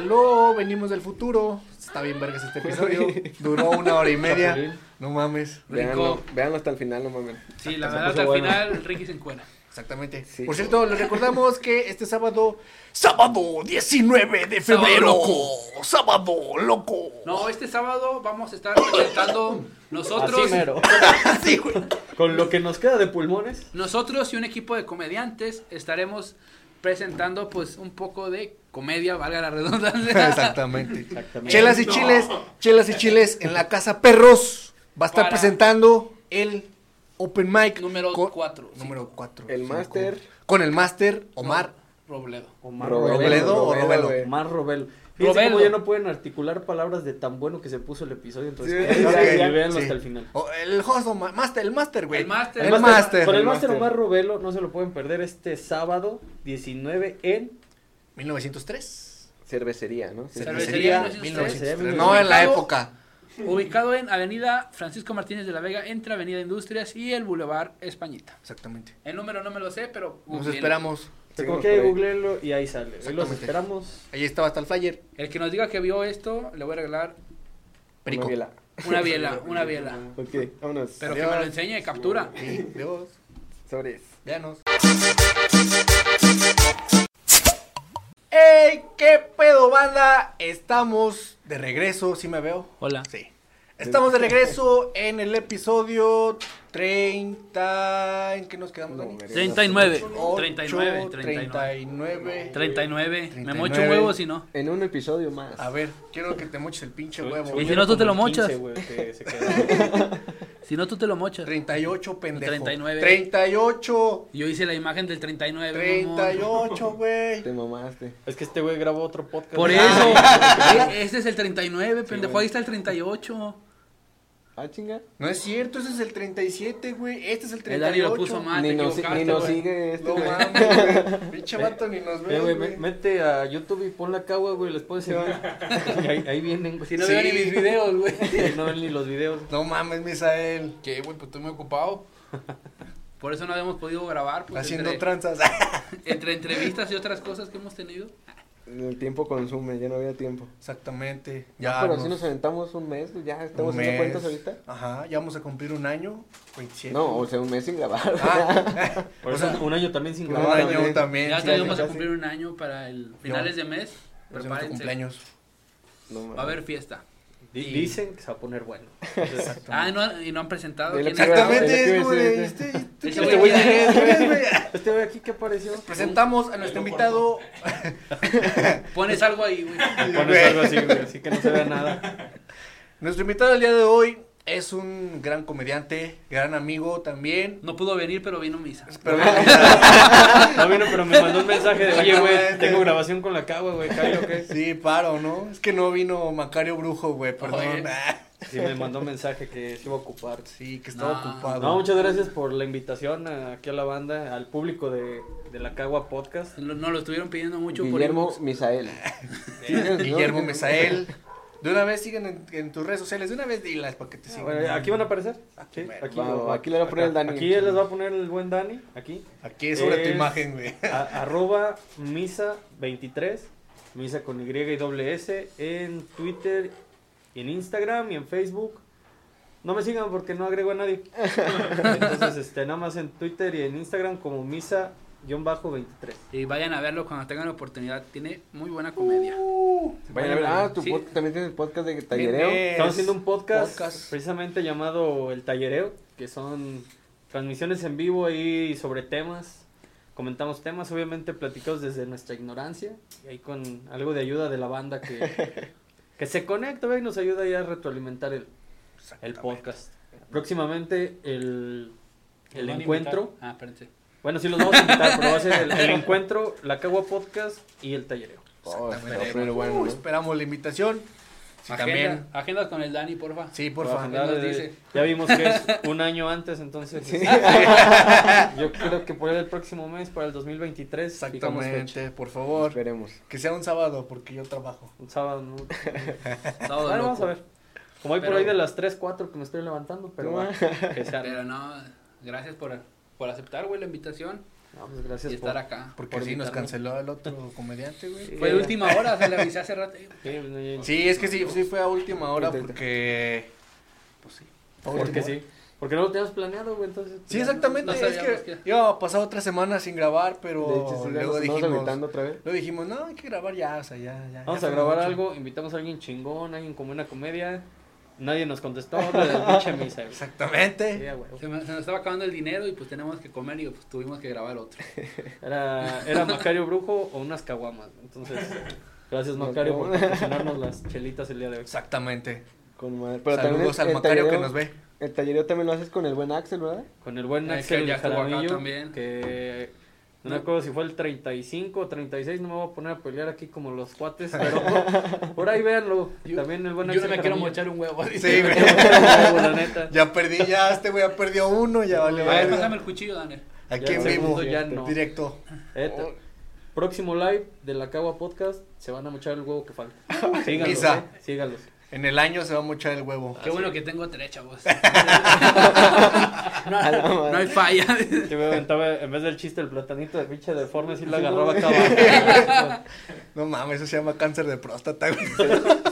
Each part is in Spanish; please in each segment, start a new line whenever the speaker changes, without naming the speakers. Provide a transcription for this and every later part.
Aló, venimos del futuro. Está bien vergas este episodio. Duró una hora y media. No mames.
Veanlo, veanlo hasta el final, no mames.
Sí, la
Se
verdad,
puso
al
bueno.
final Ricky se encuena.
Exactamente.
Sí.
Por cierto, les recordamos que este sábado, sábado 19 de febrero,
Sábado
sábado loco.
No, este sábado vamos a estar presentando nosotros.
Así mero.
Sí, güey.
Con lo que nos queda de pulmones.
Nosotros y un equipo de comediantes estaremos presentando pues un poco de comedia, valga la redundancia.
Exactamente.
Exactamente.
Chelas y chiles, chelas y chiles en la casa perros. Va a estar
Para-
presentando el open mic
Número
con-
cuatro,
Número 4.
El máster.
Con el máster Omar.
Robledo.
Omar
Robelo,
Robledo o Robelo.
güey.
Omar Robelo. Fíjense
Robelo.
cómo ya no pueden articular palabras de tan bueno que se puso el episodio, entonces
Sí,
sí,
ok,
véanlo
sí.
hasta el final.
O el host Omar, master, el máster, güey.
El máster.
El
El
máster-
máster.
Con el
El
máster
máster.
Omar Robelo no se lo pueden perder este sábado 19 en
1903.
Cervecería, ¿no? Sí.
Cervecería,
Cervecería,
1903.
1903. No en la
Ubicado-
época.
Ubicado en Avenida Francisco Martínez de la Vega, entre Avenida Industrias y el Boulevard Españita.
Exactamente.
El número no me lo sé, pero
Nos
googleenlo.
esperamos.
Se
Sí,
como
no,
que
por ahí.
googleelo y ahí sale. Ahí los
Exactamente.
esperamos.
Ahí estaba hasta el flyer.
El que nos diga que vio esto, le voy a regalar
Perico.
Una biela.
una biela, una biela.
Ok, vámonos.
Pero que me lo enseñe de captura.
Sí, Dios.
Sobres.
Veanos. ¡Ey! ¿Qué pedo, banda? Estamos de regreso. ¿Sí me veo?
Hola.
Sí. Estamos de regreso en el episodio 30. ¿En qué nos quedamos,
No,
Dani?
verga.
39,
Eh, Ocho,
39, 39.
39.
39. Me
39.
mocho un huevo si no.
En un episodio más.
A ver, quiero que te moches el pinche huevo.
Y si no, tú te lo mochas.
mochas.
Si no, tú te lo mochas.
38, pendejo.
39.
38.
Yo hice la imagen del 39. mamón.
38, güey.
Te mamaste.
es que este güey grabó otro podcast.
Por eso. E- Este es el 39, pendejo. Ahí está el 38.
Ah, chinga.
No es cierto, ese es el 37, güey. Este es el 38.
El Dani lo puso
Ah,
mal.
ni
te
nos,
equivocaste,
ni nos
güey.
sigue este.
No
güey.
mames, güey. pinche vato ni nos
Eh,
ve.
güey,
güey.
me- mete a YouTube y pon la cagua, güey, les puedes seguir. Y ahí, ahí vienen, güey.
Si no
Sí.
veo ni mis videos, güey.
Sí, no ven ni los videos.
No mames, Misael.
Que, güey, pues estoy muy ocupado. Por eso no habíamos podido grabar. Pues,
Haciendo
entre,
tranzas.
entre entrevistas y otras cosas que hemos tenido.
El tiempo consume, ya no había tiempo.
Exactamente.
Ya, Ah, pero si nos
un
aventamos un mes, ya estamos haciendo
mes.
cuentas ahorita.
Ajá, ya vamos a cumplir un año. 27.
No, o sea, un mes sin grabar.
Ah,
Por
o
eso
sea,
un año también sin
un
no,
grabar.
año
también.
también.
Ya
sí,
hasta vamos
ya
a
casi.
cumplir un año para el finales de mes.
Es nuestro
Prepárense.
cumpleaños.
No, mames.
Va a haber fiesta.
Di- Dicen que se va a poner bueno. Entonces,
Ah, y no, y no han presentado.
Dile
quién
que-
es.
Exactamente,
Era-
es
era
como
que
de.
iba a
Este,
Ese
este
güey
güey es, güey, güey.
este güey aquí que apareció.
Presentamos a nuestro invitado.
Pones algo ahí, güey.
Pones algo así, güey, así que no se vea nada.
Nuestro invitado del día de hoy es un gran comediante, gran amigo también.
No pudo venir, pero vino misa.
Pero
No vino, pero me mandó un mensaje de, oye, güey, tengo grabación con la cagua, güey, ¿cae o qué?
sí, paro, ¿no? Es que no vino Macario Brujo, güey,
Oye.
perdón. Ah,
Sí, me mandó un mensaje que se iba a ocupar.
Sí, que estaba
No.
ocupado.
No, muchas gracias por la invitación a- aquí a la banda, al público de, de la Cagua Podcast.
No no, lo estuvieron pidiendo mucho
Guillermo
por inbox.
Misael.
Guillermo Mesael. De una vez sigan en, en tus redes sociales, de una vez dilas para que te sigan.
Ah, Bueno, aquí van a aparecer. Sí,
bueno,
aquí,
va,
lo-
va, aquí le va a poner el Dani.
Aquí les va a poner el buen Dani. Aquí.
Aquí es sobre tu
Es-
imagen, güey.
A- arroba misa23. Misa con Y y doble S. En Twitter, en Instagram y en Facebook. No me sigan porque no agrego a nadie. Entonces, este, nada más en Twitter y en Instagram como misa-23.
Y vayan a verlo cuando tengan la oportunidad. Tiene muy buena comedia.
Vayan a ver. Ah, tu
Sí.
pod- también tienes podcast de tallereo.
Viene-
Estamos haciendo un podcast,
podcast.
precisamente llamado El Tallereo, que son transmisiones en vivo ahí sobre temas. Comentamos temas, obviamente platicados desde nuestra ignorancia y ahí con algo de ayuda de la banda que, que se conecta ¿ve? y nos ayuda ahí a retroalimentar el, el podcast. Próximamente el, el
Van a
encuentro.
invitar- Ah, espérense.
Bueno, sí los vamos a invitar, pero va a ser el, el encuentro, la Cagua Podcast y el Tallereo.
Oh,
Exactamente.
está bueno, bueno,
Uh,
¿no?
Esperamos la invitación. Sí,
Agenda,
también.
agenda con el Dani, porfa.
Sí, por
Voy a
favor.
agendar,
nos
eh,
dice.
Ya vimos que es un año antes, entonces. este, Yo creo que por el próximo mes, para el 2023, fijamos fecha.
Exactamente, por favor.
Esperemos.
Que sea un sábado, porque yo trabajo.
Un sábado, ¿no?
Sábado
Bueno, vamos
loco.
a ver. Como hay por
Pero-
ahí de las 3, 4 que me estoy levantando, pero
No.
va, que se arme.
Pero no, gracias por, por aceptar, güey, la invitación.
No, pues gracias
y estar
por-
acá.
Porque
Por
sí, nos
invitarme.
canceló el otro comediante, güey.
Sí.
Fue de última hora, se le avisé hace rato. eh,
Sí, pues, no, yo-
Sí, es que sí, sí fue a última hora porque. Pues sí. fue a
Porque
última
sí. Porque no lo tenías planeado, güey, entonces.
Sí,
ya,
exactamente.
No
es
sabíamos
que
que-
iba a pasar otra semana sin grabar, pero
De hecho, sí,
Oh, luego
nos andamos
dijimos.
aventando otra vez.
Luego dijimos, no, hay que grabar ya, o sea, ya, ya.
Vamos
ya fue
a grabar
mucho".
algo, invitamos a alguien chingón, alguien con buena comedia. Nadie nos contestó, la de pinche misa. güey. Sí,
Exactamente.
a huevo.
Se, me- se nos estaba acabando el dinero y pues tenemos que comer y pues tuvimos que grabar otro.
Era, era Macario Brujo o unas caguamas. güey. Entonces, gracias
Nos
Macario por
vemos.
proporcionarnos las chelitas el día de hoy.
Exactamente.
Con madre. Pero también
Saludos
el-
al
el
Macario que
tallereo-
nos ve.
El tallereo también lo haces con el buen Axel, ¿verdad?
Con el buen
Eh,
Axel
que ya estuvo acá
Jaramillo,
también.
que no me acuerdo si fue el 35 o 36, no me voy a poner a pelear aquí como los cuates, pero por, por ahí véanlo.
Yo-
También el buen
Yo
Axel
no me quiero
Jaramillo.
mochar un huevo.
Sí, güey.
La neta.
Ya perdí, ya este güey ya perdió uno, ya vale.
A ver,
verga.
pásame el cuchillo, Daniel.
Aquí
Ya
en
el
vivo,
segundo ya no.
directo.
Eh, te- Próximo live de la Cagua Podcast, se van a mochar el huevo que falta. Sígalos,
Misa.
eh, sígalos.
En el año se va a mochar el huevo.
Qué bueno que tengo tres, chavos.
A la
No hay
madre.
falla.
Yo me aventaba, en vez del chiste, el platanito de pinche deforme, sí la agarraba acá abajo.
No mames, eso se llama cáncer de próstata, güey.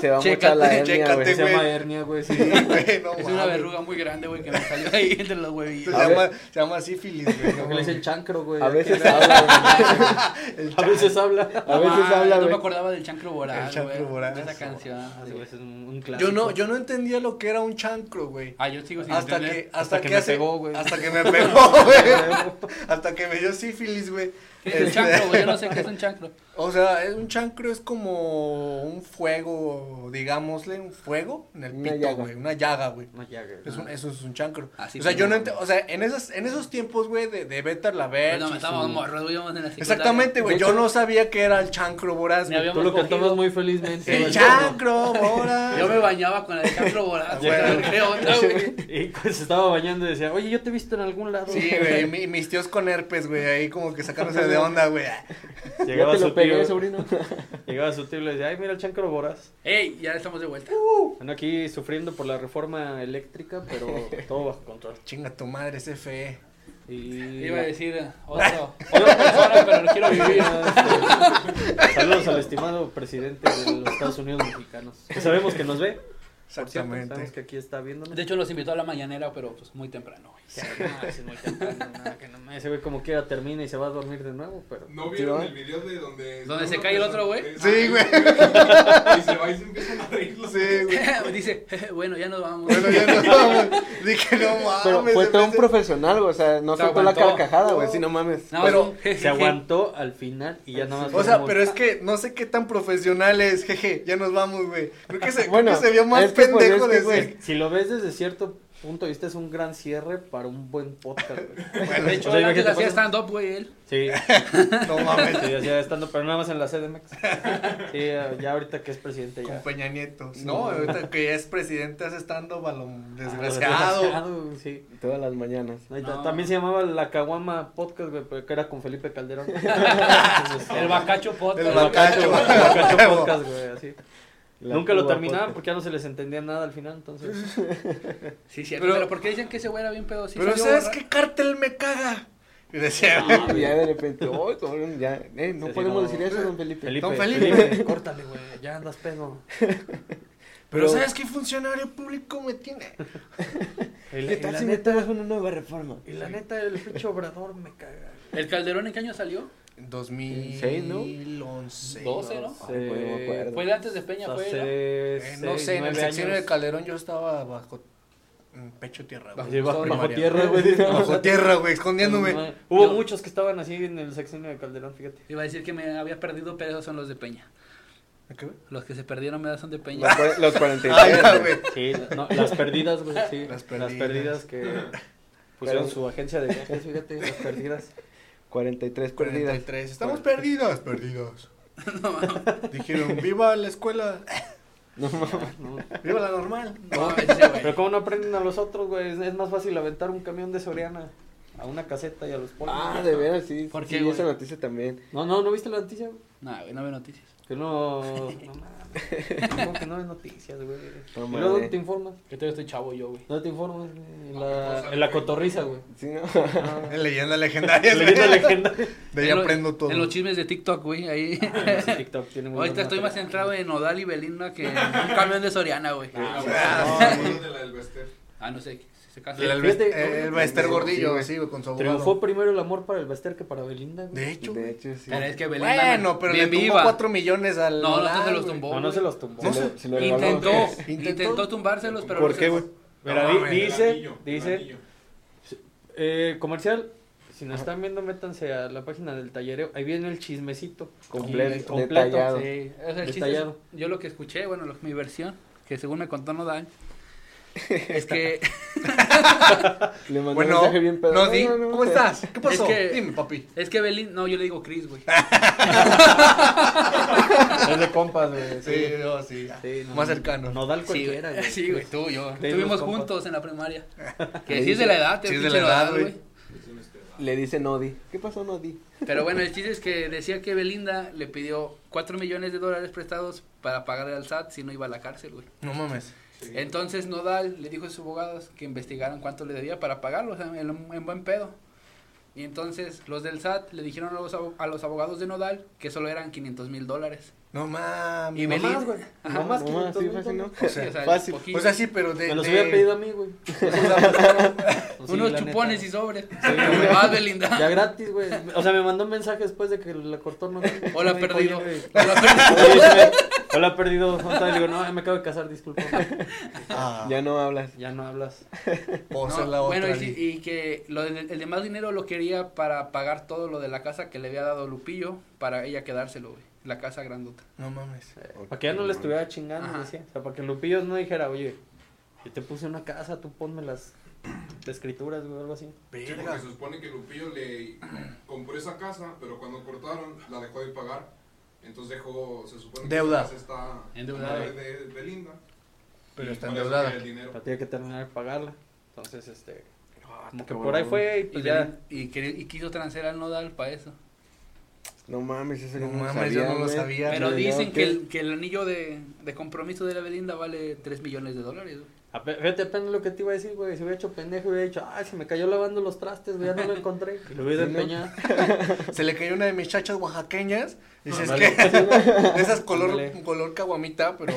Se va a
Chécate,
mochar la hernia,
chécate,
Se
güey.
llama hernia, güey. sí.
Sí, güey, no
Es
mames.
una verruga muy grande, güey, que me salió ahí entre los
Se
huevillos.
A
llama, se llama sífilis, güey. no
Lo que le dicen
mames.
chancro, güey.
A veces
Acá.
habla,
El
A
chan-
veces habla.
A veces
Ah,
habla,
No
güey.
me acordaba del chancro boral,
El chancro
güey,
boral,
De esa
eso.
canción.
Es un, un clásico.
Yo no, yo no entendía lo que era un chancro, güey.
Ah, yo sigo sin
Hasta
entender.
que, hasta,
Hasta que
que,
me
hace-
pegó, güey.
Hasta que me pegó, güey. hasta que me dio sífilis, güey.
¿Qué es un
Este,
chancro, güey? Yo no sé qué es un chancro.
O sea, es- un chancro es como un fuego, digámosle, un fuego en el
Una
pito,
llaga.
güey. Una llaga, güey.
No, ya, güey.
Es un- eso es un chancro.
Así
o sea,
fue,
yo no
güey.
entiendo. O sea, en, esas, en esos tiempos, güey, de, de Beta la
Pues No, me estábamos morros, güey, íbamos en la secundaria.
Exactamente, güey. Yo no sabía que era el chancro voraz.
Ni
güey.
había-
Tú lo
Hemos
cantabas
cogido.
muy felizmente.
El
güey.
chancro voraz.
Yo me bañaba con la de chancro boral.
Ah, Güey.
creo, no, güey.
Y cuando se estaba bañando decía, oye, yo te he visto en algún lado.
Sí, güey. mi- mis tíos con herpes, güey. Ahí como que sacándose de onda, güey. Ah,
Llegaba
Ya te
su
lo pegué,
tío.
sobrino.
Llegaba su tío y le decía, ay, mira el chancro voraz.
Ey, ya estamos de vuelta.
Bueno, aquí sufriendo por la reforma eléctrica, pero todo bajo control.
Chinga tu madre, CFE.
Y...
Iba a decir eh, otro,
Ah.
otra persona, pero no quiero vivir.
Este, Saludos al estimado presidente de los Estados Unidos mexicanos. Que sabemos que nos ve. Por cierto, sabemos que
Exactamente.
aquí está viéndonos.
De hecho, los invitó a la mañanera, pero pues muy temprano, güey.
Sí, no, es muy temprano, nada, que no me- Ese güey como quiera termina y se va a dormir de nuevo, pero...
¿No
¿Sí,
vieron
no?
el video de donde...
¿Donde se
una
cae el
persona-
otro, güey?
Eh,
Sí, güey.
Y se va y se empiezan a reír los
Sí, güey.
Dice, "Jeje, bueno, ya nos vamos.
Bueno, ya nos vamos. Dije, no mames.
Pero fue todo un
CFE.
profesional, güey. O sea, no
Se
soltó la
aguantó.
carcajada, güey. Sí, no mames.
No,
pero-
un jejeje.
Se aguantó al final y ya nada más...
O sea,
como-
pero es que no sé qué tan profesional es, jeje, ya nos vamos, güey. Creo que se, creo
Bueno,
que se vio más
es que por
pendejo
este,
de
güey.
decir.
Si lo ves desde cierto punto de vista, es un gran cierre para un buen podcast, güey.
De hecho,
O sea,
antes
imagínate,
hacía
pasa-
stand-up, güey, él.
Sí,
No mames,
sí, hacía estando, pero nada más en la CDMX. Sí, ah, ya ahorita que es presidente ya... Ah,
con Peña Nieto.
Sí.
No, ahorita que ya es presidente, hace estando balón
Ah,
desgraciado.
desgraciado, sí.
Todas las mañanas.
No, y
No.
ta- También se llamaba La Caguama Podcast, güey, pero que era con Felipe Calderón.
El bacacho podcast.
El bacacho.
El Bacacho Podcast, güey, así.
La
Nunca lo
Cuba
terminaban
Podcast.
porque ya no se les entendía nada al final, entonces.
Sí, cierto.
Pero-
Pero, ¿por qué dicen que ese güey era bien pedo? Sí
Pero
salió
¿sabes
borra-
qué cártel me caga? Y decía,
Ah,
Y ya de repente, "Ay, cabrón, ya, eh, no
Sí, sí,
podemos
no.
decir eso, don Felipe.
Felipe,
Don Felipe.
Felipe, córtale, güey, ya andas pedo.
pero ¿sabes qué funcionario público me tiene?
Y la,
¿Qué
y
tal
la
si
neta,
metemos una nueva reforma?
y la neta, el pinche obrador me caga.
¿El Calderón en qué año salió?
En 2011.
12, ¿no?
Ay, güey, no me acuerdo.
Fue el antes de Peña, fue, ¿no?
Eh, no sé, en el sexenio de Calderón yo estaba bajo mm, pecho tierra, güey.
Sí, bajo,
Estaba
bajo
primaria.
tierra, güey.
Bajo tierra, güey, escondiéndome.
Hubo
Yo-
muchos que estaban así en el sexenio de Calderón, fíjate.
Iba a decir que me había perdido, pero esos son los de Peña.
¿Qué?
Los que se perdieron me da son de Peña.
Los, cua- los
Ah,
46.
ya, güey.
Sí, la- no, las perdidas, güey, sí.
Las
Las
perdidas.
perdidas. que pusieron
Pero-
su agencia de viajes, fíjate, las perdidas.
43 perdidas.
43. Estamos perdidos. Perdidos. Dijeron, viva la escuela.
No mames.
No.
Viva la normal.
No, ese güey.
Pero cómo no aprenden a los otros, güey, es, es más fácil aventar un camión de Soriana a una caseta y a los polos.
Ah, de veras, sí.
¿Por
sí,
qué, güey?
esa noticia también.
No, no, ¿no viste la noticia? güey?
No, güey, no veo noticias.
Que no... no mames. Como que no es noticias, güey.
No
y luego
mames.
te informas.
Que todavía estoy chavo yo, güey.
No te informas, güey. En
Ah,
la,
pues,
en la cotorriza, güey.
Sí, ¿no?
Leyenda legendaria.
Leyenda legendaria.
De ahí
En lo-
aprendo todo. Ah,
En los chismes de TikTok, güey. Ahí.
TikTok tiene muy
Ahorita
buen
estoy más
material.
centrado en Odal y Belinda que en un camión de Soriana, güey.
Ah,
Ah,
güey, no, de la del Bester.
Ah, no sé. si se casa.
El, el,
Fíjate,
el
ahorita-
Bester Gordillo,
Sí, güey.
sí, güey, con su abogado.
Triunfó primero el amor para el Bester que para Belinda, güey.
De hecho,
De
güey.
hecho, sí.
Pero es que Belinda.
Bueno, pero le
bien
tumbó
viva.
4 millones al.
No, no, no se
Nadal,
los
güey.
tumbó.
No, no se los tumbó.
Se
No,
lo- se lo regaló.
Intentó,
¿Intentó?
intentó tumbárselos, pero
¿Por
no
qué,
se-
güey? Mira,
No,
di-
mames, el
dice,
anillo,
dice,
el anillo.
eh, comercial, si nos están viendo, métanse a la página del tallereo. Ahí viene el chismecito.
Completo,
completo,
detallado.
Sí, o sea, el chiste es-
Detallado.
yo lo que escuché, bueno, lo- mi versión, que según me contó Nodal, es que,
Le mandó un
Bueno,
mensaje bien pedo.
no, di,
No, no, no,
¿cómo
no.
estás? ¿Qué pasó?
Es que-
Dime, papi.
es que Belinda, no, yo le digo Chris, güey.
Ah,
Es de compas, güey.
Sí, yo sí, ya.
Sí, no,
más
no,
cercano.
No da el
Sí,
cualquiera,
güey,
güey.
sí, güey, tú, yo.
De
Estuvimos
los compas.
juntos en la primaria. Que
Sí,
sí es de la edad,
sí
el
es de
pinche
la edad,
Nodal,
güey.
güey.
Es un Bester.
Le dice Nodi. ¿Qué pasó, Nodi?
Pero bueno, el chiste es que decía que Belinda le pidió 4 millones de dólares prestados para pagarle al SAT si no iba a la cárcel, güey.
No mames.
Sí.
Entonces Nodal le dijo a sus abogados que investigaran cuánto le debía para pagarlo, o sea, en, en buen pedo. Y entonces los del SAT le dijeron a los, abo- a los abogados de Nodal que solo eran 500 mil dólares.
No mames.
Y
no
Belinda-
mames, güey.
Ajá.
No más
No más,
500
sí,
mil
fácil, ¿no?
dólares.
O sea,
o sea, pues,
fácil.
poquito.
o sea, sí, pero de.
Me los
de-
hubiera pedido a mí, güey.
o sea, pues, no.
Pues sí,
Unos
la
chupones y
neta.
sobres.
güey.
Más Belinda.
Ya gratis, güey. O sea, me mandó un mensaje después de que la cortó. No,
Hola,
no,
perdido.
oye, güey.
Hola, perdido.
Oye, güey, Hola, perdido. O sea, le digo, no, me acabo de casar, disculpa.
Ah,
Ya no hablas.
Ya no hablas.
o sea,
No,
la otra.
bueno, y,
li-
sí- y que lo del- el demás dinero lo quería para pagar todo lo de la casa que le había dado Lupillo para ella quedárselo, güey. La casa grandota.
No mames.
Para que ya no le estuviera chingando,
Ajá.
decía. O sea, para que Lupillos no dijera, oye, yo te puse una casa, tú ponme las escrituras, güey, o algo así.
Sí,
Verga.
porque se supone que Lupillo le compró esa casa, pero cuando cortaron la dejó de pagar. Entonces dejó, se supone que
Deuda.
esa casa está
Endeudada.
a nombre de, de Linda.
Pero
Y
está
por eso
endeudada.
quería El dinero.
Pero tiene que terminar de pagarla. Entonces, este, como que
cabrón.
por ahí fue y
Y,
pues ya.
Belin- y, quería- y quiso transear al nodal para eso.
No mames, eso
No
yo no
mames,
sabía,
yo no lo
güey.
sabía. Ya,
Pero
Ya,
dicen
ok.
que el, que el anillo de, de compromiso de la Belinda vale 3 millones de dólares. güey.
Ape- Fíjate apenas lo que te iba a decir, güey. Si hubiera hecho pendejo, hubiera dicho, ah, se me cayó lavando los trastes, güey, ya no lo encontré. Y lo hubiera
Sí, ¿no?
empeñado.
Se le cayó una de mis chachas oaxaqueñas. Dice, es
Ándale.
que. De esas
Ándale.
color, color caguamita, pero.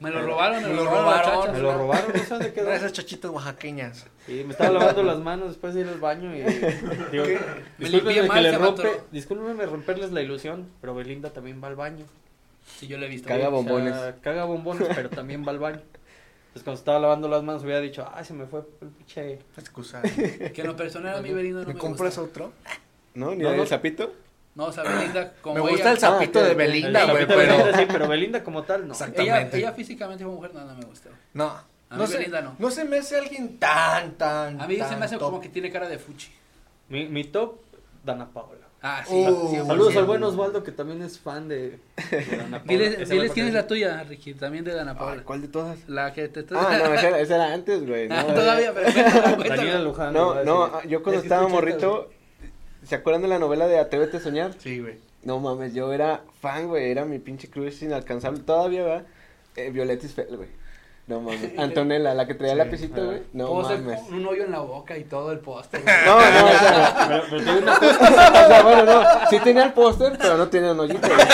Me lo robaron, me
Me
lo
lo
robaron.
robaron.
chacha.
Me lo robaron, no sé dónde
Una
quedó.
de esas chachitas oaxaqueñas.
Y me estaba lavando las manos después de ir al baño y digo,
Me limpié
discúlpenme que
mal,
le
se me
rompe,
atoró.
discúlpenme romperles la ilusión, pero Belinda también va al baño.
Sí, yo lo he visto.
Caga
güey.
O sea,
bombones.
caga bombones, pero también va al baño. Entonces cuando estaba lavando las manos hubiera dicho, ah, se me fue el pinche.
Excusa.
Que en lo personal a mi Belinda no me,
¿Me compras
gusta.
otro?
¿No? ¿Ni
No,
el
no.
sapito?
No, o sea, Belinda como
Me
ella-
gusta el sapito
Ah,
de
ok, ok.
Belinda,
El
güey,
sapito de
pero.
Belinda, sí, pero Belinda como tal no.
Exacto.
Ella,
Exactamente.
ella físicamente como mujer nada me gusta. güey.
No.
A
no,
mí
se,
Belinda no.
se me hace alguien tan, tan.
A mí se
tan
me hace
top.
como que tiene cara de fuchi.
Mi, mi top, Dana Paola.
Ah, sí.
Uh,
sí,
Saludos
sí.
al buen Osvaldo que también es fan de, de Dana Paola.
Diles,
Ese güey
diles
porque
quién es
dice,
la tuya, Ricky, también de Dana
Ay,
Paola.
¿Cuál de todas?
La que te estás...
Ah, no, esa era, esa era antes, güey. No, eh.
Todavía, pero cuéntala, cuéntala.
Daniela Luján.
No,
güey,
no,
sí.
ah, yo cuando
Es que
estaba
escucha,
morrito, ¿se acuerdan de la novela de Atrévete a soñar?
Sí, güey.
No mames, yo era fan, güey, era mi pinche crush inalcanzable, todavía, ¿verdad? Eh, Violet Isfel, güey. No mames. Antonella, la que traía
Sí,
el lapicito,
ah.
güey. No
Puedo hacer
mames.
un hoyo en la boca y todo el póster.
No, no, o sea,
Pero, pero te digo una cosa,
o sea, bueno, no, sí tenía el póster, pero no tenía un hoyito, güey.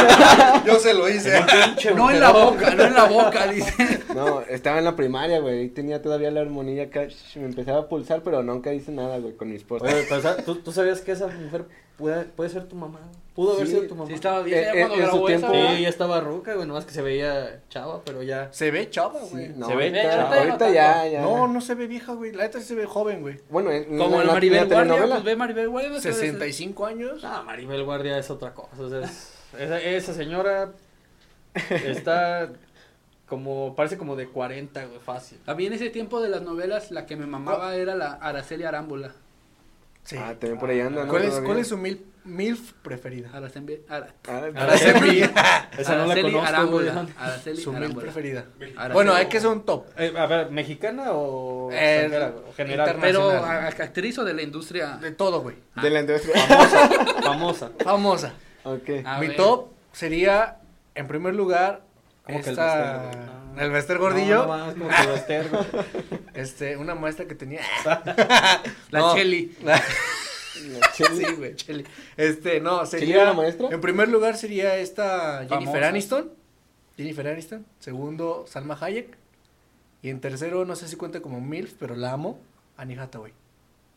Yo se lo hice.
pinche
No en la boca, no en la boca, dice.
No, estaba en la primaria, güey, y tenía todavía la armonía acá, sh, me empezaba a pulsar, pero nunca hice nada, güey, con mis pósters.
Oye, pero, o sea, ¿tú, tú sabías que esa mujer puede, puede ser tu mamá. Pudo haber
Sí,
sido tu mamá.
Sí, estaba bien.
Eh,
ya
eh,
cuando
en su
grabó esa,
tiempo-
¿verdad?
Sí, ya estaba ruca, güey, nomás que se veía chava, pero ya.
Se ve chava, güey.
Sí, no,
Se ve,
ahorita,
ya no te
ahorita
notas,
ya, ya.
No, no se ve vieja, güey. La neta sí se ve joven, güey.
Bueno, en,
Como
en
el
la,
Maribel
en la
Guardia,
telenovela.
pues ve Maribel Guardia. no sé,
65 años.
Ah, Maribel Guardia es otra cosa. o sea, es- esa, esa señora está como, parece como de 40, güey, fácil.
A mí en ese tiempo de las novelas, la que me mamaba era la Araceli Arámbula.
Sí.
Ah, también por ahí anda, ¿no?
¿Cuál es,
Todavía.
¿Cuál es su mil, MILF preferida?
Araceli Ara-
Ah,
Ahora sí. Esa no la
Araceli
conozco, güey.
Arámbula. Araceli
Su MILF
Arámbula.
preferida.
Araceli.
Bueno, hay que ser un top.
Eh, a ver, ¿mexicana o
Eh,
extranjera, güey? O general?
interna-
Pero
Nacional.
a- a- actriz o de la industria.
De todo, güey.
De la industria.
Famosa, famosa.
Famosa.
ok.
A
Mi
ver.
top sería, en primer lugar,
Como que el
esta-
Bester, güey. No.
el Bester Gordillo,
No, no mames, como que Bester, güey.
este, una muestra que tenía.
La
No.
Cheli.
La-
La Cheli.
sí, güey, Cheli. Este, no, sería.
¿Cheli era la maestra?
En primer lugar sería esta Jennifer
Famosa.
Aniston. Jennifer Aniston. Segundo, Salma Hayek. Y en tercero, no sé si cuenta como MILF, pero la amo. Annie Hathaway.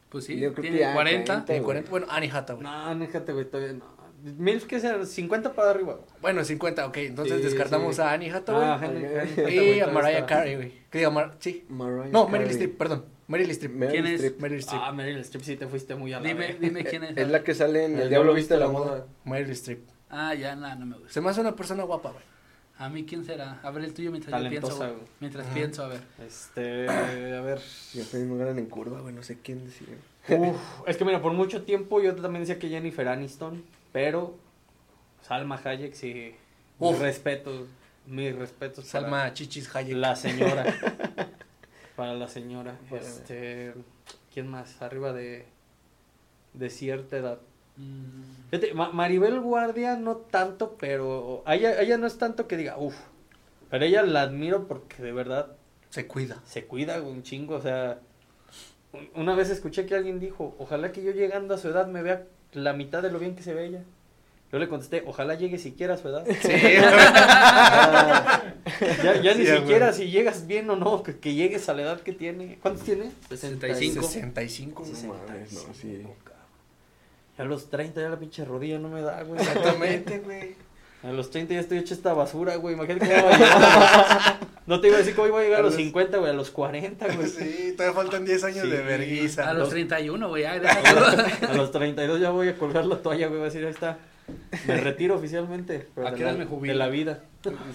Pues sí,
Yo creo
tiene
que ya
40.
cuarenta.
Tiene 40 Bueno, Annie Hathaway.
No, déjate, güey, todavía no. Milf, que sea 50 para arriba, güey.
Bueno, 50, ok. Entonces
Sí,
descartamos
sí.
a Annie Hathaway.
Ah, Henry-
ok.
Henry
Y
Hathaway,
y
todavía
a Mariah
está.
Carey, güey. Que diga, Mar- sí.
Mariah
No, Meryl
Carey.
Streep, perdón. Meryl Streep.
Meryl
¿Quién es?
Streep. Eh,
Meryl Streep.
Ah, Meryl Streep sí te fuiste muy a la
Dime,
verga.
dime quién es.
Es la que sale en
El
El
Diablo
Diablo Viste la Moda.
Meryl Streep.
Ah, ya, no, no me gusta.
Se me hace una persona guapa, güey.
A mí, ¿quién será? A ver el tuyo mientras yo
Talentosa,
pienso. güey.
güey.
Mientras pienso, a ver.
Este, a ver.
Yo también me ganan en curva, güey. No sé quién decir.
Uf, es que mira, por mucho tiempo yo también decía que Jennifer Aniston, pero Salma Hayek sí. Mis
Uf.
respetos, mis
Pues
respetos. para
Salma Chichis Hayek.
La señora. para la señora.
Para-
Este, ¿quién más? Arriba de de cierta edad.
Mm,
Fíjate, Ma- Maribel Guardia no tanto, pero a ella, a ella no es tanto que diga, uff, pero ella la admiro porque de verdad
Se cuida.
se cuida güey, un chingo, o sea, un- una vez escuché que alguien dijo, ojalá que yo llegando a su edad me vea la mitad de lo bien que se ve ella. Yo le contesté, ojalá llegue siquiera a su edad.
Sí.
Ah, ya ya ni
Sí, güey.
siquiera si llegas bien o no, que, que llegues a la edad que tiene. ¿Cuántos tiene?
65.
65. güey.
No mames, no, sí.
A los 30 ya la pinche rodilla no me da, güey.
Exactamente, güey.
A los 30 ya estoy hecho esta basura, güey. Imagínate cómo va a llegar. No te iba a decir cómo iba a llegar a los 50, güey. A los 40, güey.
Pues Sí, todavía faltan 10 años
Sí.
de vergüenza.
A los 31, güey. ya, deja todo.
A los 32 ya voy a colgar la toalla, güey. Voy a decir, ahí está. Me retiro oficialmente. pero
¿A
de
qué edad
la-
me jubilo?
De la vida.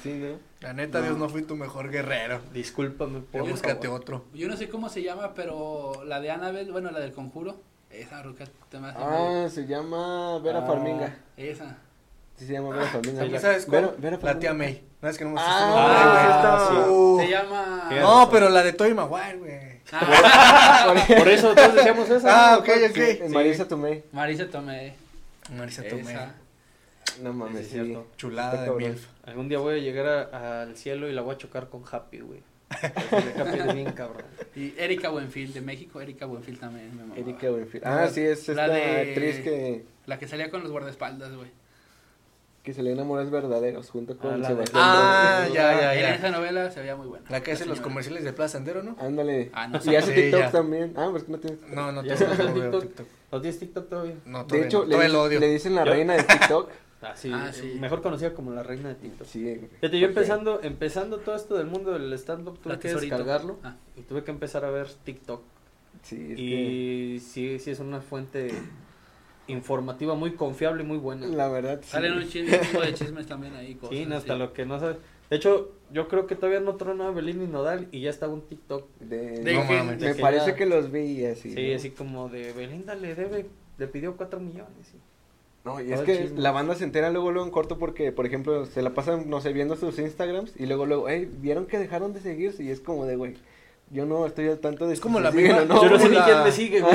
Sí, ¿no?
La neta, Dios, no fui tu mejor guerrero. Pues
Discúlpame por
Búscate
favor.
otro.
Yo no sé cómo se llama, pero la de Annabelle, bueno, la del conjuro. Esa ruca te me hace mal.
Ah, se llama Vera
Ah.
Farminga.
Esa.
Sí, se llama Vera Farminga.
¿Y Ah, ¿Sabes cuál?
Vera- Vera
la tía
Farminga.
May. No es que no me hiciste
Ah,
sí.
nombre, güey. Uh.
Se llama.
Qué
No, pero la de Toy Maguire, güey.
Ah,
Por eso todos decíamos eso.
Ah,
¿no?
ok,
Sí.
ok.
En Marisa Tomei.
Marisa Tomé.
Marisa Tomei.
Esa.
No mames,
Sí,
sí.
es cierto.
Chulada
Está
de
cabrón.
MILF.
Algún día voy a llegar a- al cielo y la voy a chocar con Happy, güey. Porque Happy es bien cabrón.
Y Erika Buenfield de México. Erika Buenfield también me mamaba.
Erika Buenfield. Ah, sí, es
La
esta
de-
actriz que,
La que salía con los guardaespaldas, güey.
que se le enamora es verdaderos junto
Ah,
con
la de-
Sebastián.
Ah,
Reyes.
ya, ya,
En
ya.
esa novela se veía muy buena.
La que hace los
señora.
comerciales de Plaza Sandero, ¿no?
Ándale.
Ah, no,
y hace
sí,
TikTok
ya.
también. Ah, pues que no tienes.
No, no
¿Ya
tengo
sabes el
no veo
TikTok?
TikTok.
¿No tienes TikTok todavía?
No,
De
todavía
hecho,
no.
le,
Todavía
di-
lo odio.
le dicen la
Yo-
reina de TikTok.
Ah, sí,
Ah, sí.
Mejor conocida como la reina de TikTok.
Sí, güey.
Fíjate, yo
Ok.
empezando, empezando todo esto del mundo del stand-up, tuve
La
que
tesorito.
descargarlo
Ah.
y tuve que empezar a ver TikTok.
Sí, es que
Y sí, sí es una fuente informativa muy confiable y muy buena.
la verdad. Sí.
Salen un chingo un chingo de chismes también ahí. Cosas,
sí, no, hasta
así.
lo que no sabes. De hecho, yo creo que todavía no tronaba Belín ni Nodal y ya estaba un TikTok.
De-
De
no,
que-
mames.
de
me
que
parece
era-
que los vi así.
Sí,
¿no?
así como de Belinda le debe, le pidió cuatro millones. y-
No, y
Todo
es
el
que
chisme.
la banda se entera luego, luego en corto porque, por ejemplo, se la pasan, no sé, viendo sus Instagrams y luego, luego, hey, vieron que dejaron de seguirse y es como de, güey, yo no estoy al tanto de
Es
si
como
se
la
siguen o
misma-
no.
yo no sé
como
ni
la-
quién me sigue, güey.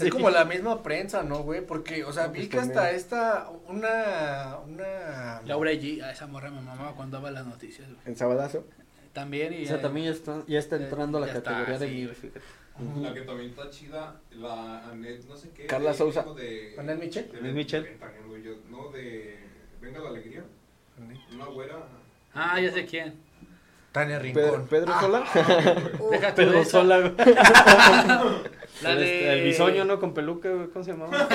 Es como la misma prensa, ¿no, güey? Porque, o sea,
No, pues
vi que hasta
también.
esta, una, una...
Laura G. A esa morra me mamaba cuando daba las noticias, güey.
En Sabadazo.
También. Y,
O sea,
eh,
también ya está, ya está
Eh,
entrando a la
ya está,
categoría
sí,
de
Pues
mil,
güey.
fíjate.
La que también está chida, la Anet, no sé qué.
Carla
de-
Sousa.
De,
¿Anel Michel?
de-
Anel Michel.
de- también, güey, yo- No, de Venga la Alegría. Una güera.
Ah, ya sé quién.
Tania
Pedro,
Rincón.
Pedro Sola.
Oh,
Deja tú
Pedro
esa.
Sola, güey.
La
Este,
de...
El bisoño, ¿no? Con peluca, güey. ¿Cómo se llamaba?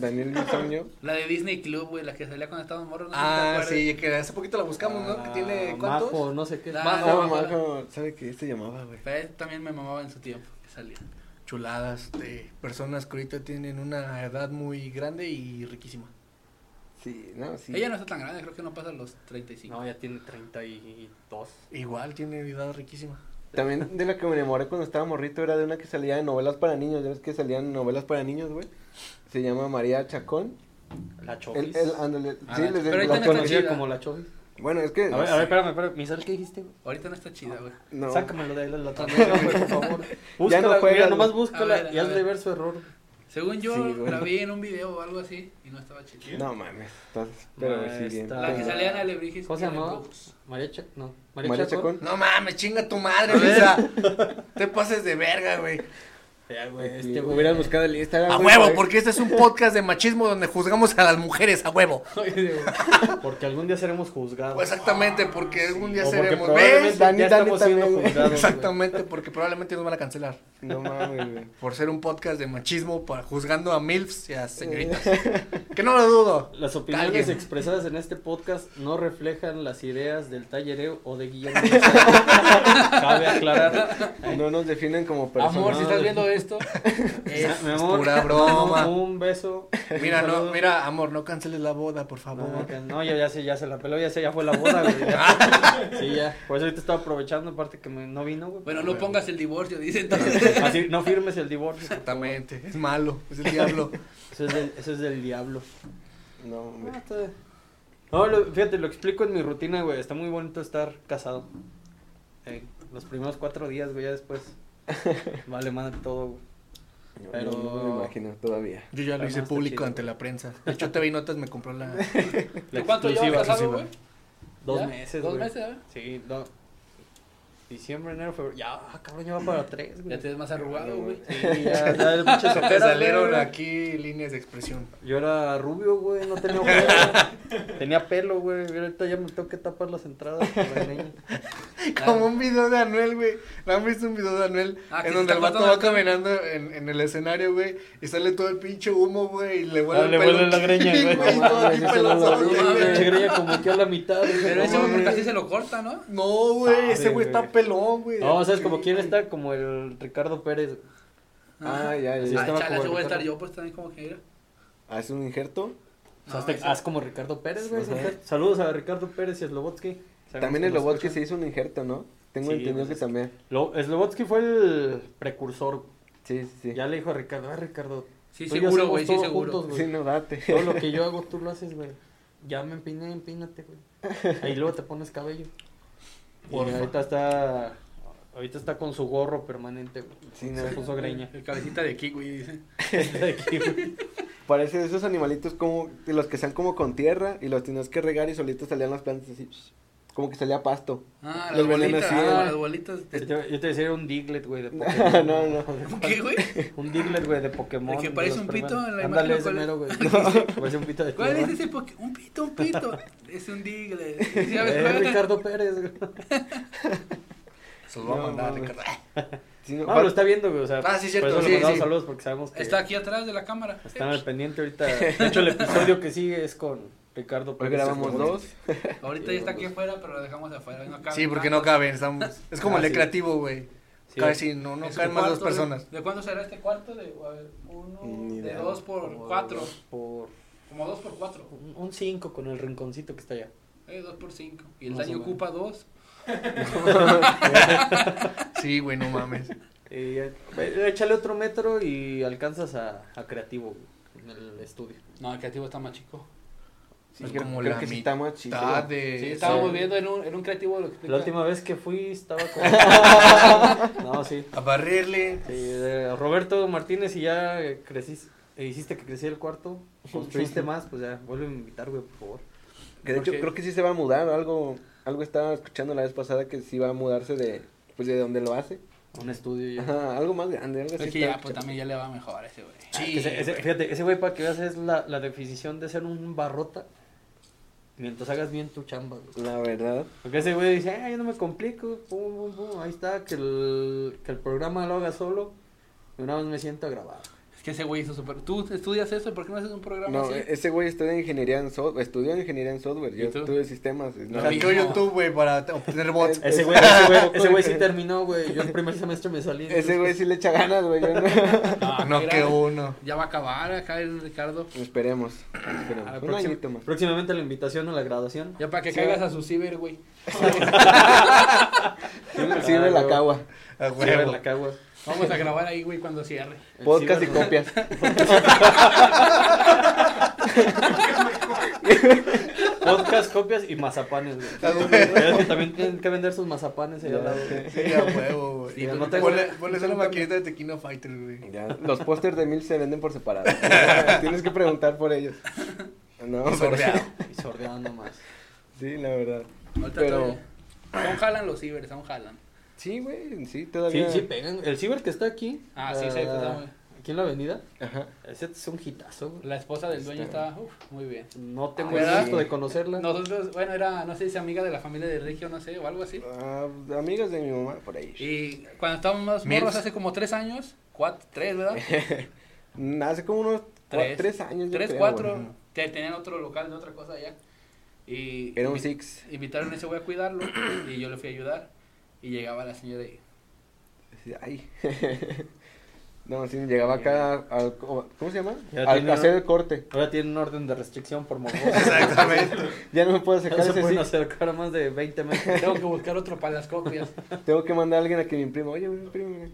Daniel Bisoño.
La de Disney Club, güey, la que salía cuando estábamos morros. No sé si te
Ah,
acuerdas.
sí, que hace poquito la buscamos, ¿no? Que tiene, ¿cuántos?
Ah, Majo, no sé qué.
Ah,
Ah,
no,
no,
Majo.
Majo, ¿sabe qué se llamaba, güey?
Pero él también me mamaba en su tiempo que salía.
Chuladas de personas que ahorita tienen una edad muy grande y riquísima.
Sí, no, sí.
Ella no está tan grande, creo que no pasa los 35.
No, ya tiene 32.
Igual tiene edad riquísima.
También de la que me enamoré cuando estaba morrito era de una que salía de novelas para niños. Ya ves que salían novelas para niños, güey. Se llama María Chacón.
La
El,
Chovis.
el, ándale,
Ah,
sí,
la-
les- la
pero ahorita no
la
está
conocí.
conocía
chida.
como la Chovis.
Bueno, es que.
A ver, a ver, espérame, espérame. Misal, ¿qué dijiste, güey?
Ahorita no está chida, güey.
no.
Sácamelo de ahí de la tabla, güey, por favor. Búscala,
juega,
mira,
güey.
nomás
A ver,
búscala y
a
hazle
ver.
ver su error.
Según yo,
Sí, güey.
la vi en un video o algo así y no estaba chida.
¿Quién?
No mames. estás- pero
Ma,
sí, bien.
Ah, está-
La que salía en Alebrijes.
¿Cómo se
y en
llamaba?
Brooks.
María Cha- no, María,
María
Chacón.
Chacón.
No mames, chinga tu madre, Luisa. Te pases de verga, güey.
Ya, güey,
Aquí,
este güey.
hubieras buscado el Instagram.
A
güey,
huevo,
güey.
porque este es un podcast de machismo donde juzgamos a las mujeres, a huevo.
Porque algún día seremos juzgados.
Pues exactamente, porque algún día
o porque
seremos.
probablemente
¿Ves?
Dan- Dani
ya estamos
también,
siendo
güey.
juzgados. güey.
Exactamente, porque probablemente nos van a cancelar.
No mames, güey.
Por ser un podcast de machismo, para, juzgando a MILFs y a señoritas. que no lo dudo.
Las opiniones
Alguien.
expresadas en este podcast no reflejan las ideas del tallereo o de Guillermo. Cabe aclarar.
No nos definen como personas.
Amor, si estás
güey.
viendo esto,
Es, mi
pura broma.
Un beso. un
Mira, no,
saludo.
mira, amor, no canceles la boda, por favor.
No, que- no, ya, ya se, ya se la peló, ya se, ya fue la boda, güey.
Ah.
ya. Sí, ya. Por eso ahorita estaba aprovechando, aparte que me- no vino, güey.
bueno, no pongas el divorcio, dice entonces.
Así, no firmes el divorcio.
Exactamente, es malo, es el diablo.
Eso es del, eso es del diablo.
No, hombre.
Ah,
No, lo- fíjate, lo explico en mi rutina, güey. Está muy bonito estar casado. Eh, los primeros cuatro días, güey, ya después. Vale, madre todo, güey.
Yo
Pero-
No me imagino todavía.
Yo ya lo
Pero no,
hice
está
público
chido,
ante
güey.
la prensa. De hecho, TV y Notas me compró la...
La
¿Cuánto llevas
exclusiva.
casado, güey?
Dos
¿Ya?
meses,
Dos
güey.
meses, ¿eh?
Sí, no. Diciembre, enero, febrero. Ya, ah, cabrón, ya va para tres, güey.
Ya te ves más arrugado, güey.
Sí, ya, ya, el pinche
Se te
sopera,
salieron
güey.
aquí líneas de expresión.
Yo era rubio, güey, no tenía ojeras. tenía pelo, güey. y Ahorita ya me tengo que tapar las entradas por la leña.
Como un video de Anuel, güey. ¿No han visto un video de Anuel?
Ah, que
en
se
donde
está
el vato va
cortando la-
caminando en, en el escenario, güey. Y sale todo el pinche humo, güey. Y le
Ah,
vuelve
le
el pelo.
vuelve la greña,
aquí,
güey.
y todo aquí
Eso no
pelosote,
lo vi,
güey.
Pinche greña como que a la mitad. güey.
Pero
No
ese güey
mames.
porque así se lo corta, ¿no?
No, güey. Ese
Sabe,
güey está
güey.
pelón, güey.
No, ¿sabes como
Sí,
quién
güey.
está? Como el Ricardo Pérez.
Ah, ya, ya.
Así
ya.
Ah,
estaba
chala,
como
ese voy a
Ricardo.
estar yo, pues también como que era.
¿Haz un injerto?
O sea, hasta-
ese-
haz como Ricardo Pérez, güey.
Ajá.
Ricardo. Saludos a Ricardo Pérez y a Slobotsky. Sabemos
También
que
el
nos
robot que
escuchan.
se hizo un injerto, ¿no? Tengo
Sí,
entendido
pues,
que también.
Lo- Slobotsky fue el precursor.
Sí, sí, sí.
Ya le dijo a Ricardo, ah, Ricardo.
Sí,
tú y
seguro,
yo hacemos
güey, sí,
todo
seguro.
juntos, güey.
Sí, no, date.
Todo lo que yo hago tú lo haces, güey. Ya me empiné, empínate, güey. Ahí luego te pones cabello. Y
Porfa.
ahorita está ahorita está con su gorro permanente, güey.
Sí, no.
Se puso greña.
El cabecita de kiwi, dice.
Está aquí, güey.
Parece de esos animalitos como, de los que están como con tierra y los tenías que regar y solitos salían las plantas así. Como que salía pasto.
Ah, las
Los venenos,
bolitas,
sí,
ah,
güey.
las bolitas.
Yo
de-
te yo te decía era un diglet, güey, de
No,
Pokémon.
no, no.
¿Qué, güey?
Un diglet, güey, de Pokémon.
El que
de
parece
los
un pito
primeros.
en la
Ándale,
imagen,
ese
¿cuál es?
mero, güey. No, parece un pito de
¿Cuál es
tierra.
ese porque Un pito, un pito. Es un digle. ¿Sí sabes
Eh,
cuál?
Ricardo Pérez, güey.
Se lo va a
No,
mandar,
mames.
Ricardo.
Sí,
Ah,
no,
No, Ah, lo está viendo, güey. O sea,
Ah, sí, cierto,
Por eso
sí,
le mandamos
sí.
saludos porque sabemos que
Está aquí atrás de la cámara.
están al pendiente ahorita. De hecho, el episodio que sigue es con Ricardo
Hoy
Pérez.
grabamos dos.
Ahorita ya está aquí afuera, pero lo dejamos afuera. No cabe
Sí, porque no
tanto.
caben. Estamos... Es como
Ah,
el de
sí.
creativo, güey.
Sí.
Casi no, no
Es
caen
un
más dos
cuarto, ¿eh? ¿de-
personas.
¿De cuánto será este cuarto? De, a ver, uno,
Ni
de
idea.
dos por cuatro.
Por
Como dos por cuatro.
un 5 con el rinconcito que está allá.
Eh, dos por cinco. Y el
Más
daño
o menos.
ocupa dos.
Sí, güey, no mames.
Y, eh, échale otro metro y alcanzas a, a creativo güey, en el estudio.
No, el creativo está más chico.
Sí,
Es
creo-
como
creo
la
que sí
mitad
está más chido.
de...
Sí, estábamos
sí.
viendo en un, en un creativo lo explica.
La última vez que fui estaba con... no, sí.
A barrerle.
Sí, de Roberto Martínez, y ya eh, creciste, eh, hiciste que creciera el cuarto, construiste más, pues ya, vuelve a invitar, güey, por favor.
Que de hecho
Porque-
creo que sí se va a mudar. Algo algo estaba escuchando la vez pasada que sí va a mudarse de pues de donde lo hace.
A Un estudio ya.
Ajá, algo más grande, algo así.
Es que
estaba
ya, pues
escuchando.
también ya le va mejor a ese güey.
Ah, que ese- ese- fíjate, ese güey para que veas es la, la definición de ser un barrota mientras hagas bien tu chamba, güey.
La verdad.
Porque ese güey dice, ah, yo no me complico, pum, pum, pum, ahí está, que el, que el programa lo haga solo, y una vez me siento a grabar.
Es que ese güey hizo súper. Tú estudias eso, ¿por qué no haces un programa
No, eh,
así?
ese güey estudia ingeniería en software, estudió ingeniería en software,
¿Y
yo
tú?
estudio sistemas.
Lo
No,
mismo.
Hackeó YouTube, güey, para te- obtener bots.
Ese güey, ese güey, ese güey sí terminó, güey, yo el primer semestre me salí.
ese güey sí le echa ganas, güey. yo no.
Ah,
No,
mira,
que uno.
Ya va a acabar acá el Ricardo.
Esperemos.
A la
esperemos. Un
próxima-
añito más.
próximamente la invitación a la graduación.
Ya para que
Sí,
caigas
güey.
a su ciber, güey.
Sirve, sirve la
luego.
cagua.
A
Sí, a ver,
huevo.
la cagua.
Vamos a grabar ahí, güey, cuando cierre.
El
Podcast y
ciber, ¿no?
copias.
Ay,
Podcast, copias y mazapanes, güey. Pero es que también tienen que vender sus mazapanes ahí al lado, güey.
Sí, a huevo, güey.
Sí,
pues,
no tengo-
Ponle, ponle solo maquinita de Tequino Fighter, güey.
Ya, los pósters de mil se venden por separado. Ya, Tienes que preguntar por ellos. No, pero-
Sordeado.
Y sordeado nomás.
Sí, la verdad.
Ahorita
Pero-
todavía. Aún jalan los cibers, aún jalan.
Sí, güey, sí,
Sí,
todavía.
sí, pegan. El ciber que está aquí.
Ah, sí, sí,
ah,
pues,
Aquí en la avenida.
Ajá.
Ese es un hitazo, güey.
La esposa del dueño está uf, muy bien.
No tengo
Ah, ¿verdad?
el gusto de conocerla.
Nosotros, bueno, era, no sé si amiga de la familia de Regio, no sé, o algo así.
Ah, amigos de mi mamá, por ahí.
Y cuando estábamos más
Milf.
morros hace como tres años, cuatro, tres, ¿verdad?
Mm, Hace como unos cua-
Tres.
tres, años. yo
tres,
creo, güey.
cuatro, te- tenían otro local de otra cosa allá. Y
Era un
invi-
Six.
invitaron a ese güey a cuidarlo y yo le fui a ayudar. Y llegaba la señora y
Ay. no, sí, llegaba acá al, ¿Cómo se llama?
Eh. Ya
Al
tiene-
hacer el corte.
Ahora tienen un orden de restricción por morboso.
Exactamente.
Ya no me puedo sacar
No se
ese
pueden
Six.
acercar a más de 20 metros.
tengo que buscar otro para las copias.
Tengo que mandar a alguien a que me imprima. Oye, güey, imprime.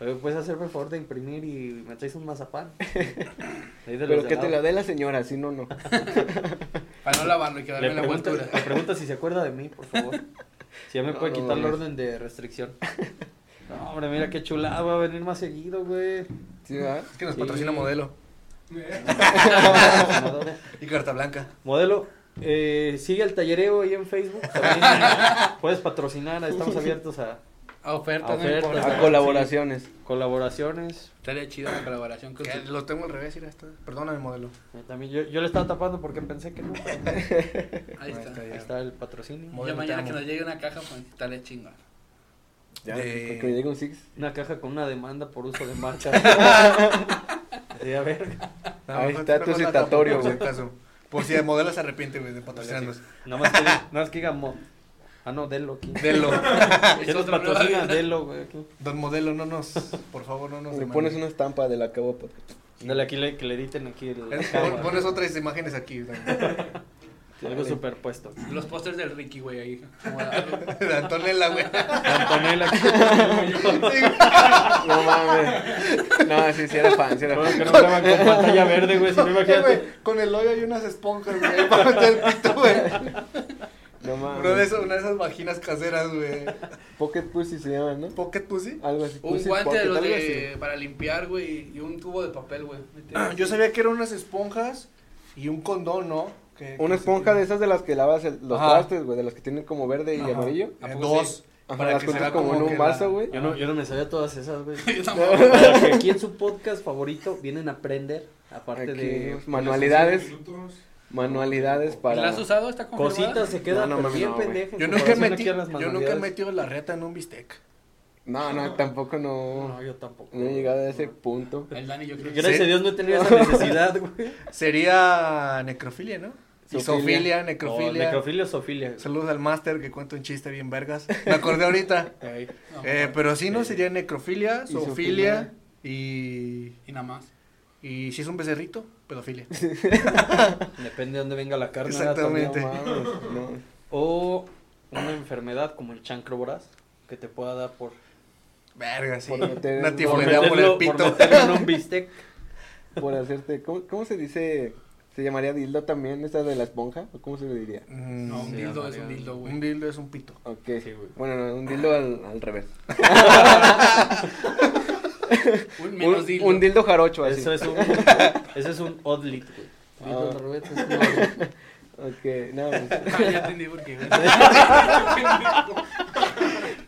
Oye, ¿Puedes hacerme el favor de imprimir y me traes un mazapán? Ahí de los
Pero
de
que
al
te
lado.
lo dé la señora, si no, no.
Para no lavarlo y quedarme
Le
en la
pregunta,
envoltura.
le pregunta si se acuerda de mí, por favor. Si ya me
No,
puede
no
quitar el
mames.
orden de restricción. No, hombre, mira qué chulada, va a venir más seguido, güey.
¿Sí, verdad?
Es que nos
Sí.
patrocina modelo. Y carta blanca.
Modelo, eh, sigue el tallereo ahí en Facebook. También puedes patrocinar, estamos abiertos a
A ofertas,
A
no me
ofertas.
importa.
A colaboraciones.
colaboraciones.
Estaría chido la colaboración con
Que
su-
lo tengo al revés, mira, está. Perdóname, modelo.
Eh, También yo, yo le estaba tapando porque pensé que no. pero
Ahí
Ahí está.
está.
ahí está el patrocinio.
Modelo,
ya mañana
te
que
amo.
nos llegue una caja, pues estaría chingón.
Ya,
De-
porque me llega un Six.
Una caja con una demanda por uso de marcha. Sí, a ver.
No,
Ahí
mejor-
está tu
mejor la
citatorio,
tapo, por
güey.
si acaso. Por si el modelo se arrepiente, güey, de patrocinarnos.
Nada más que, nada más que diga mo- Ah, no, Delo aquí.
Delo.
¿Qué Ah, nos
otra nueva
patrocina?
vida.
Delo, güey. aquí.
Don modelo, no nos. Por favor, no nos.
Le
demandes.
pones una estampa de la cabo podcast.
Dale aquí le- que le editen aquí el
Es-
cámara.
pon- Pones otras imágenes aquí, de
Algo superpuesto.
Los pósters del Ricky, güey, ahí. como a-
Antonella, güey.
Antonella aquí.
No mames. No, sí, sí era fan, sí era
Bueno, que
fan.
no graban con pantalla verde,
pues,
güey. Si no imagínate.
Güey, Con el hoyo hay unas esponjas, güey, para meter el pito, güey.
Ah, No
Una de,
mames.
esas, una de esas vaginas caseras, güey.
Pocket Pussy se llama, ¿no?
Pocket pussy.
Algo así.
Un
Pussy
guante de
Pocket,
los
algo
de, para limpiar, güey, y un tubo de papel, güey.
Yo sabía que eran unas esponjas y un condón, ¿no? Que-
así. Una
que-
esponja de esas de las que lavas el- los
Ajá.
trastes, güey, de las que tienen como verde y
Ajá.
amarillo.
Eh,
¿A poco
Dos.
Ajá,
Para
las
que se
juntas
vea
como en
como que
un vaso,
la-
güey.
Yo no, yo no me sabía todas esas, güey.
Yo tampoco.
Para que aquí en su podcast favorito vienen a aprender, aparte
Aquí,
de
manualidades,
Cinco minutos.
manualidades
¿La
para...
has usado? ¿Está confirmada?
cositas, se quedan
No, no,
pero
mami,
bien
no, güey.
pendejas.
Yo
en
nunca, he
comparación
meti-
aquí a las
yo nunca he
manualidades.
metido la reta en un bistec.
No, no, tampoco no,
No, yo tampoco.
no he llegado a ese punto.
El Dani, yo creo que
Gracias
¿Sí?
a Dios no he tenido esa necesidad, güey.
Sería necrofilia, ¿no?
Zoofilia.
Isofilia,
O
necrofilia.
Oh, necrofilia o zoofilia.
Saludos al máster que cuenta un chiste bien vergas. Me acordé ahorita.
Ahí.
No,
Eh, pero sí, ¿no? Sería necrofilia, zoofilia
Isofilia.
y...
Y nada más.
Y si es un becerrito, pedofilia.
Depende de dónde venga la carne. ¿verdad?
Exactamente.
No mames, no.
O una enfermedad como el chancro voraz que te pueda dar por,
Verga, sí.
Por meter-
Una
por
por
tifoidea por el
meterlo, por
pito.
meterlo en un bistec.
Por hacerte... ¿Cómo, cómo se dice? ¿Se llamaría dildo también esa de la esponja? ¿O cómo se le diría?
Mm,
No, un
sí,
dildo es
Mario.
un dildo, güey.
un dildo es un pito.
Ok.
Sí, güey.
bueno, no, un dildo al, al revés.
Un menos
Un,
dildo.
un dildo jarocho así.
Eso es un, pues, eso es un odlit, güey. Dildo
Ah.
de Roberto, es un odlit.
Ok, no, pues,
Ah, ya entendí por qué, güey.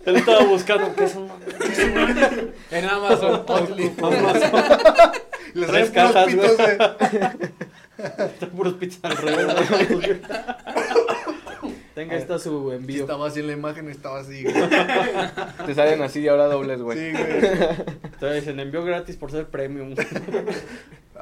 Él estaba buscando qué es un odlit.
En Amazon.
Les
Tres
doy puros
cajas,
pitos
güey.
de-
Puros pizzas al revés, Eh, güey. Tenga esta su
Sí,
envío.
Estaba así en la imagen, estaba así. güey.
te salen así y ahora dobles, güey.
Sí, güey.
Entonces, en envío gratis por ser premium.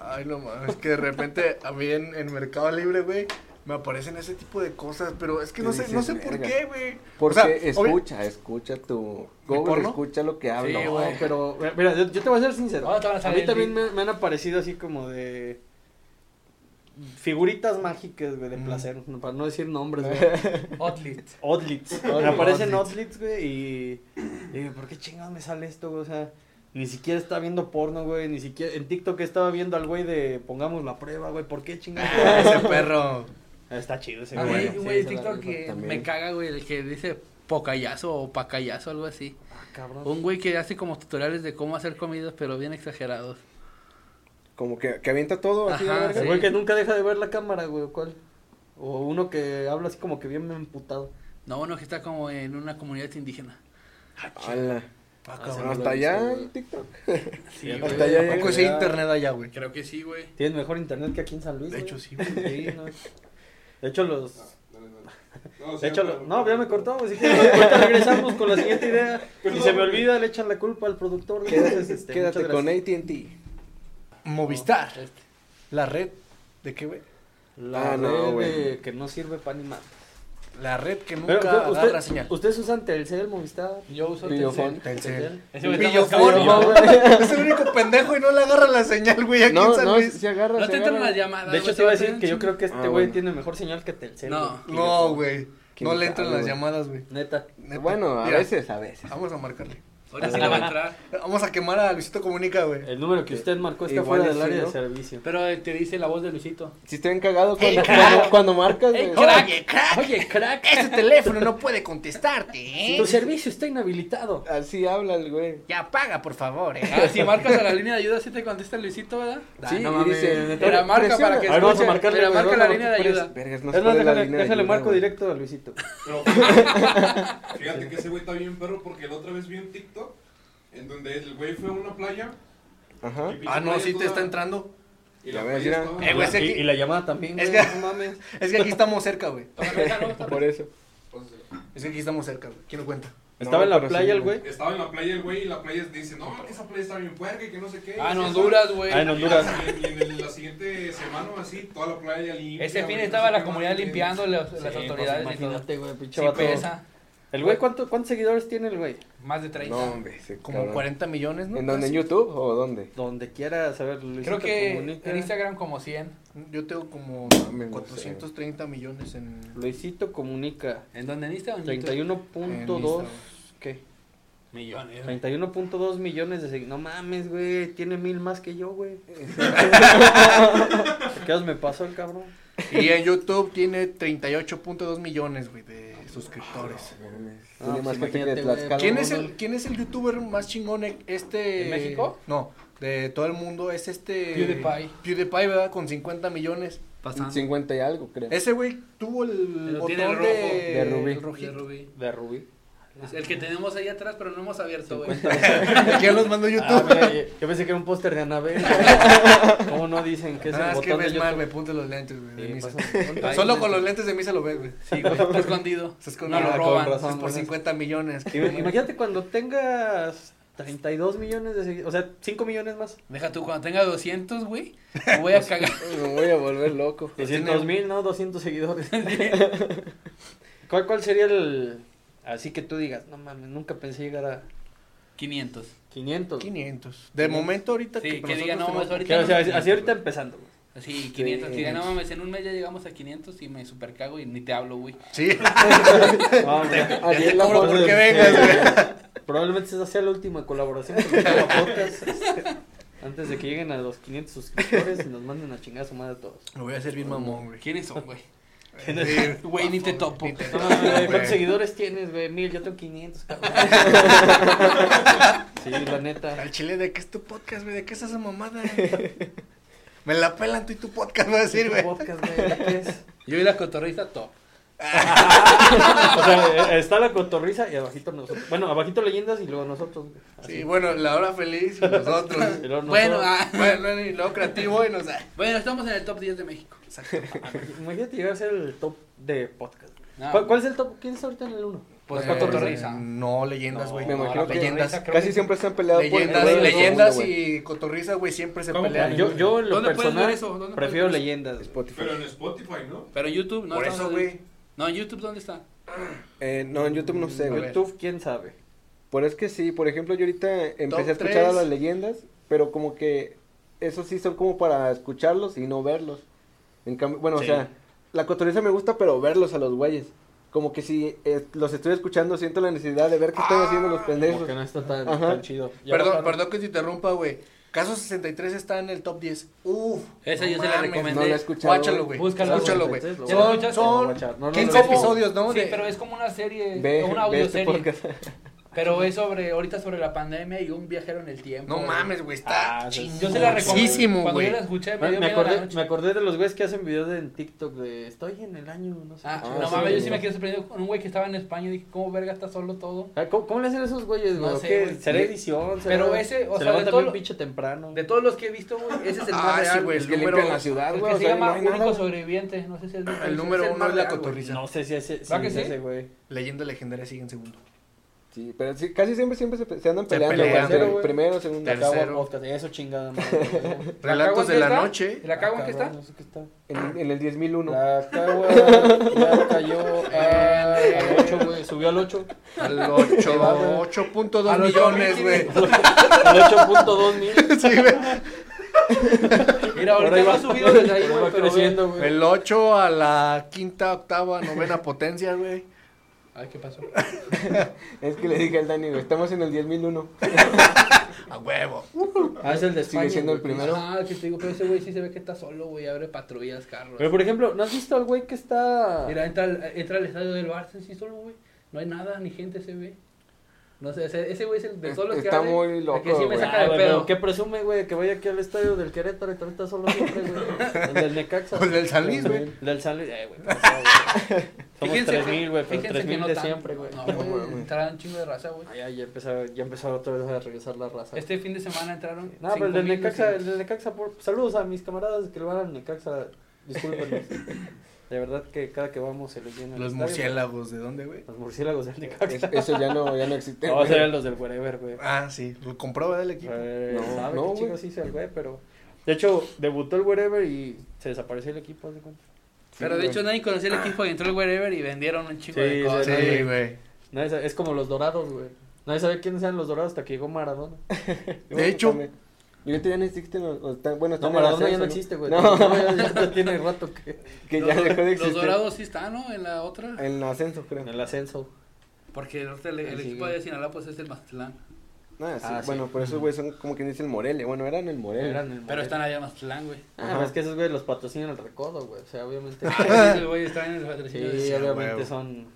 Ay, no mames. Es que de repente a mí en, en Mercado Libre, güey, me aparecen ese tipo de cosas. Pero es que
Te
no sé, no
dices,
sé por
"Verga".
qué, güey.
Porque
O sea, obvio-
escucha, escucha tu... Google,
porno?
escucha lo que hablo.
No, pero, mira, yo, yo te voy a ser sincero.
Ahora te van a
A
salir
mí
el
también
link.
me, me han aparecido así como de figuritas mágicas, güey, de
Mm.
placer, no- para no decir nombres, güey.
Hotlit.
Odlits. Me
Odlits.
aparecen Odlits, güey, y y digo, ¿por qué chingados me sale esto, güey? O sea, ni siquiera estaba viendo porno, güey, ni siquiera en TikTok estaba viendo al güey de pongamos la prueba, güey, ¿por qué chingados?
Ese perro.
Está chido ese
A mí
Bueno,
hay
Ah, Sí,
un güey de
se la
TikTok
rifa.
que
también.
me caga, güey, el que dice pocayazo o pacayazo, algo así.
Ah, cabrón.
Un güey que hace como tutoriales de cómo hacer comidas, pero bien exagerados.
Como que, que avienta todo así a
Ajá,
la verga.
El
sí.
güey que nunca deja de ver la cámara, güey, ¿o ¿cuál? O uno que habla así como que bien emputado.
No, uno que está como en una comunidad indígena.
Ala.
Ah,
sí,
cabrón.
no
Hasta
lo he
allá
visto,
en TikTok.
Sí,
Hasta
güey.
Hasta allá
¿A poco pues sí hay internet allá, güey?
Creo que sí, güey.
Tienes mejor internet que aquí en San Luis.
De
güey.
hecho, sí, güey.
Sí, no. De hecho, los.
Dale, dale. No, sí,
De hecho,
pero-
lo- no, Pues ya me cortamos. Así que ahorita regresamos con la siguiente idea. Si
Perdón,
Pues se me
güey.
olvida, le echan la culpa al productor. Entonces,
Quédate,
este,
quédate
muchas
con
gracias.
ATT.
Movistar.
Este.
La red. ¿De qué, güey?
La
Ah, no,
red
güey.
de que no sirve para ni más.
La red que nunca
Pero, pero,
agarra
usted-
señal.
¿Ustedes usan Telcel, Movistar?
Yo uso
Videofón.
Telcel.
Telcel.
Ese güey está más
Videofón,
cabrón,
güey. Es el único pendejo y no le agarra la señal, güey, aquí en
No,
San
no,
Luis.
si agarra.
No
si
te
agarra.
entran las llamadas.
De hecho,
güey,
te iba a
va
decir que yo creo que este
Ah,
güey
bueno.
tiene mejor señal que Telcel.
No.
güey.
No, güey.
¿Quién
No le
sabe,
entran las
güey?
llamadas, güey.
Neta.
Neta.
Bueno, a
Mira,
veces, a veces.
Vamos a marcarle.
Ahora
Ah,
sí le va a entrar.
Vamos a quemar a Luisito Comunica, güey.
El número que usted marcó está
Igual
fuera del
es,
área
¿no?
de servicio.
Pero eh, te dice la voz de Luisito.
Si estoy encagado cuando, cuando, cuando marcas.
¡Ey,
güey.
crack!
Oye, crack.
Oye, crack,
Ese teléfono no puede contestarte, ¿eh?
tu servicio está inhabilitado.
Así habla el güey.
Ya paga, por favor, ¿eh?
Ah, si marcas a la línea de ayuda, sí te contesta Luisito, ¿verdad?
Sí,
Ah,
y
mames.
dice-
Te la marca para que
A ver, vamos a
escuche,
marcarle,
te la
güey,
marca
vamos
la
a
línea de
marcarle.
ayuda.
Vergas, no
No
se puede la
déjale,
línea de
déjale
ayuda,
marco
güey.
directo a Luisito.
Pero, fíjate que ese güey está bien perro porque la otra vez vi un TikTok en donde el güey fue a una playa.
Ajá.
y pinche
Ah, no,
playa
sí te
toda-
está entrando.
Y
Ya
la playa
ves, mira.
estaba-
Eh, güey, ese
y,
que-
y la llamada también,
Es
güey,
que-
no mames.
Es que aquí estamos cerca, güey.
Por eso.
Entonces,
Es que aquí estamos cerca, güey. ¿Quién lo cuenta?
Estaba en la
pero sí,
playa el
güey.
güey.
Estaba en la playa el güey y la playa dice, no, que esa playa está bien puerca y que no sé qué.
Ah, en
Y así,
Honduras, güey.
Ah, en Honduras.
Y en el- la siguiente semana así, toda la playa limpia.
Ese fin
güey,
estaba
no sé
la
qué
comunidad
más, que-
limpiando las, las
Sí,
autoridades
pues,
y todo.
imagínate, güey, pinche
Sí
vato.
pesa.
El güey, ¿cuánto- ¿cuántos seguidores tiene el güey?
Más de 30.
No, pues, hombre, ese
Como
cabrón.
40 millones, ¿no?
¿En dónde? ¿En
Casi.
YouTube o dónde?
Donde quiera saber, Luisito
Creo que
Comunica.
en Instagram como 100.
Yo tengo como
Mames, no
430 millones en...
Luisito Comunica.
¿En dónde? ¿En Instagram?
31.2. ¿Qué?
millones.
31.2 millones de seguidores. No mames, güey. Tiene mil más que yo, güey. ¿Qué os me pasó el cabrón?
Y en YouTube tiene 38.2 millones, güey, de suscriptores.
Ah,
Tiene
pues
más gente que
imagínate,
Tlaxcala.
güey.
¿Quién es el quién es el youtuber más chingón e- este
¿De México?
No, de todo el mundo es este
PewDiePie.
PewDiePie, ¿verdad? Con 50 millones.
Pasando.
50 y algo, creo.
Ese güey tuvo el
Lo
botón
tiene
de,
rojo. De
rubí.
el rojito.
De Rubí.
De Rubí.
Es el que tenemos ahí atrás, pero no hemos abierto, güey.
¿Quién los mandó
Ah,
YouTube?
mira, yo yo pensé que era un póster de Anabel. ¿Cómo no dicen que es
Ah,
el
es que
botón de
ves
YouTube?
mal, güey, ponte los lentes, güey, de
Sí,
misa.
pasa.
Solo con los lentes de mí se lo ves, güey.
Sí, güey. Está escondido.
Se esconde
No lo
Ah, con
roban.
razón.
por 50 millones.
Ima- Imagínate cuando tengas 32 millones de seguidores, o sea, 5 millones más.
Deja tú, cuando tenga 200, güey, me voy a cagar.
Me voy a volver loco.
200 mil, Pues no, 200 seguidores. ¿Cuál, ¿Cuál sería el... Así que tú digas, no mames, nunca pensé llegar a
500.
500.
500. De momento ahorita
Sí, que
nosotros
diga, no,
tenemos-
mames, ahorita
Que, o sea,
no.
así ahorita empezando. güey.
Sí, 500.
Sí.
Que diga, no mames, en un mes ya llegamos a 500 y me super cago y ni te hablo, güey.
Sí.
No, güey.
Así
te
es la
cobro
foto.
porque
Sí,
vengas,
Probablemente esa sea la última colaboración con Chava Podcast, este, Antes de que lleguen a los 500 suscriptores y nos manden a chingar a su madre a todos.
Lo voy a hacer bien mamón, güey.
¿Quiénes son, güey?
Sí.
Güey, ni te topo.
Ni te
No,
topo,
mames, güey,
güey.
¿Cuántos seguidores tienes, güey? Mil, yo tengo 500, cabrón. Sí, la neta.
Al chile, ¿de qué es tu podcast, güey? ¿De qué es esa mamada? Me la pelan tú y tu podcast, voy a decir, güey.
Podcast, güey, ¿qué es?
Yo y la cotorrista top.
O sea, eh, está la cotorriza y abajito nosotros. Bueno, abajito leyendas y luego nosotros. güey. Así.
Sí, bueno, la hora feliz y nosotros.
Y luego
Bueno,
nosotros.
ah,
bueno, y luego creativo y nos da.
bueno, estamos en el top 10 de México.
Exacto.
Imagínate llegar a ser el top de podcast. güey.
No.
¿Cuál, cuál es el top? ¿Quién está ahorita en el 1?
Ah. Pues
Eh,
la cotorrista.
No, leyendas, güey.
Me imagino
No,
que-
leyendas.
Casi siempre están peleados por el
Leyendas,
rey de todo el
leyendas
mundo, güey.
y cotorriza, güey, siempre se
¿Cómo?
pelean.
Yo, yo en lo
¿Dónde puedes ver
personal
eso? ¿Dónde
prefiero
puedes ver
leyendas. güey.
Spotify.
Pero en Spotify, ¿no?
Pero en YouTube no
Por
estamos
eso,
en-
güey.
No, en YouTube, ¿dónde está?
Eh, no, en YouTube no sé,
A
güey.
ver.
YouTube, quién sabe.
Pero es que sí, por ejemplo, yo ahorita empecé a
Top
escuchar a
tres.
las leyendas, pero como que esos sí son como para escucharlos y no verlos. En cambio, bueno,
Sí.
o sea, la cotorriza me gusta, pero verlos a los güeyes. Como que si eh, los estoy escuchando, siento la necesidad de ver qué están haciendo los
Ah,
pendejos.
Porque no está tan,
Ajá.
tan chido. Ya
Perdón,
bajaron.
perdón que te interrumpa, güey. Caso 63 está en el top 10. Uf.
Esa
no
yo se la
mames.
recomendé.
No lo he escuchado.
Guáchalo, güey.
Búscalo,
Escúchalo,
güey.
güey.
Entonces, lo
voy a
Son,
escuchar.
Lo voy a
son
echar. No, no, no,
15
no, no.
episodios, ¿no?
Sí,
De-
pero es como una serie,
Ve,
o una
ve este
audioserie.
podcast.
pero es sobre, ahorita sobre la pandemia y un viajero en el tiempo.
No
güey.
mames, güey. Está
Ah,
chingón.
Yo se la recomiendo. Cuando
güey.
yo la escuché, me
Me,
dio
me
miedo la
acordé,
noche.
me acordé de los güeyes que hacen videos en TikTok de estoy en el año, no sé.
Ah,
qué".
Ah,
no
sí,
mames, yo sí
güey.
me quedé sorprendido con un güey que estaba en España y dije, ¿cómo verga está solo todo?
Ah, ¿Cómo, cómo le hacen esos güeyes, güey?
No
¿O
sé,
qué?
güey.
¿Será edición? ¿Será-
Pero ese, o sea,
se
de
levanta
todo
bien
lo-
pinche temprano.
De todos los que he visto, güey, ese es el
Ah,
más
sí,
real.
güey.
Es
el
que
número-
limpian la ciudad,
El
güey.
que
o
se
sea, no
llama
hay
Único
nada.
Sobreviviente, no sé si es nunca
El
visto,
número
es
uno
más
es la
real, güey.
cotorriza.
Pues No sé si ese, si
¿Va que
es
sí?
ese güey.
Leyenda legendaria sigue en segundo.
Sí, pero sí, casi siempre, siempre se, se andan
Se
peleando.
pelean,
güey, entre
güey.
Primero, segundo.
Tercero.
Acabo el podcast. Eso chingada madre. güey. Ah,
¿La
Relatos
caguan
de
qué
la
está?
noche.
¿La cago en qué está?
Ah,
Cabrón, no sé qué está.
En, en el 10.001.
La cagua ya cayó a- al 8, güey. Subió al 8.
Al
va, güey.
8.2 millones, güey.
Al 8.2 mil.
Sí, güey.
Mira,
Por ahí
ahorita no
va.
ha subido desde ahí,
Por ahí
güey,
va
pero bien.
creciendo, güey.
El 8 a la quinta, octava, novena potencia, güey.
Ay, ¿qué pasó?
Es que le dije al Dani, güey, estamos en el 10.001.
A huevo.
Ah, es el de
Sigue siendo el
güey.
primero.
Ah, que te digo, pero ese güey sí se ve que está solo, güey, abre patrullas, carros.
Pero por ejemplo, ¿no has visto al güey que está.
Mira, entra al, entra al estadio del Barça, sí, solo, güey. No hay nada, ni gente se ve. No sé, ese, ese güey es el de
Es-
solo que
está
abre,
muy
el
loco,
Que sí me
güey. Ah,
saca de
güey,
pedo.
pero Pues, ah, ¿Qué presume, güey? Que vaya aquí al estadio del Querétaro y ahorita solo siempre, güey. El del Necaxa.
O el del San Luis, güey.
Del San Luis, eh, güey. pasó, güey. Somos
Fíjense que-
3.000, güey, pero
fíjense que
3.000
no
de
tanto.
siempre, güey.
No,
No
güey,
mames.
entrará un chingo de raza, güey.
Ah, Ya, ya empezó, ya empezó otra vez a regresar la raza.
Este fin de semana entraron.
No, pero el del
5,000
Necaxa, el
vecinos.
del Necaxa, por- saludos a mis camaradas que le van al Necaxa, discúlpenos. De verdad que cada que vamos se les llena el
Los
estadio.
murciélagos, ¿de dónde, güey?
Los murciélagos del
Es-
Necaxa.
eso ya no, ya no existe.
No,
güey.
serán los del Wherever, güey.
Ah, sí. Lo compró, ¿verdad? El equipo.
Eh,
No,
sabe
no,
qué
güey.
chicos hizo el güey, pero... De hecho, debutó el Wherever y se desapareció el equipo, haz de cuenta.
Pero de
güey.
hecho nadie conocía el equipo y entró el wherever y vendieron un chingo
Sí,
de
sí,
cosas.
Sí, güey.
Nadie sabe- es como los dorados, güey. Nadie sabía quiénes eran los dorados hasta que llegó Maradona.
De hecho-
también. Y ahorita ya no existen. los- los tan- bueno,
No,
están en
Maradona ya
ascenso,
no existe, güey.
No,
Ya, ya tiene rato que...
que
Los
ya
dor-
dejó de existir.
Los dorados sí están, ¿no? En la otra.
En ascenso, creo.
En el ascenso.
Porque el, otro- el- el
Ahí Ah, sí,
equipo
güey.
de Sinaloa pues es el Mazatlán.
Ah, sí,
Ah, sí.
Bueno, por eso, güey, son como quien dice el Morelia. Bueno, eran el Morelia.
Eran el
Pero
Morelia.
están allá en Mazatlán, güey.
Ah, pero es que esos güey los patrocinan el recodo, güey. O sea, obviamente.
Ah, Sí, güey, están en el patrocinio de
Ah, sí,
Sinaloa.
obviamente
huevo.
son,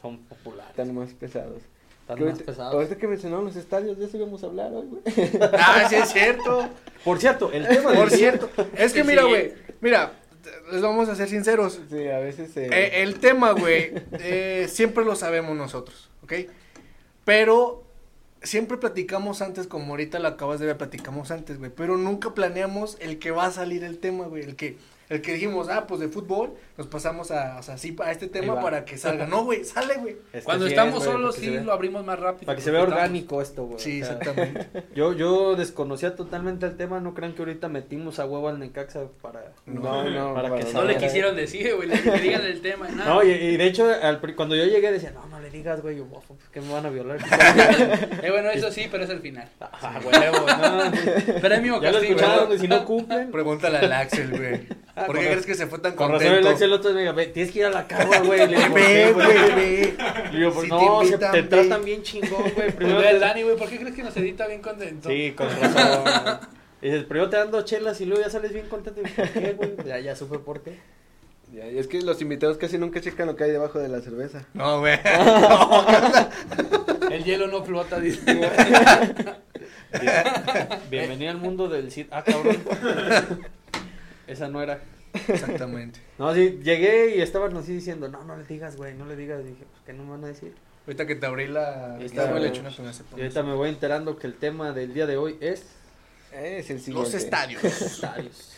son populares.
Están más pesados.
Están
Que
más
ahorita-
pesados.
Ahorita que mencionaron los estadios, de eso íbamos a hablar hoy, güey.
Ah, sí, es cierto.
Por cierto, el tema
Por
del día-
cierto. Es que mira, güey. Mira, les vamos a ser sinceros.
Sí, a veces. eh,
Eh, el tema, güey, eh, siempre lo sabemos nosotros, ¿ok? Pero siempre platicamos antes, como ahorita lo acabas de ver, platicamos antes, güey. Pero nunca planeamos el que va a salir el tema, güey. El que, el que dijimos, ah, pues de fútbol, nos pasamos a, o sea, sí, a este
Ahí
tema
va.
para que salga. No, güey, sale, güey.
Es que
Cuando
este sí
estamos
es, güey,
solos
para que
sí
se
lo
vea-
abrimos más rápido.
Para que se vea
porque
orgánico esto, güey.
Sí,
o sea,
exactamente.
yo, yo desconocía totalmente el tema. No crean que ahorita metimos a huevo al Necaxa para.
No, no,
para que
para
estamos-
salga.
No le quisieron decir, güey, le que digan el tema. nada.
No, y, y de hecho, al pri- cuando yo llegué decía, no, no le digas, güey, homófobo, pues, que me van a violar.
Eh, bueno, eso sí, pero es el final.
ah, huevo, no.
Pero es mi
Ya lo
castigo.
escucharon,
güey.
güey, si no cumplen.
Pregúntale al Axel, güey.
Ah,
¿Por
con
qué
razón-
crees que se fue tan
Con razón el
contento?
Axel otro me diga, "Ve, tienes que ir a la cama, güey. Le digo,
Ve,
"Sí,
güey, ve.
Y yo, "Pues
Si te
no, se-
invitan,
te
ve".
tratan bien chingón, güey. Primero
Primero el
te...
Dani, güey, ¿por qué crees que nos edita bien contento?
Sí, con razón. güey. Dices, primero te dan dos chelas y luego ya sales bien contento. Y, ¿Por qué, güey? Ya, ya supe por qué.
ya, y es que los invitados casi nunca checan lo que hay debajo de la cerveza.
No, güey.
El hielo no flota, dice.
Bien- Bienvenido al mundo del CID. Ah, cabrón. Esa no era.
Exactamente.
No, sí, llegué y estaban así diciendo, no, no le digas, güey, no le digas. Dije, pues, ¿qué no me van a decir?
Ahorita que te abrí la.
Ahí está,
Está,
güey.
lechona con ese
Y ahorita me voy enterando que el tema del día de hoy es
Eh, Es el siguiente.
Los estadios.
estadios.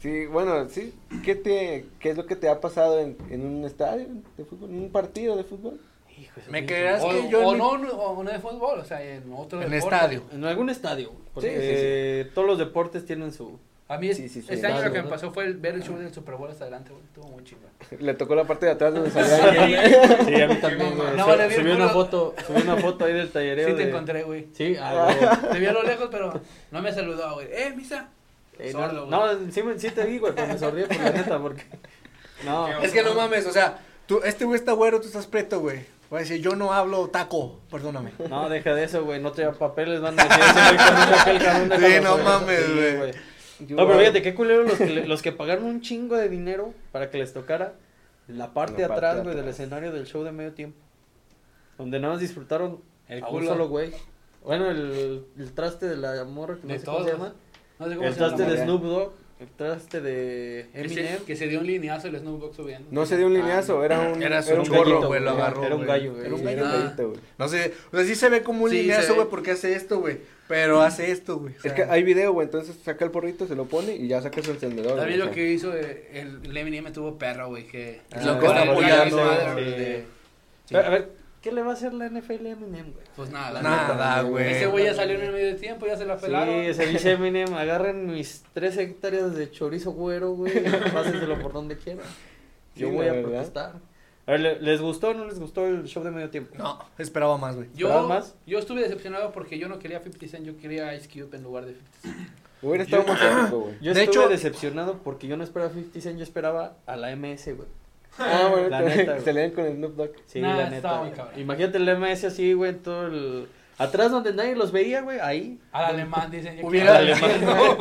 Sí, bueno, sí. ¿Qué, te, ¿Qué es lo que te ha pasado en, en un estadio de fútbol? ¿En un partido de fútbol?
Hijo de su
Me
pinche
quedas- Es
o,
que yo en
o
mi-
no, no, o no de fútbol, o sea, en otro
En
deporte.
estadio.
En algún estadio, güey, porque
Sí, sí, sí.
eh, todos los deportes tienen su...
A mí es-
Sí, sí, sí,
este
claro,
año lo que
¿no?
me pasó fue el, ver el show del Super Bowl hasta adelante, güey. Estuvo muy chingón.
Le tocó la parte de atrás donde salía.
Sí, a mí también, güey.
No,
Sub-
le vi el
subí
culo.
una foto, subí una foto ahí del tallereo
Sí te
de-
encontré, güey.
Sí, ah,
Te vi a lo lejos, pero no me saludó, güey. Eh, misa.
güey. Eh,
Sordo,
no, no, sí, me- sí te vi, güey, pero me sonríe por la neta, porque... No,
Qué
Es que no mames, o sea, tú, este güey está güero, tú estás preto, güey. Voy a decir, yo no hablo taco, perdóname.
No, deja de eso, güey. No te da papeles, van a decir ese güey cuando saque el cabrón, déjalo
Sí, no
saber".
mames,
Sí,
güey.
No, pero fíjate, qué culero los que, le- los que pagaron un chingo de dinero para que les tocara la parte de
La parte
atrás,
de
güey, del
atrás.
escenario del show de medio tiempo. Donde nada más disfrutaron
El
a un
culo.
solo güey. Bueno, el, el traste de la morra que no
De
sé cómo se
todos.
llama.
No sé cómo
El
se llama.
traste de
morra.
Snoop Dogg. El traste de
Que se,
Eminem.
que se dio un lineazo el Snoop Dogg subiendo.
No se dio un lineazo, era un.
ah, Era su
Era
un
un
chorro,
gallito,
güey, lo
güey.
agarró.
Era un
güey.
gallo, güey.
Era un
Sí, era
gallo.
un gallito, güey.
No sé, o sea, sí se ve como un
Sí, se
lineazo,
ve.
güey, porque hace esto, güey. Pero hace esto, güey. O sea,
Es que hay video, güey, entonces saca el porrito, se lo pone y ya saca su encendedor. güey,
También lo
o sea.
que hizo eh, el, el Eminem estuvo perro, güey, que...
Ah,
lo
que
que
está apoyando,
sí.
Pero, A ver, ¿qué le va a hacer la NFL a Eminem, güey?
Pues nada, la neta.
Nada, güey.
Ese güey ya salió en el medio de tiempo, ya se la pelaron.
Sí, se dice Eminem, agarren mis tres hectáreas de chorizo güero, güey, pásenselo por donde quieran. Yo
Sí,
voy
la
a
verdad.
protestar. A ver, ¿le- ¿les gustó o no les gustó el show de medio tiempo?
No, esperaba más, güey.
¿Esperabas
Yo,
más?
yo estuve decepcionado porque yo no quería 50 Cent, yo quería Ice Cube en lugar de 50 Cent.
Hubiera estado más épico, güey.
Yo
De
estuve
hecho-
decepcionado porque yo no esperaba 50 Cent, yo esperaba a la MS, güey.
Ah, bueno,
La neta,
se
güey.
leen con el Snoop Dogg.
Sí,
Nah,
la neta.
estaba muy
güey.
cabrón.
Imagínate la MS así, güey, en todo el... Atrás donde nadie los veía, güey, ahí.
Al alemán, dicen. yo
Hubiera,
quiero-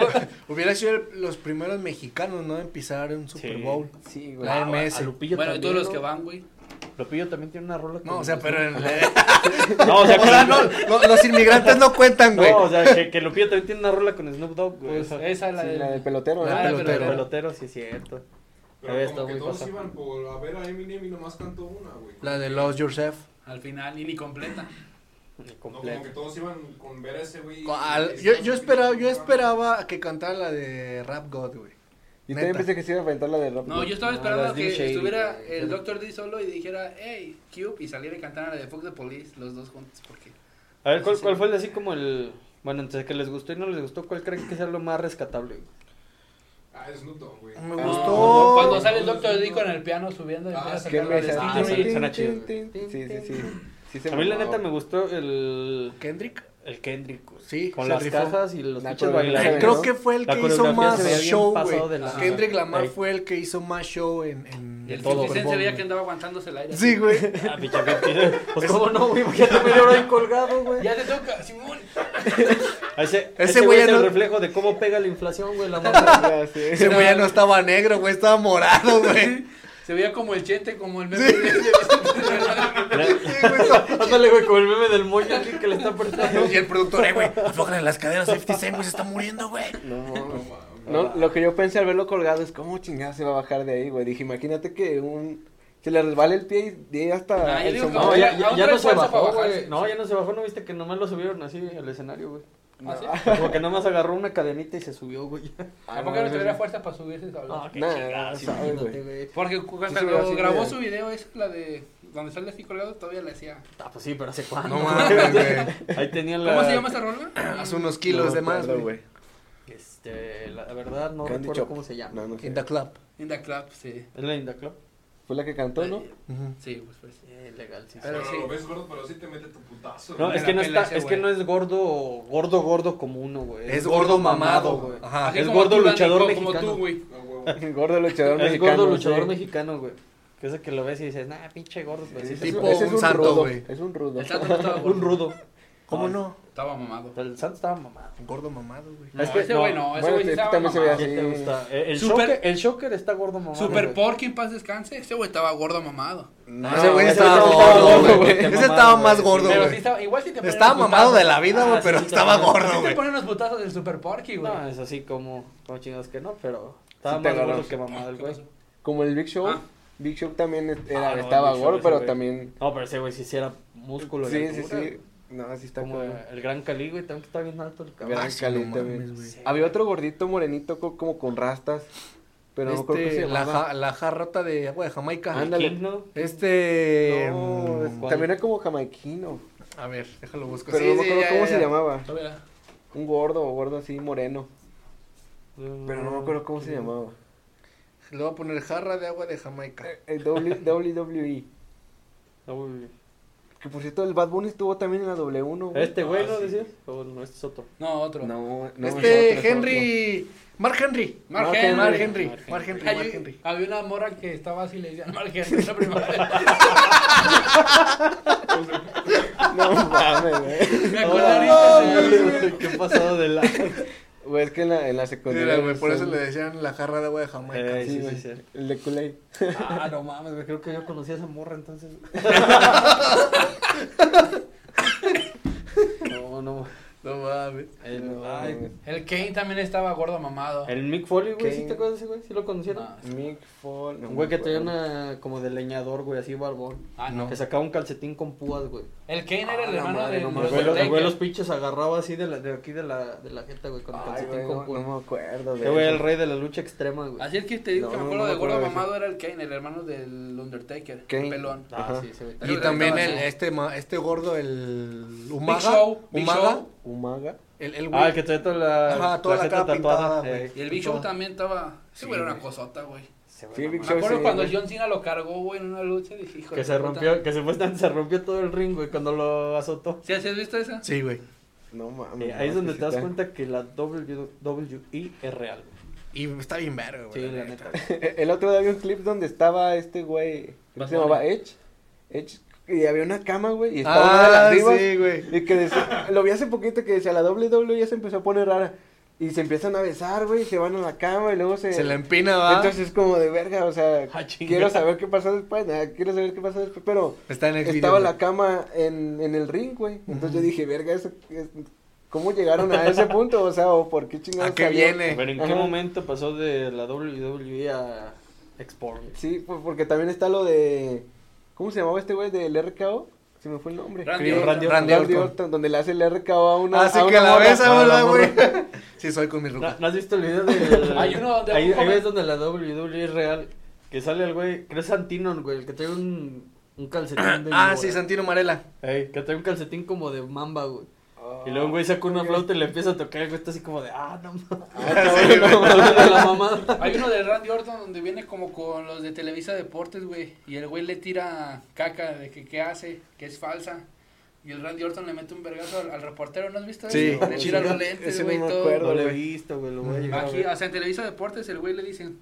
hubiera sido el- los primeros mexicanos, ¿no? En pisar un Super
Sí.
Bowl.
Sí,
güey. La MS.
Ah, A Lupillo
Bueno, y
también,
todos los
¿no?
que van, güey.
Lupillo también tiene una rola.
No,
con-
o sea, pero en-
No, o sea,
o sea,
con-
no, lo- los inmigrantes no cuentan, güey.
No, o sea, que, que Lupillo también tiene una rola con Snoop Dogg, güey.
Pues esa es la
Sí,
de...
la del pelotero,
La
¿no?
del
Ah,
pelotero.
Pero pelotero, sí es cierto.
Pero
Ahí está,
como que
muy
todos
pasado.
iban por a ver a Eminem y nomás cantó una, güey.
La de Lost Yourself.
Al final, y ni completa.
No, como que todos iban con ver a ese güey.
Al- yo, yo esperaba, yo esperaba que cantara la de Rap God, güey.
Y
Neta.
también pensé que se iba a enfrentar la de Rap.
No, yo estaba
No,
esperando
las
que
Dim Shady,
estuviera
güey.
el Dr. D solo y dijera, hey, Cube, y saliera y cantara la de Fuck the Police, los dos juntos, porque...
A ver, ¿cuál, cuál fue el así como el. Bueno, entre que les gustó y no les gustó, ¿cuál creen que sea lo más rescatable? güey?
Ah, Snoop Dogg, güey.
Me
No,
gustó.
no, cuando sale el Dr. D con el piano subiendo y
Ah,
empieza a
sí,
¿Qué
sacar la de
me
Ah,
Sting
sí,
Ray.
suena chido, güey.
Sí, sí, sí. Sí se
A mí, la
mamaba,
neta, me
güey.
gustó el.
Kendrick.
El Kendrick. güey.
Sí,
Con
se
las
rifó.
cajas y los
La
pinches
coreografía
bailarines.
Creo
¿no?
que fue el
La
que hizo
coreografía
más
se veía bien
show,
pasado
güey.
de la-
Kendrick Lamar
Ahí.
fue el que hizo más show en, en
Y el
Todo.
50 Cent se veía
güey.
que andaba aguantándose el aire.
Sí, güey.
Ah, pinche Kendrick. Pues, ¿cómo no, güey? Imagínate media hora ahí colgado, güey.
Ya te toca, Simón.
Ese,
Ese
ese
güey
güey es
ya
el
no-
reflejo de cómo pega la inflación, güey, la morra.
Ya sé.
Ese güey ya no estaba negro, güey, estaba morado, güey.
Se veía como el chente, como el meme.
Sí.
Mira,
Sí, güey, estaba-
Ándale, güey, con el meme del moño aquí que le está apretando.
Y el productor, eh, güey, aflójale las caderas, 50 Cent, güey, se está muriendo, güey.
No,
No, mames.
no, lo que yo pensé al verlo colgado es cómo chingada se va a bajar de ahí, güey. Dije, imagínate que un. Se le resbala el pie y de ahí hasta.
Ah, yo
el
digo,
sombra-
No, ya,
Aún
ya,
trae
ya no se
fuerza para
bajó,
bajarse.
güey. No, ya no se bajó, ¿no viste que nomás lo subieron así al escenario, güey?
¿Ah, sí?
Como que nomás agarró una cadenita y se subió, güey.
¿A poco no tuviera fuerza para subirse y hablar?
Ah, qué
Nah,
chingados,
sí, güey.
imagínate, güey.
Porque cu-
sí,
cuando
sí,
grabó
sí.
su video, es la de donde sale así colgado, todavía le hacía.
Ah, pues sí, pero ¿hace cuándo?
No mames, güey.
Ahí tenía la...
¿Cómo se llama esa rola?
Hace unos kilos de más,
acuerdo,
güey.
Este, la la verdad no
Candy
recuerdo
Shop.
cómo se llama.
No, no sé.
In the club.
In the club, sí.
¿Es la Inda Club?
Fue la que cantó, ¿no?
Ujú.
Sí, pues, pues sí.
Eh, legal, sí.
Pero
Pero
sí.
lo ves gordo, pero sí te mete tu putazo.
No,
güey.
es que no,
Me la
está,
pela ese
es que
güey.
no es gordo, gordo, gordo como uno, güey.
Es gordo mamado, güey. Ajá.
Así
es
como
gordo
tú, Dani,
luchador
como- Como
mexicano.
tú, güey.
No, Ah, huevo.
Gordo luchador
Es
mexicano.
gordo luchador
sí.
mexicano, güey. Que es el que lo ves y dices, nah, pinche gordo. Pero sí,
Ese es
se
Tipo
parece.
ese es
un santo,
rudo,
güey.
Es un rudo.
El santo no estaba gordo.
un rudo.
¿Cómo no?
Estaba mamado.
El santo estaba mamado.
Ah, Gordo mamado, güey.
No,
Es que-
ese
no.
güey no, ese
Bueno,
güey sí
este
estaba
también se veía
mamado.
así.
¿Qué te gusta? Eh, El,
Super-
Shocker, el Shocker está gordo mamado.
Super
güey.
Porky, en paz descanse. Ese güey estaba gordo mamado.
No,
ese güey
ese
estaba
estaba
gordo,
gordo,
güey.
güey.
Ese
Qué
estaba
mamada,
más
güey.
gordo,
Pero sí
güey.
estaba, igual sí te ponían
Estaba
unos
mamado
putazos.
de la vida, güey,
Ah,
pero
sí,
estaba
también.
gordo,
Sí te
güey.
ponen los putazos del Super Porky, güey.
No, es así como, como chingados que no, pero estaba
Sí te
más
agarró.
gordo que mamado el
¿Qué
güey.
pasó?
Como el Big Show.
Ah.
Big Show también es- era-
Ah, no,
estaba
el Big Show,
gordo,
ese
pero
güey.
también.
No, pero ese güey sí, sí era músculo. de
Sí, sí,
altura,
sí.
güey.
No, sí está
Como
como.
el gran Cali, güey, también que está bien alto el cabrón.
Gran
sí,
Cali
no mames,
también.
güey.
Sí.
Había otro gordito morenito co- como con rastas. Pero no creo que
Este,
se
la,
llamaba.
ja- la jarrota de agua de Jamaica.
El
Ándale.
King, ¿no?
Este.
No, es-
mm,
¿cuál?
también era como jamaiquino.
A ver, déjalo busco.
Pero
Sí,
no me
sí,
acuerdo
ya,
cómo
ya,
se
ya.
llamaba.
Todavía.
Un gordo, gordo así, moreno. Pero no me acuerdo cómo se llamaba.
Le voy a
Eh,
poner jarra de agua de Jamaica.
El W- WWE.
No, güey.
E, Que por cierto, el Bad Bunny estuvo también en la W1. güey.
Este güey,
Ah,
¿no
sí.
decías? O no, este es otro.
No, otro.
No, no, es otro,
Este
es
Henry. Mark Henry.
Mark
Mark
Henry.
Henry. Mark Henry.
Mark
Mark Henry.
Ay,
Mark
yo-
Henry.
Había una morra que estaba así y le decían Mark Henry la primera vez.
otro. No mames, güey.
Me acuerdo ahorita, señor.
¿Qué pasado de la...?
Güey, es que en la, en la secundaria.
Mira, güey, por eso
son-
le decían la jarra de agua de Jamaica.
Eh,
Sí,
sí, sí,
güey,
sí.
El de Kool-Aid.
Ah, no mames, güey, creo que yo conocí a esa morra entonces. no, no.
No mames.
El,
No,
ay,
mames.
El Kane también estaba gordo mamado.
el Mick Foley, güey,
¿Qué?
¿sí te acuerdas de ese güey? ¿Sí lo conocieron?
No.
Mick Fall. no
Un güey
me
que tenía
acuerdo.
una como de leñador, güey, así barbón.
Ah, no.
Que sacaba un calcetín con púas, güey.
El Kane era
Ah,
el
la
hermano
madre,
de
no
de
mames. El güey los- el güey los
Undertaker.
pinches agarraba así de, la, de aquí de la, de la jeta, güey, con el
Ay,
calcetín
güey,
con
no,
púas.
no me acuerdo.
Ese güey era el
eso.
rey de la lucha extrema, güey.
Así es que te digo
No,
que me
no
acuerdo
me
de gordo
acuerdo de ese.
mamado era el Kane, el hermano del Undertaker.
Kane.
El pelón.
Ah,
Ajá.
sí, ese güey.
Y
Pero
también
estaba
el,
así.
este, ma- este gordo, el
Big
Umaga.
Show. Big
Umaga.
Show.
Umaga.
El, el güey.
Ah, el que trae toda la,
Ajá, toda la
jeta
cara
tatuada,
pintada, güey.
eh.
Y el Big Show también estaba. Sí, güey, era una cosota, güey.
Sí,
Ese güey,
Big
no
Show,
Me acuerdo
sí,
cuando
güey.
John Cena lo cargó, güey, en una lucha. y Dije, hijo
Que
de
se
puta.
rompió, que supuestamente se rompió todo el ring, güey, cuando lo azotó.
¿Sí, sí has visto esa?
Sí, güey.
No mames.
Eh, ahí es
no,
donde
sí
te das
está.
cuenta que la WWE es real, güey.
Y está bien verga, güey.
Sí, la neta.
El otro día había un clip donde estaba este güey. ¿Cómo se llamaba? Edge. Edge. Y había una cama, güey. Y estaba una de
Ah,
las divas.
sí, güey.
Y que decía- lo vi hace poquito que decía la WWE ya se empezó a poner rara. Y se empiezan a besar, güey. y Se van a la cama y luego se.
Se la empina, va.
Entonces es como de verga, o sea.
Ah, chinga.
quiero saber qué pasó después. nada, quiero saber qué pasó después. Pero
Está en Xvideos,
estaba
güey.
la cama en, en el ring, güey. Entonces yo dije, verga, eso. es- ¿Cómo llegaron a ese punto? O sea, o por qué chingados.
¿A qué
salió?
viene?
Pero ¿en qué
Ajá.
momento pasó de la WWE a Export?
Sí, por- porque también está lo de. ¿Cómo se llamaba este güey del RKO? Se me fue el nombre.
Randy
Creo-
Orton.
Randy
Randy
Orton.
Orton, donde le hace el RKO a una.
Así
a
que
una
la
morra.
besa,
Ah,
¿verdad,
la
güey? Sí, soy con mi
¿No,
ruca.
no has visto el video del...
Hay uno donde
Ahí,
un
ahí
joven-
es donde la WWE es real. Que sale el güey, creo que es Santino, güey, el que trae un, un calcetín de...
Ah,
víbora.
sí, Santino Marela.
Ey, que trae un calcetín como de mamba, güey. Y luego un güey saca una flauta y le empieza a tocar, el güey, está así como de, ah, no mames.
Sí, güey.
de la mamada.
Hay uno de Randy Orton donde viene como con los de Televisa Deportes, güey. Y el güey le tira caca de que qué hace, que es falsa. Y el Randy Orton le mete un vergazo al, al reportero, ¿no has visto? eso?
Sí.
Le tira los
Chinga,
lentes,
ese
güey,
no
y
me
todo.
acuerdo.
No lo he
güey.
visto, güey, lo voy a llegar a
Aquí,
ver.
o sea, en Televisa Deportes el güey le dicen,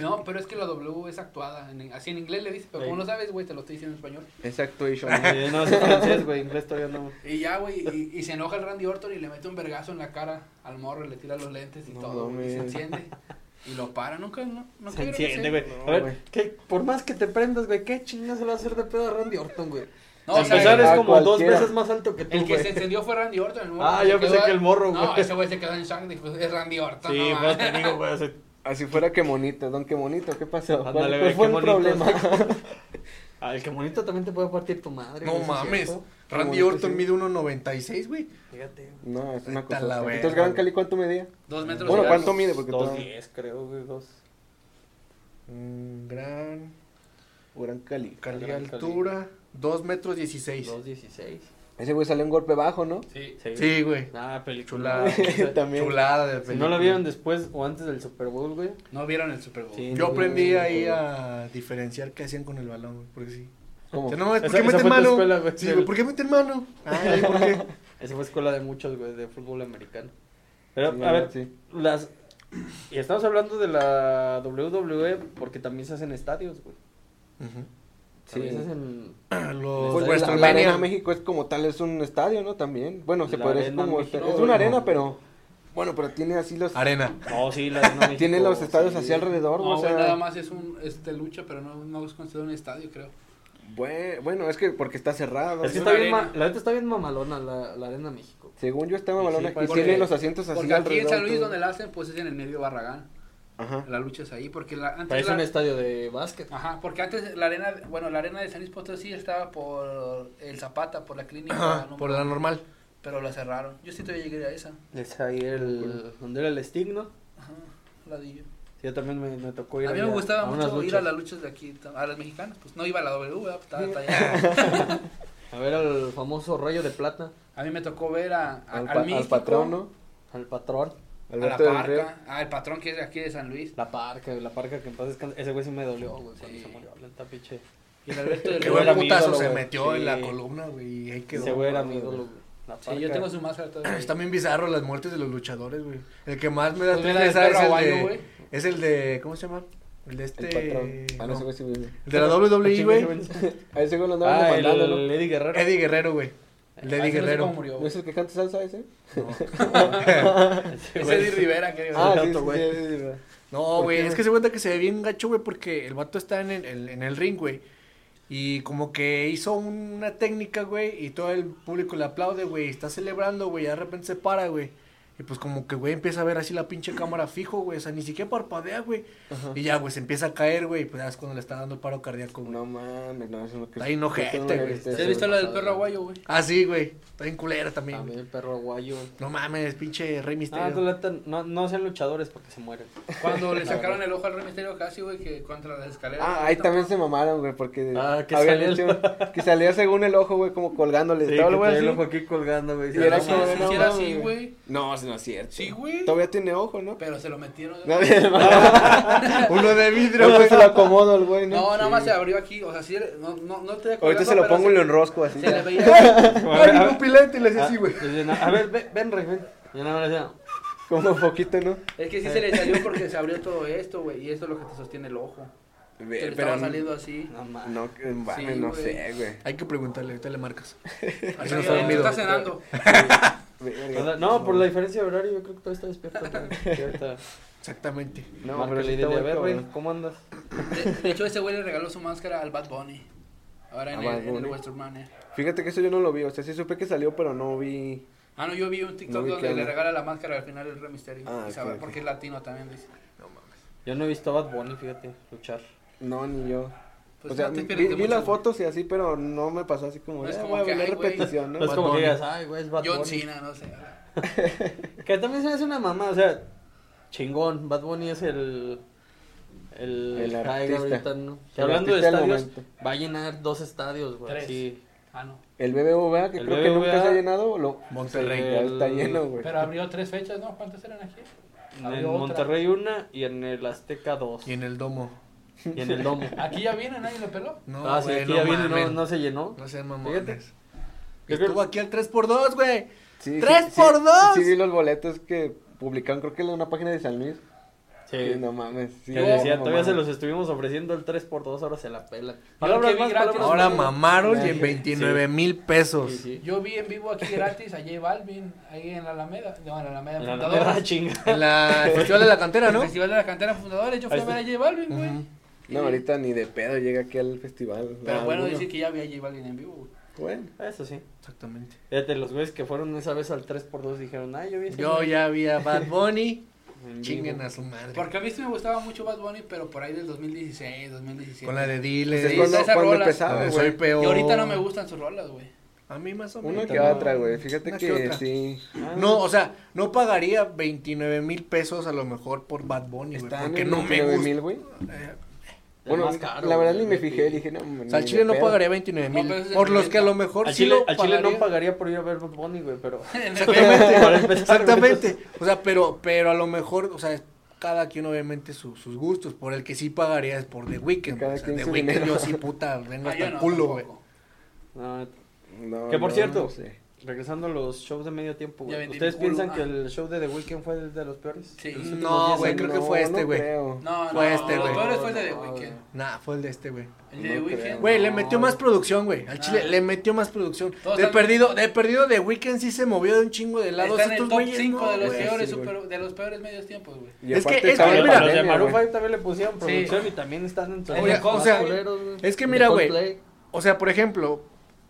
no, pero es que la W es actuada, en- así en inglés le dice, pero como
Ey.
no sabes, güey, te lo estoy diciendo en español.
Exacto, y yo,
Eh, No, es francés, güey, inglés todavía no.
Y ya, güey, y, y se enoja el Randy Orton y le mete un vergazo en la cara al morro, y le tira los lentes y
No
todo, güey, y se
mames.
enciende. Y lo para, nunca, no, no
Se enciende, güey.
No,
a ver,
güey.
¿qué, por más que te prendas, güey, ¿qué chingas se le va a hacer de pedo a Randy Orton, güey?
No,
a
o sea,
empezar
a
es como dos
cualquiera.
veces más alto que tú,
El que
güey.
se encendió fue Randy Orton. El morro
Ah,
se
yo pensé
quedó-
que el morro,
No,
güey.
ese güey se quedó en shock. Dijo, es Randy Orton.
Sí,
no,
pero
mames".
te digo, güey, o sea,
Así fuera que monito, don que monito, ¿qué pasó? ¿Cuál, cuál
Ándale, güey,
fue
qué
el
monito.
problema?
ah, el que bonito también te puede partir tu madre.
No
güey, ¿sí es
mames.
cierto?
Randy
Como
Orton mide
este,
1.96, güey.
Fíjate. güey.
No, es una
Está
cosa.
la verga,
Entonces, Gran
güey.
Cali, ¿cuánto medía?
Dos metros
Bueno,
y
¿cuánto
algo.
mide? Porque
Dos
todo.
diez, creo, güey, dos.
Mm, gran
Gran Cali.
calidad
Gran Cali.
altura. 2 metros 16.
Dos dieciséis.
Ese güey salió un golpe bajo, ¿no?
Sí.
Sí, güey.
Ah,
Chulada.
película. Si
También.
Chulada de película.
no la vieron después o antes del Super Bowl, güey.
No vieron el Super Bowl.
Sí,
Yo
no,
aprendí
güey,
ahí
güey.
a diferenciar qué hacían con el balón, güey, porque sí.
¿Cómo?
O sea, no mames, ¿por
Esa-
qué
esa
meten
fue tu
mano?
escuela, güey.
Sí, güey, ¿por qué meten mano? Ay, ¿por qué?
Esa fue escuela de muchos, güey, de fútbol americano. Pero,
Sí,
a ver,
sí.
las... Y estamos hablando de la WWE porque también se hacen estadios, güey.
Ujú.
También
Sí.
se hacen...
Los
Pues,
Pues,
la- la,
WrestleMania.
Arena México es como tal, es un estadio, ¿no? También. Bueno, se
La
podría es
Arena
como.
México,
es
güey,
una arena,
no.
pero. Bueno, pero tiene así los.
Arena.
No, Oh, sí, la Arena México,
Tiene los estadios
sí.
así alrededor,
No,
o sea.
güey, nada más es un este lucha, pero no, no es considerado un estadio, creo.
bue- Bueno, es que porque está cerrado.
Es que
¿no?
está
una
bien, ma-
arena.
la neta está bien mamalona la, la Arena México.
Según yo está
Sí,
mamalona
sí,
y
porque-
Pues, tiene los asientos así
pues, Porque aquí en
alrededor,
San Luis,
todo.
donde la hacen, pues es en el medio Barragán.
Ajá.
La lucha es ahí. Porque la, antes.
Parece
la-
un estadio de básquet.
Ajá, porque antes la arena, bueno, la arena de San Luis Potosí estaba por el Zapata, por la clínica,
Ajá,
no
por
me-
la normal.
pero la cerraron. Yo sí todavía llegué a esa.
Es ahí el... donde era el estigno.
Ajá, la di yo.
Sí, yo también me, me tocó ir
a mí me
allá,
gustaba
unas
mucho ir a
luchas.
las luchas de aquí, tam- a las mexicanas. Pues no iba a la W, ¿verdad? Pues, Estaba- estaba allá.
A ver al famoso rayo de plata,
A mí me tocó ver a, a-
Al,
al,
pa- al
místico,
patrón, ¿no?
al patrón,
a la
Alberto del Río.
parca, al patrón que es de aquí de San Luis.
la parca, la parca que en paz descanse. Ese güey sí me dolió, güey, cuando
Sí.
se murió. La neta, pinche
Y el Alberto del
Qué
Yo era
buen
mi
putazo
ídolo,
se
güey.
metió en la
Sí.
columna, güey. y Ahí quedó.
Ese güey era mi ídolo, güey. La
Sí, yo
parca. Ah,
tengo su máscara todavía.
Pues,
Están bien bizarros las muertes de los luchadores, güey. El que más me da
Pues mira, el
tristeza es
perro
el
aguayo,
de...
güey.
Es el de... ¿Cómo se llama? El de
El
este...
patrón. Ah, no,
no,
ese güey sí vive.
el de la WWE, güey.
A ese güey lo andaban
Ah, el,
demandando, ¿no?
Eddie Guerrero.
Eddie Guerrero, güey. El de
Ah, ese
Eddie
no sé
Guerrero.
cómo murió,
¿No
güey.
es el que canta salsa ese?
Ese
Ese
güey.
Eddie Rivera, que
Ah,
el
sí,
otro
sí,
güey.
sí, sí, sí,
No, güey, es que se cuenta que se ve bien gacho, güey, porque el vato está en el, el- en el ring, güey. Y como que hizo una técnica, güey, y todo el público le aplaude, güey, y está celebrando, güey, y de repente se para, güey. Y pues como que, güey, empieza a ver así la pinche cámara fijo, güey, o sea, ni siquiera parpadea, güey.
Ajá.
Y ya, güey, se empieza a caer, güey, y pues ya es cuando le están dando paro cardíaco, güey.
No mames, no, eso no
Está bien ojete,
eso no lo
güey.
viste,
¿Sí
eso
¿Has visto
no
la
lo
del perro
pasaba.
aguayo, güey?
Ah, sí, güey, está bien culera también. güey.
También el perro aguayo.
No mames, pinche Rey Misterio.
Ah, tú la tan- no, no sean luchadores porque se mueren.
Cuando le
Claro.
sacaron el ojo al Rey Misterio casi, güey, que contra las escaleras.
Ah, ahí también se mamaron, güey, porque
Ah, que
habían
salía el-
hecho- que salía según el ojo, güey, como colgándole.
Sí,
Estaba el
que
güey
traía el
así.
ojo aquí colgando,
Y
güey.
era
No,
Sí,
como,
mames.
sí,
no
sí era
mames.
así, güey.
No, eso no es cierto.
Sí, güey.
Todavía tiene ojo, ¿no?
Pero se lo metieron.
No, Uno de vidrio, güey. se lo acomodo al güey, ¿no?
No, nada más
Sí.
se abrió aquí. O sea, sí, no, no, no te
Ahorita se lo pongo y lo enrosco así.
Se le veía.
Ay, un pilete, le decía
Ah,
así, güey.
dice, no, A ver, ven, ven, Rey, ven. Yo nada más le decía,
Como un poquito, ¿no?
Es
Eh.
que sí se le salió porque se abrió todo esto, güey. Y esto es lo que te sostiene el ojo. Te le estaba saliendo así.
no mames.
No, que- mames,
Sí,
no
güey.
sé, güey.
Hay que preguntarle, ahorita le marcas.
Así
no
que
está dormido.
está cenando.
Verga.
Pues, No, por la diferencia de horario, yo creo que todavía está despierto. güey. Que ahorita-
Exactamente.
No,
Márcale
pero sí
y
está
dile, a
bueno,
ver,
cabrón.
güey, ¿cómo andas?
De, de hecho, ese güey le regaló su máscara al Bad Bunny. Ahora en,
A
el,
Bad
en el eh.
Bunny.
Westermania.
Fíjate que eso yo no lo vi, o sea, sí supe que salió, pero no vi.
Ah, no, yo vi un TikTok
No vi que
donde le
habla.
regala la máscara al final el Rey Misterio.
Ah,
y
ok,
sabe,
ok.
porque es latino también, dice.
Yo no he visto a Bad Bunny, fíjate, luchar.
No, ni yo.
Pues
o sea,
no te
vi,
pierdes de
vi
mucho,
las
güey.
fotos y así, pero no me pasó así como,
No es
"Ah,
como
güey,
que,
la
"Ay, güey".
repetición, ¿no?
No es
Bad
como que
Bunny.
digas, ay, güey, es Bad
John
Bunny.
Cena, no sé.
Que también se me hace una mamá, o sea, chingón. Bad Bunny es el. El,
El
high
artista.
ahorita, ¿no? Que
El
hablando
artista
de
del
estadios,
momento.
va a llenar dos estadios, güey.
Tres.
así.
Ah, no.
El BBVA, que
El
creo que
BBVA.
nunca se ha llenado, lo...
Monterrey.
ya está
El-
lleno, güey.
Pero abrió tres fechas, ¿no? ¿Cuántas eran aquí?
Pues En
Abrió
el
otra.
Monterrey una y en el Azteca dos.
Y en el domo.
Y en el Domo.
Aquí ya viene, nadie lo peló.
No,
ah, sí,
güey,
aquí
no
ya viene, no,
mamen.
no se llenó.
No sean mamones.
Yo
Estuvo
creo-
aquí al 3x2, güey.
Sí,
¡Tres
sí, sí,
por dos!
Sí, vi los boletos que publicaron, creo que en una página de San Luis.
Sí.
Que no mames. Sí,
Que
no,
decía,
no
todavía
mames.
se los estuvimos ofreciendo el 3x2, ahora se la pelan.
que vi gratis,
palabras
Ahora
Sí.
mamaron y en
Sí.
29 mil pesos.
Sí, sí.
Yo vi en vivo aquí gratis a J Balvin, ahí en la Alameda. No, en la Alameda
En la
Fundadora.
Alameda, chinga.
En la el Festival de la Cantera,
El
¿no?
Festival de la Cantera Fundadores, yo fui a ver a J Balvin, güey.
Ujú.
No, ahorita ni de pedo llega aquí al festival.
Pero
Ah,
bueno,
alguno.
dice que ya había J Balvin en vivo, güey.
Bueno.
Eso sí.
Exactamente.
Fíjate, los güeyes que fueron esa vez al 3x2 dijeron, ay, yo vi ese
Yo
güey
ya vi a Bad Bunny.
en vivo".
Chinguen a su madre.
Porque a mí sí me gustaba mucho Bad Bunny, pero por ahí del 2016, 2017.
Con la de Dile.
Pues es
sí,
cuando,
esa
cuando
rola.
la
empezaba,
de
güey.
Soy peor.
Y ahorita no me gustan sus rolas, güey.
A mí más o menos.
Una que
no.
otra, güey. Fíjate
Una
que,
otra.
sí.
Ah,
No, o sea, no pagaría 29 mil pesos a lo mejor por Bad Bunny, güey.
Están
Porque
en
no me
29,000,
gusta.
güey.
Eh,
es
Bueno,
más caro,
la verdad
güey,
ni me
de
fijé.
que-
Dije, no,
O
ni
sea, al
de
Chile no
pedo.
pagaría 29
No, pero
mil.
eso es
por los que a lo mejor
Al
sí
Chile,
lo
al Chile no
pagaría.
pagaría por ir a ver Bad Bunny, güey, pero... Para
Exactamente.
empezar,
Exactamente. O sea, pero, pero a lo mejor, o sea, cada quien obviamente su- sus gustos. Por el que sí pagaría es por The Weeknd.
Cada
o sea,
quien
The
su
Weeknd
dinero.
yo sí, puta, vengo
Ah, yo
hasta el
no,
culo, güey.
tampoco.
No,
No,
Que por
no,
cierto.
no sé.
regresando a los shows de medio tiempo,
Ya
güey.
vendí
¿Ustedes
mi culo.
piensan que
Ah.
el show de The Weeknd fue el de los peores?
Sí.
Los últimos
No,
diez
güey,
años.
creo que fue este,
no
güey.
creo.
No,
Fue
no,
este,
los
güey.
peores fue el de The
No,
Weeknd.
Nah, fue el de este, güey.
El de The
No
Weeknd.
creo.
Güey, le
No,
metió
güey.
más producción, güey. Al Chile
Ah.
le metió más producción.
Todos
de
están-
perdido, de perdido de Weekend sí se movió de un chingo de lados.
Está en el
Estos
top
güeyes
5
no,
de los
güey.
peores,
Sí, güey.
super- de los peores medios tiempos, güey.
Y
Es
aparte
que- es
estaba
que,
la
Pero
mira,
los de
pandemia,
Maroon
güey.
5 también le pusieron producción y también están en
Oye,
los
o
más
sea,
culeros, güey.
es que
El de
mira, güey,
Coldplay.
O sea, por ejemplo,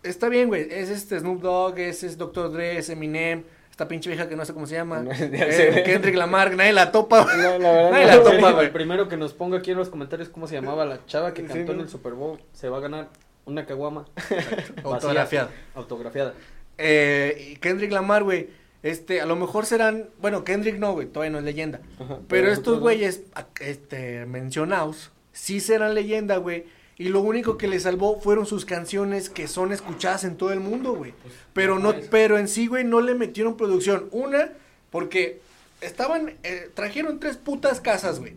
está bien, güey. Es este Snoop Dogg, es, es Dr. Dre, es Eminem. Esta pinche vieja que no sé cómo se llama.
No, ya
eh,
sé, güey.
Kendrick Lamar, nadie la topa. güey.
No, la verdad
Nadie
no.
la topa, güey.
El primero que nos ponga aquí en los comentarios cómo se llamaba la chava que
Sí,
cantó en
¿no?
el Super Bowl se va a ganar una caguama vacía,
Autografiada.
autografiada.
Eh, y Kendrick Lamar, güey. Este, a lo mejor serán. Bueno, Kendrick no, güey, todavía no es leyenda.
Ajá,
Pero
nosotros
estos
no.
güeyes, a- este, mencionados, sí serán leyenda, güey. Y lo único que les salvó fueron sus canciones que son escuchadas en todo el mundo, güey.
Pues,
Pero no, pero en sí, güey, no le metieron producción. Una, porque estaban, eh, trajeron tres putas casas, güey.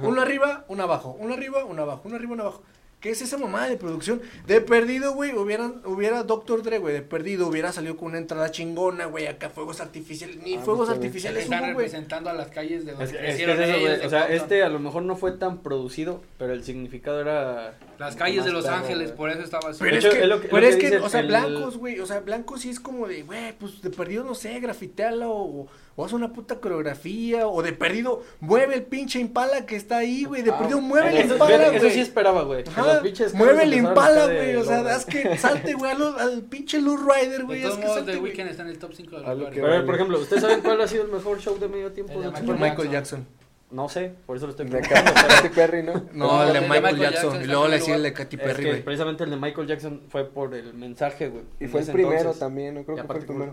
Una arriba, una abajo, una arriba, una abajo, una arriba, una abajo. ¿Qué es esa mamada de producción? De perdido, güey, hubieran, hubiera Doctor Dre, güey, de perdido, hubiera salido con una entrada chingona, güey, acá fuegos artificiales, ni
Ah,
fuegos
no sé, güey.
artificiales
Están
hubo, güey.
representando a las calles de donde
Es que- es que
crecieron
es eso,
ellos,
güey,
de
O sea,
Compton.
este a lo mejor no fue tan producido, pero el significado era.
Las calles de
más
Los
perro,
Ángeles,
güey.
por eso estaba así.
Pero
De
es
hecho,
que,
es lo que-
pero
lo que
es que,
dice
o sea,
el-
blancos, güey, o sea, blancos sí es como de, güey, pues de perdido, no sé, grafiteala o, o haz una puta coreografía, o de perdido, mueve el pinche impala que está ahí, güey, de
Ah,
perdido, mueve el
eso,
impala,
fíjate, eso sí
güey.
esperaba, güey. que
Ajá,
los pinches
mueve
carros
el
empezaran
impala,
acá de
güey, o sea,
lobo.
haz que salte, güey, al, al pinche Lou Rider, güey,
De
haz
todos
que
modos,
salte,
The
güey.
Weeknd está en el top 5 de
A
los
lo
lugares.
que
Pero,
vale.
por ejemplo, ¿ustedes saben cuál ha sido el mejor show de medio tiempo?
El de
de
Michael
Por
Superman?
Michael Jackson.
No sé, por eso lo estoy
De
preguntando.
Katy Perry, ¿no?
No, el de
el de
Michael,
Michael
Jackson,
Jackson
y luego
está
le
en
sigue el de
lugar.
Katy
Es
Perry,
que
güey.
precisamente el de Michael Jackson fue por el mensaje, güey.
Y
en
fue el
ese
primero
entonces.
también, no creo
Y
que fue el
aparte fue
primero.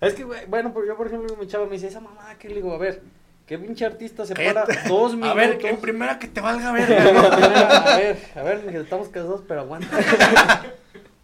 por- Es que, güey, bueno, pero yo, por ejemplo, mi chava me dice, esa mamá, ¿qué le digo? A ver, ¿qué pinche artista se para
Cállate.
dos minutos?
A ver, en primera que te valga ver.
a ver, a ver, mija, estamos casados, pero aguanta.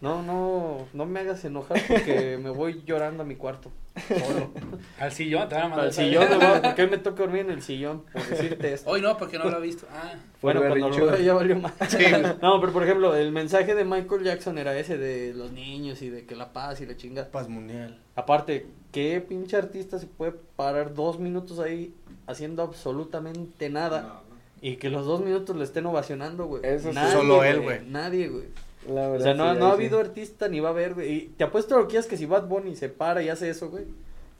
No, no, no me hagas enojar porque me voy llorando a mi cuarto. Solo.
Al sillón, te van a mandar
Al sillón, me voy- porque hoy me toca dormir en el sillón, por decirte esto.
Hoy no, porque no lo he visto. Ah,
Bueno,
Por
cuando lo
berrinchuda.
vea ya valió más.
Sí, güey.
No, pero por ejemplo, el mensaje de Michael Jackson era ese de los niños y de que la paz y la chinga.
Paz mundial.
Aparte, ¿qué pinche artista se puede parar dos minutos ahí haciendo absolutamente
Ah,
nada? Y que los dos minutos le estén ovacionando, güey.
Eso sí.
Nadie,
Solo él, güey.
Nadie, güey.
La
O
verdad,
sea, no,
sí,
no ha
ahí
habido
sí.
artista ni va a haber, güey. Y te apuesto lo que quieras que si Bad Bunny se para y hace eso, güey,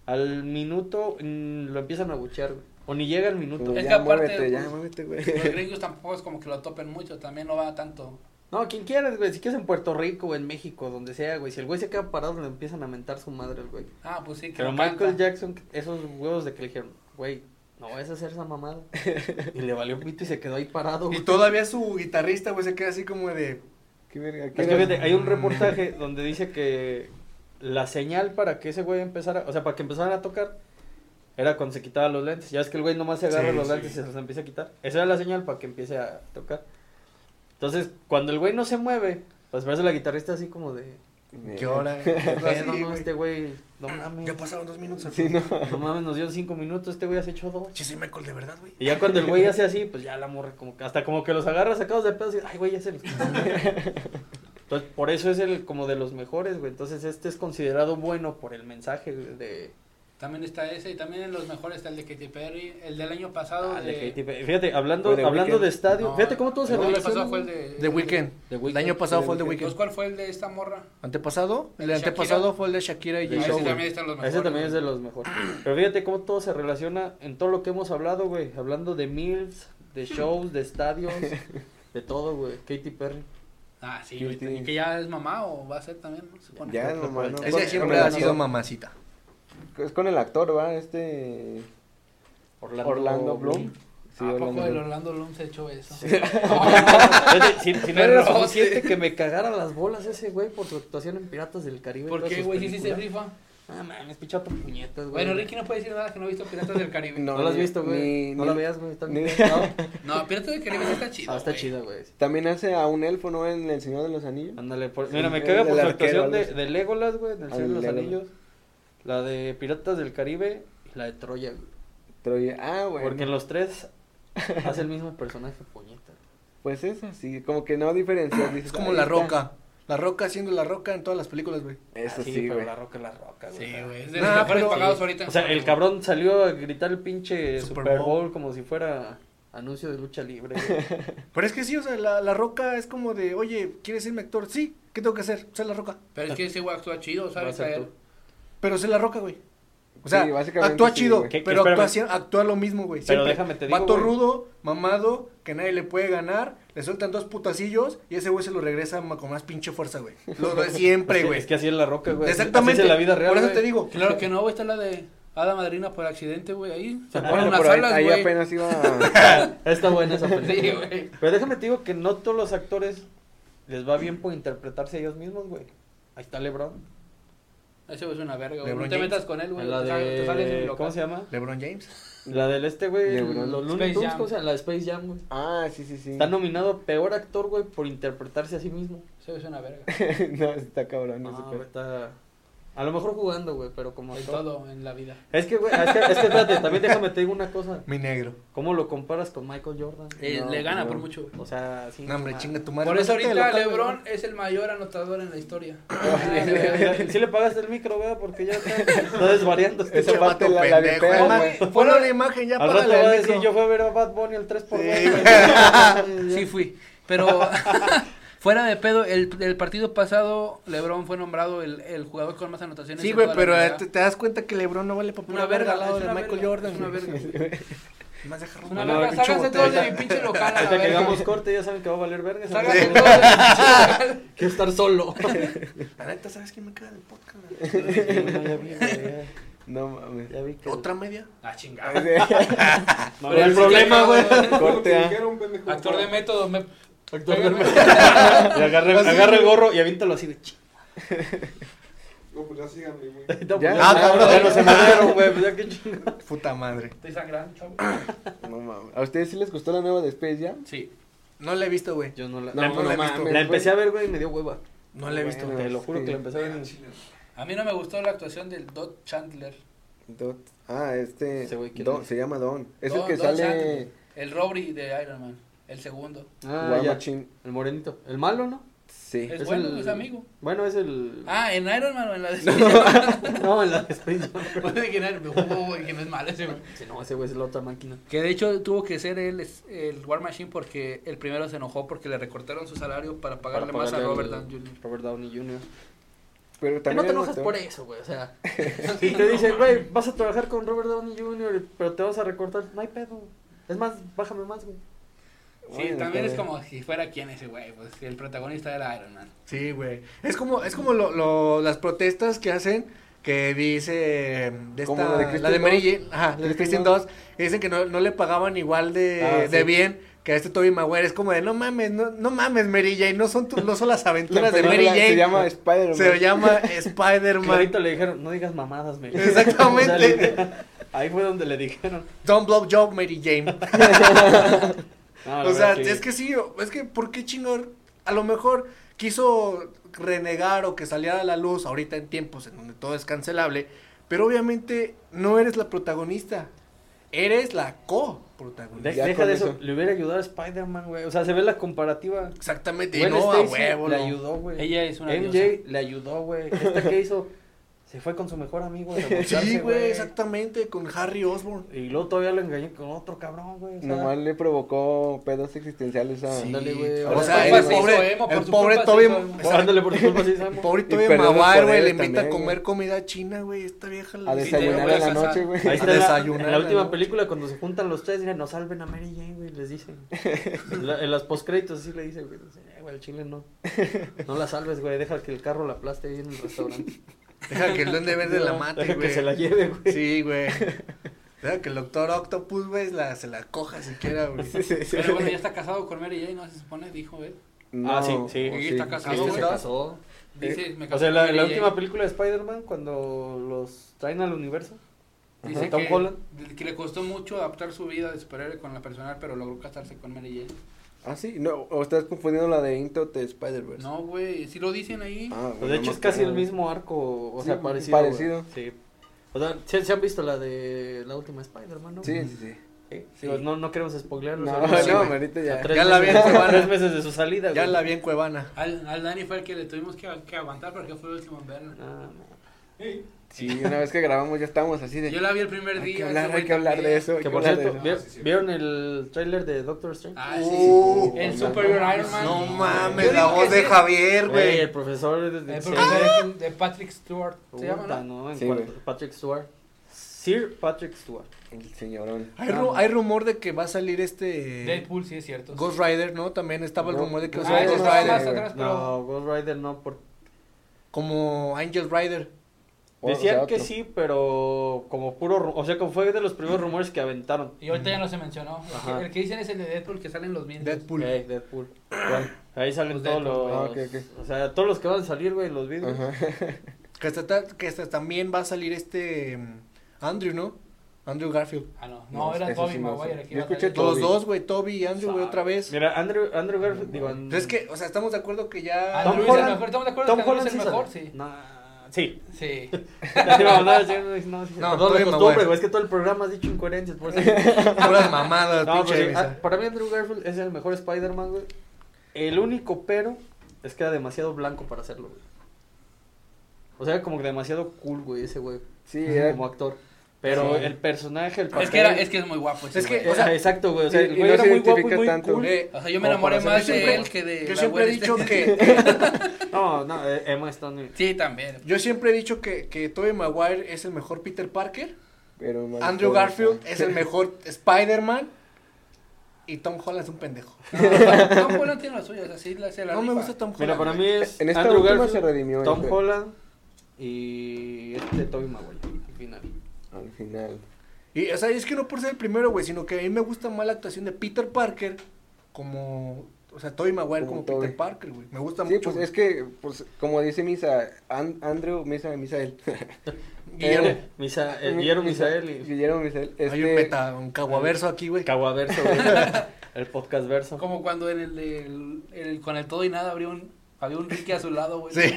al minuto mm, lo empiezan a buchear, güey. O ni llega al minuto.
Pues
Es
ya
que aparte,
muévete, ya
pues,
muévete, güey.
los gringos tampoco es como que lo topen mucho, también no va tanto.
No, quien quieras, güey. Si quieres en Puerto Rico o en México, donde sea, güey. Si el güey se queda parado, le empiezan a mentar su madre al güey.
Ah, pues sí, que
Pero
lo
Michael
canta.
Jackson, esos huevos de que le dijeron, güey, no vas a hacer esa mamada. y le valió pito y se quedó ahí parado,
Y
güey.
todavía su guitarrista, güey, se queda así como de.
Qué verga, qué
Es que
verga.
fíjate, hay un reportaje donde dice que la señal para que ese güey empezara, o sea, para que empezaran a tocar, era cuando se quitaba los lentes. Ya es que el güey nomás se agarra
Sí,
los
sí.
lentes y se los empieza a quitar. Esa era la señal para que empiece a tocar. Entonces, cuando el güey no se mueve, pues parece la guitarrista así como de...
Llora.
"¿Qué pedo,
así,
no,
güey.
este güey, no mames.
Ya pasaron dos minutos.
Sí, no.
No mames, nos dio cinco minutos, este güey hace hecho dos.
Che, soy Michael de verdad, güey.
Y ya cuando el güey hace así, pues ya la morra como que hasta como que los agarra sacados de pedo y ay güey, ya se los quitó". Entonces, por eso es el como de los mejores, güey. Entonces, este es considerado bueno por el mensaje güey, de,
También está ese, y también en los mejores está el de Katy Perry, el del año pasado.
ah, de
de-
Katy Perry. Fíjate, hablando
O de
hablando
Weeknd.
de estadio,
No,
fíjate cómo todo se
El año pasado
relaciona.
fue el
güey.
de...
The Weeknd.
The
El
Weeknd.
año pasado fue el de
Entonces,
Weekend.
¿Cuál fue el de esta morra?
¿Antepasado?
El
El
de
antepasado
Shakira.
fue el de Shakira y
De
J.
ese
Show.
también están los mejores.
Ese también es de los mejores. Pero fíjate cómo todo se relaciona en todo lo que hemos hablado, güey. Hablando de mills, de shows, de estadios, de todo, güey. Katy Perry.
Ah, sí,
Guilty.
y que ya es mamá o va a ser también, ¿no? Se pone.
Ya, no, mano.
Ese
Ese
Con-
siempre
con el
ha sido
actor.
mamacita.
Es con el actor, ¿va? Este... Orlando, Bloom. Sí,
¿A poco
Orlando
el
Bloom.
Orlando Bloom se echó eso?
Fíjate, Si, si no era
Pero,
suficiente
sí.
que me cagara las bolas ese güey por su actuación en Piratas del Caribe. y
¿Por
todas
qué,
sus
güey? Sí, sí se
películas.
rifa.
Ah, mames, pichato puñetas, güey.
Bueno, Ricky no puede decir nada que no ha visto Piratas del Caribe.
No, la has
ni-
visto, güey.
ni-
No
ni-
la veas, güey. Está
ni-
bien.
No, Piratas del Caribe sí está chido.
Ah, está
güey.
chida, güey.
También hace a un elfo, ¿no? En El Señor de los Anillos.
Ándale, por- mira, me
el-
caga por
el
su
arquero,
actuación de,
algo
de Legolas, güey, del
Ah,
Señor de los
Legolas.
Anillos. La de Piratas del Caribe y la de Troya, güey.
Troya. Ah, güey.
Porque en los tres hace el mismo personaje, puñeta.
Pues es así, como que no diferencias. dices,
Es como
"Ahí
la
está".
roca. La roca siendo la roca en todas las películas, güey.
Eso
Ah,
sí,
pero
güey.
La roca, es la roca, güey.
Sí,
Ah.
güey. Es de
Nah,
los mejores
pero-
pagados
sí.
ahorita.
O sea, el cabrón salió a gritar el pinche
Super
Super,
Bowl.
Bowl. como si fuera anuncio de lucha libre. güey.
Pero es que sí, o sea, la, la roca es como de, oye, ¿quieres irme actor? Sí, ¿qué tengo que hacer? Ser la roca.
Pero es que ese güey actúa chido,
Va a
¿sabes?
ser
Él-
tú.
Pero ser la roca, güey. O sea,
Sí, básicamente
actúa
sí,
chido,
güey.
Que- que
pero
espérame.
actúa, así- actúa lo mismo, güey.
Pero
siempre.
déjame te digo,
Vato
güey.
rudo, mamado, que nadie le puede ganar, le sueltan dos putacillos y ese güey se lo regresa ma- con más pinche fuerza, güey. Lo de siempre,
Es que-
güey.
Es que así es la roca, güey. Así-
Exactamente.
Así es la vida real.
Por eso
güey.
te digo.
Claro que no, güey. Está la de Hada Madrina por accidente, güey. Ahí se
Bueno,
ponen unas
pero ahí,
Ah, alas,
ahí
güey.
apenas iba a...
Ah, Está buena esa
Sí,
película.
güey.
Pero déjame te digo que no todos los actores les va bien por interpretarse a ellos mismos, güey. Ahí está LeBron.
Ese güey es una verga, güey.
LeBron
No te
James.
metas con él, güey.
En la
te sale- te sales en
de...
local.
¿Cómo se llama?
LeBron James.
La del este, güey.
LeBron.
Los
Space
Looney Tunes,
Jam.
¿cómo se llama? La de Space Jam, güey.
Ah, sí, sí, sí.
Está nominado a peor actor, güey, por interpretarse a sí mismo.
Ese güey es una verga.
no, está cabrón.
No,
ese pedo.
está... A lo mejor jugando, güey, pero como...
De
todo.
todo en la vida.
Es que, güey, es que, es que espérate, también déjame te digo una cosa.
Mi negro.
¿Cómo lo comparas con Michael Jordan?
Eh,
No,
le gana por
no.
mucho.
O sea, sí.
No, hombre,
ma-
chinga tu madre.
Por eso
Bájate de
ahorita
local,
LeBron es el mayor anotador en la historia. Ah,
Si le pagas el micro, vea, porque ya está, está desvariando. este
Ese
vato.
vato
la- la
pendejo.
vipea,
Además,
güey.
pon una imagen ya
Al
para
rato va a decir,
la
yo fui a ver a Bad Bunny el 3 por 2
Sí,
Sí fui, pero fuera de pedo, el, el partido pasado LeBron fue nombrado el, el jugador con más anotaciones.
Sí,
en
güey,
toda la
pero
NBA.
eh, te, te das cuenta que LeBron no vale para
Una verga,
al lado
es
de
una
Michael
verga,
Jordan.
es una
güey.
verga.
Más deja
Una
No,
verga,
pinche
ságanse
botella.
todos de mi pinche local. a la
Hasta que
verga.
hagamos corte, ya saben que va a valer verga.
Ságanse
Quiero
todos de mi pinche local.
estar solo.
La neta, ¿sabes quién me queda del podcast?
ya vi, güey,
No mames.
ya, ya vi que...
¿Otra media?
Ah, chingada.
No,
Pero
el
sí
problema,
que-
güey.
Corte, ah.
Actor de método, me...
Le
Pégame.
agarra,
Así.
agarra el gorro y avíntalo así de ching.
No, pues ya síganme, güey.
No,
Ya.
pues,
Ah,
ya,
cabrón.
ya no se mandaron, güey. Pues ya que chingada.
Puta madre.
Estoy sangrando, chavo.
No mames. ¿A ustedes sí les gustó la nueva de Space Jam?
Sí.
No la he visto, güey.
Yo no la...
No,
la,
no la he visto.
mames,
la empecé a ver, güey, y me dio hueva.
No la he visto.
Bueno.
Te lo juro
sí.
que la empecé a ver. y-
A mí no me gustó la actuación del Dot Chandler.
Dot. Ah, este.
Ese güey, ¿quién
Don,
es?
se llama Don. Es
Don-
el que
Don
sale.
Sandler. El Robry de Iron Man. El segundo.
Ah,
War
ya.
Machine.
El morenito. El malo, ¿no?
Sí.
Es,
Es
bueno,
el-
es amigo.
Bueno, es el...
Ah, en Iron Man o en la de
No, en la despedida.
Puede que en Iron Man. Oh, güey, que no es malo ese, güey.
Sí, no, ese güey es la otra máquina.
Que de hecho tuvo que ser el, el War Machine porque el primero se enojó porque le recortaron su salario para pagarle
Para
más a
pagarle
Robert
al-
Downey Jr.
Robert Downey Jr.
Pero
Que no
también.
te enojas por eso, güey, o sea. Si te dicen, güey, vas a trabajar con Robert Downey Jr., pero te vas a recortar, no hay pedo. Es más, bájame más, güey.
Sí, también es como si fuera quien ese güey, pues el protagonista era Iron Man.
Sí, güey. Es como, es como lo, lo- las protestas que hacen que dice mm, de
Como
esta-
la de
la
Kristen
de Mary
Dunst.
Jane, ajá, la
La de
de
Kristen
Christine 2, que dicen que no, no le pagaban igual de,
Ah,
de
sí.
bien que a este Toby Maguire. Es como de no mames, no, no mames Mary Jane, no son, tu- no son las aventuras de Mary Jane.
Se llama Spider-Man.
Se llama
Que
Spider-Man.
ahorita le dijeron, no digas mamadas, me.
Exactamente.
O sea, le- ahí fue donde le dijeron.
Don't blow job Mary Jane.
No, la
O sea,
verdad, sí.
es que sí, es que ¿por qué chingar? A lo mejor quiso renegar o que saliera a la luz ahorita en tiempos en donde todo es cancelable, pero obviamente no eres la protagonista, eres la
De-
co-protagonista.
Ya
deja
con
de eso.
eso.
Le hubiera ayudado a Spider-Man, güey. O sea, se ve la comparativa.
Exactamente, y
Gwen
no a
Stacy
huevo.
Le
no.
ayudó, güey.
Ella es una
MJ le ayudó, güey. Esta que hizo, se fue con su mejor amigo. a
Sí,
revolcarse,
güey, exactamente, con Harry Osborn.
Y luego todavía lo engañé con otro cabrón, güey. o sea,
Nomás le provocó pedos existenciales a.
Sí.
Ándale, güey.
O
Ahora
sea,
sí,
el
güey. eh,
pobre,
hizo emo, por
el
su
pobre
culpa se
Toby,
hizo emo.
exacto,
Pues, Ándale por tu culpa, sí,
el
Samo.
pobre
Y
Toby
perdió los
Maguire, güey, le
poderes
invita a
también,
comer comida china, güey, esta vieja.
A
le-
Sí, te
desayunar
voy a
en la
casar.
noche, güey.
Ahí está la,
desayunar,
en la última
¿no?
película cuando se juntan los tres dicen, no salven a Mary Jane, güey, les dicen. La- en las postcréditos sí le dicen, güey, dicen, "Eh, güey, el chile no. No la salves, güey, deja que el carro la aplaste ahí en el restaurante.
Deja que el duende verde la mate,
Deja
güey.
que se la lleve, güey.
Sí, güey. Claro que el doctor Octopus, güey, la, se la coja siquiera, güey.
Pero bueno, ya está casado con Mary Jane, ¿no? Se supone, dijo él.
No,
Ah, sí, sí.
o
Está casado,
Sí,
güey.
se casó.
Dice, me
Eh, O
casé
sea, la,
con
la
Mary
última
Jane.
película de Spider-Man, cuando los traen al universo.
Dice
Ajá, Tom
que,
Holland.
que le costó mucho adaptar su vida de superhéroe con la personal, pero logró casarse con Mary Jane.
Ah, sí. No, o estás confundiendo la de Into de Spider-Verse.
No, güey, si lo dicen ahí.
Ah,
Pues
bueno,
de hecho
no
es casi
creo.
el mismo arco, o
Sí,
sea,
muy
parecido. güey.
parecido.
Sí. O sea, ¿se, se han visto la de la última Spider-Man, ¿no?
Sí, sí, sí.
Sí.
Sí.
Pues no, no queremos spoilearlos.
No,
ahorita,
sí,
no,
güey.
ahorita ya.
Tres
Ya la vi en
meses-
Cuevana.
Tres meses de su salida,
Ya
güey.
la vi en Cuevana.
Al, al Dani fue el que le tuvimos que, que aguantar porque fue el último en verla.
Ah,
Hey,
Sí, una vez que grabamos ya estábamos así de.
Yo la vi el primer
Hay
día.
que
ese
hablar,
güey
hay que hablar de
también.
eso. hay
que
que
por
hablar de
cierto,
eso.
¿vieron,
Ah, sí, sí.
vieron el tráiler de Doctor Strange?
Ah, sí, sí,
Uh,
sí. El
no
Superior
mames.
Iron Man.
No
Yo
mames, la
digo que
voz de
sí.
Javier,
Güey,
güey.
el profesor de, de-
El
sí.
profesor de Patrick Stewart.
Puta,
¿Se llama, no?
¿no? En
Sí,
cuanto-
güey.
Patrick Stewart. Sir Patrick Stewart.
El señorón.
Hay, ru- hay rumor de que va a salir este
Deadpool, sí es cierto.
Ghost Rider, ¿no? También estaba el
No,
rumor de que
no,
va a
Ah,
salir
ese
Ghost
estaba
Rider,
más
Rider.
güey.
atrás, pero...
No, Ghost Rider no. Por...
Como Angel Rider.
O
Decían
sea,
que
otro.
sí, pero como puro. ru- O sea, como fue de los primeros rumores que aventaron.
Y ahorita ya no se mencionó. El
Ajá.
que, el que dicen es el de Deadpool que sale en los miembros.
Deadpool.
Ey, Deadpool. Ahí salen
Los
todos los.
Deadpool,
güey. Ah, ok,
O sea, todos los que van a salir, güey, los videos.
Ajá.
Que hasta, ta- que hasta también va a salir este mm, Andrew, ¿no? Andrew Garfield.
Ah, no. No,
No,
era
ese
Toby
sí no sé.
Maguire. el que iba
Yo
a
escuché
salir.
todo.
Los
Toby.
dos, güey, Toby y Andrew, güey, otra vez.
Mira, Andrew, Andrew Garfield. Digo,
Pero es que, o sea, estamos de acuerdo que ya...
Andrew
Tom
es el
Holland-
mejor. Estamos de acuerdo
Tom
que Andrew
Holland
es el
sí
mejor,
sale.
sí.
Nah, Sí.
Sí.
Ya te iba a mandar, sí, no, no, sí,
No,
perdón, la
todavía me
costumbre,
voy.
güey, Es que todo el programa has dicho incoherencias. Por eso.
Puras mamadas,
No,
pinche
pues sí,
Ibiza.
ah, para mí Andrew Garfield es el mejor Spider-Man, güey. El único pero es que era demasiado blanco para hacerlo, güey. O sea, como que demasiado cool, güey, ese güey.
Sí, era-
Como actor. Pero el personaje, el papel...
Es que, era, es que es muy guapo ese
Es que-
güey.
o sea, exacto, güey. O sea,
y-
el
y
güey
no
era
se
muy guapo, y
identifica
muy
tanto.
cool.
Eh,
O sea, yo me
Como
enamoré
para ser
más
yo
de
siempre-
él que de
yo
la
siempre he
güera este.
dicho
esta.
que
No, no, eh, Emma Stone.
Sí, también.
yo siempre he dicho que que Tobey Maguire es el mejor Peter Parker,
Pero más
Andrew
joven,
Garfield
¿no?
es el mejor Spider-Man y Tom Holland es un pendejo.
No, Tom Holland tiene las suyas, así la, se la
No me
rifa.
gusta Tom Holland.
Mira, para mí
güey.
es
En esta
Andrew
última
Garfield,
se redimió, este.
Tom
güey.
Holland y este Tobey Maguire, al final.
Al final.
Y, o sea, es que no por ser el primero, güey, sino que a mí me gusta más la actuación de Peter Parker como, o sea, Tobey Maguire como,
Como Tobey.
Peter Parker, güey. Me gusta
Sí,
mucho.
pues es que, pues, como dice Misa, An- Andrew, Misa, Misael.
Guillermo,
Eh,
Misa, eh, Guillermo Misael y
Guillermo Misael.
hay
Este,
un meta, un caguaverso aquí, güey.
Caguaverso, güey. El podcast verso.
Como cuando en el, de- el- el- con el todo y nada habría un, había un Ricky a su lado, güey.
Sí.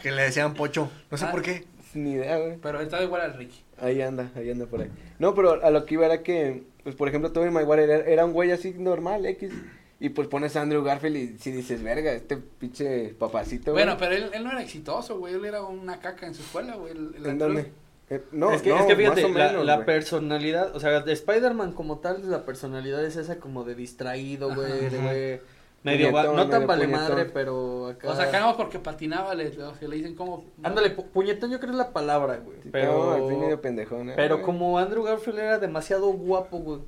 que le decían pocho. No sé
Ah.
por qué.
Ni idea, güey.
Pero estaba igual al Ricky.
Ahí anda, ahí anda por ahí. No, pero a lo que iba era que, pues por ejemplo, Tobey Maguire era, era un güey así normal, X. Y pues pones a Andrew Garfield y si dices, verga, este pinche papacito. güey".
Bueno, pero él, él no era exitoso, güey. Él era una caca en su escuela, güey. el- el
¿En
actor.
dónde? Eh, no,
es que,
no,
es que fíjate,
más o
la-
menos,
la,
güey.
personalidad, o sea, de Spider-Man como tal, la personalidad es esa como de distraído, güey, de
Ajá.
güey, medio, va-
Puñetón,
no tan
medio
vale
puñetón.
madre, pero acá...
O sea, cagamos porque patinaba, le, le, le dicen como...
Ah. Ándale, pu- puñetón yo creo es la palabra, güey,
Sí, no,
pero...
así medio pendejón, eh,
pero
güey.
como Andrew Garfield era demasiado guapo, güey,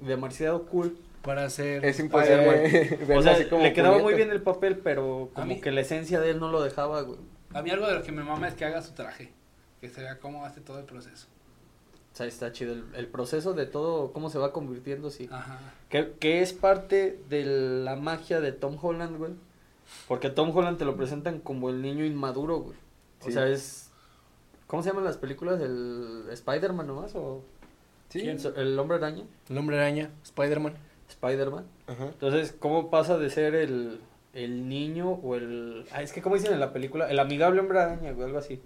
demasiado cool,
Para hacer.
Es
Ah,
imposible.
güey.
verlo
o sea,
así como
le quedaba muy
puñetas.
bien el papel, pero
A
como
mí-
que la esencia de él no lo dejaba, güey.
A mí algo de lo que me mama es que haga su traje. Que se vea cómo hace todo el proceso.
O sea, está chido el, el proceso de todo, cómo se va convirtiendo,
Ah,
sí.
Ajá.
Que, que es parte de la magia de Tom Holland, güey. Porque a Tom Holland te lo presentan como el niño inmaduro, güey. O
Sí.
sea, es... ¿Cómo se llaman las películas? ¿El Spider-Man nomás? ¿O
Sí.
quién? ¿El hombre araña?
El hombre araña, Spider-Man.
Spider-Man.
Ajá.
Entonces, ¿cómo pasa de ser el, el niño o el... Ah, es que ¿cómo dicen en la película? El amigable hombre araña, güey, algo así.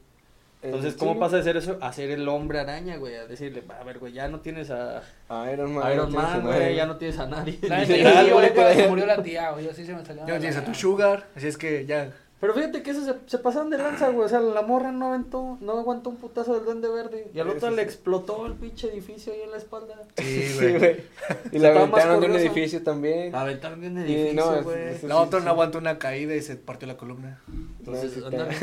Entonces,
Eh,
¿cómo
sí.
pasa de ser eso a ser el hombre araña, güey? A decirle, a ver, güey, ya no tienes a
A Iron Man.
a
no
Iron
tiene su
Man,
madre.
güey, ya no tienes a nadie.
La neta, yo
Literal,
sí
güey.
lloré cuando se murió la tía, güey. Yo sí se me salió.
Ya no
Ah, la
tienes a tu
lágrima.
Sugar. Así es que ya.
Pero fíjate que eso se, se pasaron de lanza, güey. O sea, la morra no aventó, no aguantó un putazo del duende verde. Y al
Eso
otro
sí.
le explotó el pinche edificio ahí en la espalda.
Sí,
Sí,
güey.
güey. Y
Estaba
la
más
aventaron de un
corrioso.
edificio también.
Aventaron de un
Sí,
edificio,
no,
güey.
es- es-
La otra no aguantó una caída y se partió la columna.
Entonces,
sí está.
ándale.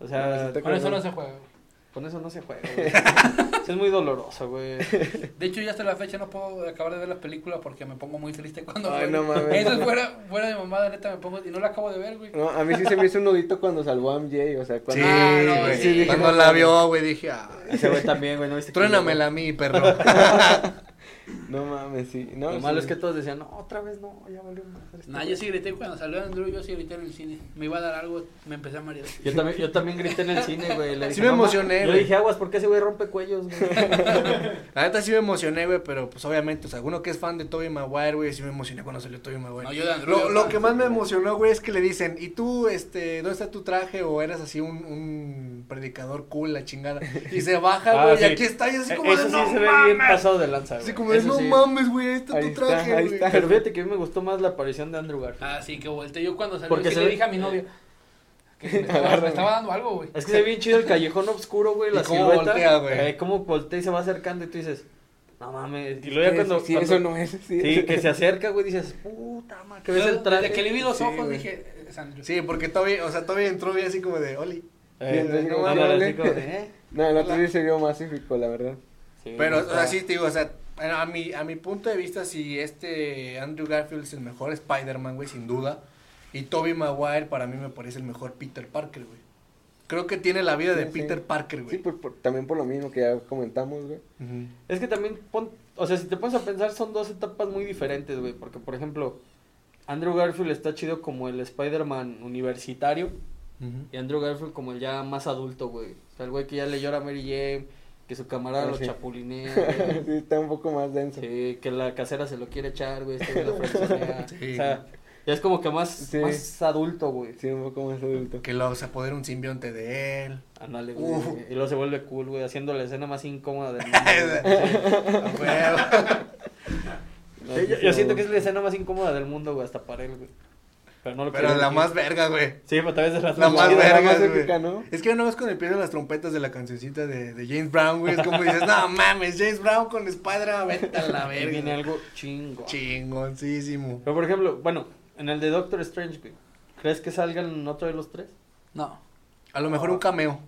O
No, sí
sea,
está
Con eso no este- se juega, güey.
con eso no se juega, güey. Sí, es muy doloroso, güey.
De hecho, ya hasta la fecha no puedo acabar de ver las películas porque me pongo muy triste cuando.
Ay,
veo.
no mames.
Eso es fuera, fuera de mamada, neta, me pongo. Y no la acabo de ver, güey.
No, a mí sí se me hizo un nudito cuando salvó a MJ, o sea,
Sí,
cuando...
Ah, no,
güey.
sí.
Cuando la vio, güey, dije, ah,
Ese güey también, güey, no viste. que-
truénamela a mí, perro.
No mames, sí. No,
Lo malo
sí.
es que todos decían, no, otra vez no, ya valió madre. este
Nah,
güey".
yo sí grité cuando salió Andrew, yo sí grité en el cine. Me iba a dar algo, me empecé a marear.
Yo también, yo también grité en el cine, güey. le
Sí
dije,
me
"No ma-".
emocioné,
Yo
güey.
dije, aguas, ¿por qué ese güey rompe cuellos, güey?
La neta sí me emocioné, güey, pero pues obviamente, o sea, uno que es fan de Tobey Maguire, güey, sí me emocioné cuando salió Tobey Maguire.
No, yo de Andrew,
lo,
yo-
lo que más me emocionó, güey, es que le dicen, ¿y tú, este, dónde está tu traje? O eras así un, un predicador cool, la chingada. Y se baja,
Ah,
güey,
sí.
y aquí está, y así como
Eso
de,
sí
no
se ve
mames.
bien pasado de lanza, güey.
Así como de,
Eso
no
sí.
mames, güey, ahí está
Ahí
tu
está,
traje,
ahí
güey.
está.
Pero fíjate que a mí me gustó más la aparición de Andrew Garfield.
Ah, sí, que volteé. Yo cuando salió,
Porque
sí
se
le
ve-
dije a mi novio que me estaba, me estaba dando algo, güey.
Es que se ve bien chido el callejón oscuro, güey,
¿Y
la
cómo
silueta.
voltea, güey?
Eh, cómo voltea y se va acercando y tú dices, no mames. Y luego ya
Sí,
cuando...
sí,
cuando-
eso no es. Sí,
Sí, que se acerca, güey, dices, puta madre, que ves
Yo,
el traje. Eh,
Desde que le vi los
Sí,
ojos,
güey.
dije, "Es Andrew".
Sí, porque Tobey, o sea, Tobey entró bien así como de, Oli.
Eh,
Sí, sí,
no,
sí,
no,
sí,
no,
sí.
así como de, eh.
No, el otro día se vio más épico, la verdad.
Sí,
Pero, o
está-
sea, sí, te digo, o sea, a mi, a mi punto de vista, si este Andrew Garfield es el mejor Spider-Man, güey, sin duda. Y Tobey Maguire para mí me parece el mejor Peter Parker, güey. Creo que tiene la vida de
Sí, sí.
Peter Parker, güey.
Sí, pues, por- por- también por lo mismo que ya comentamos, güey.
Ujú.
Es que también, pon, o sea, si te pones a pensar, son dos etapas muy diferentes, güey. Porque, por ejemplo, Andrew Garfield está chido como el Spider-Man universitario y Andrew Garfield como el ya más adulto, güey. O sea, el güey que ya le llora a Mary Jane, que su camarada
Ah,
lo
sí.
chapulinea, güey.
sí, está un poco más denso.
Sí, que la casera se lo quiere echar, güey. este güey lo fraccionea.
Sí.
O sea, Ya es como que más,
Sí.
más adulto, güey.
Sí, un poco más adulto.
Que lo se apodera un simbionte de él.
Ándale, güey.
Uf.
Y luego se vuelve cool, güey, haciendo la escena más incómoda del mundo. güey.
A huevo.
No,
Sí,
sí,
yo,
sí,
yo
no,
siento que
güey.
es la escena más incómoda del mundo, güey, hasta para él, güey. Pero no lo
Pero
quiero
la
decir.
más verga, güey.
Sí, pero tal vez es la,
La
más
más
la
verga,
más
güey.
épica, ¿no?
Es que una vez cuando empiezan las trompetas de la cancioncita de, de James Brown, güey, es como dices, no mames, James Brown con espadra, vete a la
Ahí viene
verga.
algo chingo.
Chingoncísimo.
Pero por ejemplo, bueno, en el de Doctor Strange, güey. ¿Crees que salgan otro de los tres?
No,
A lo mejor un cameo.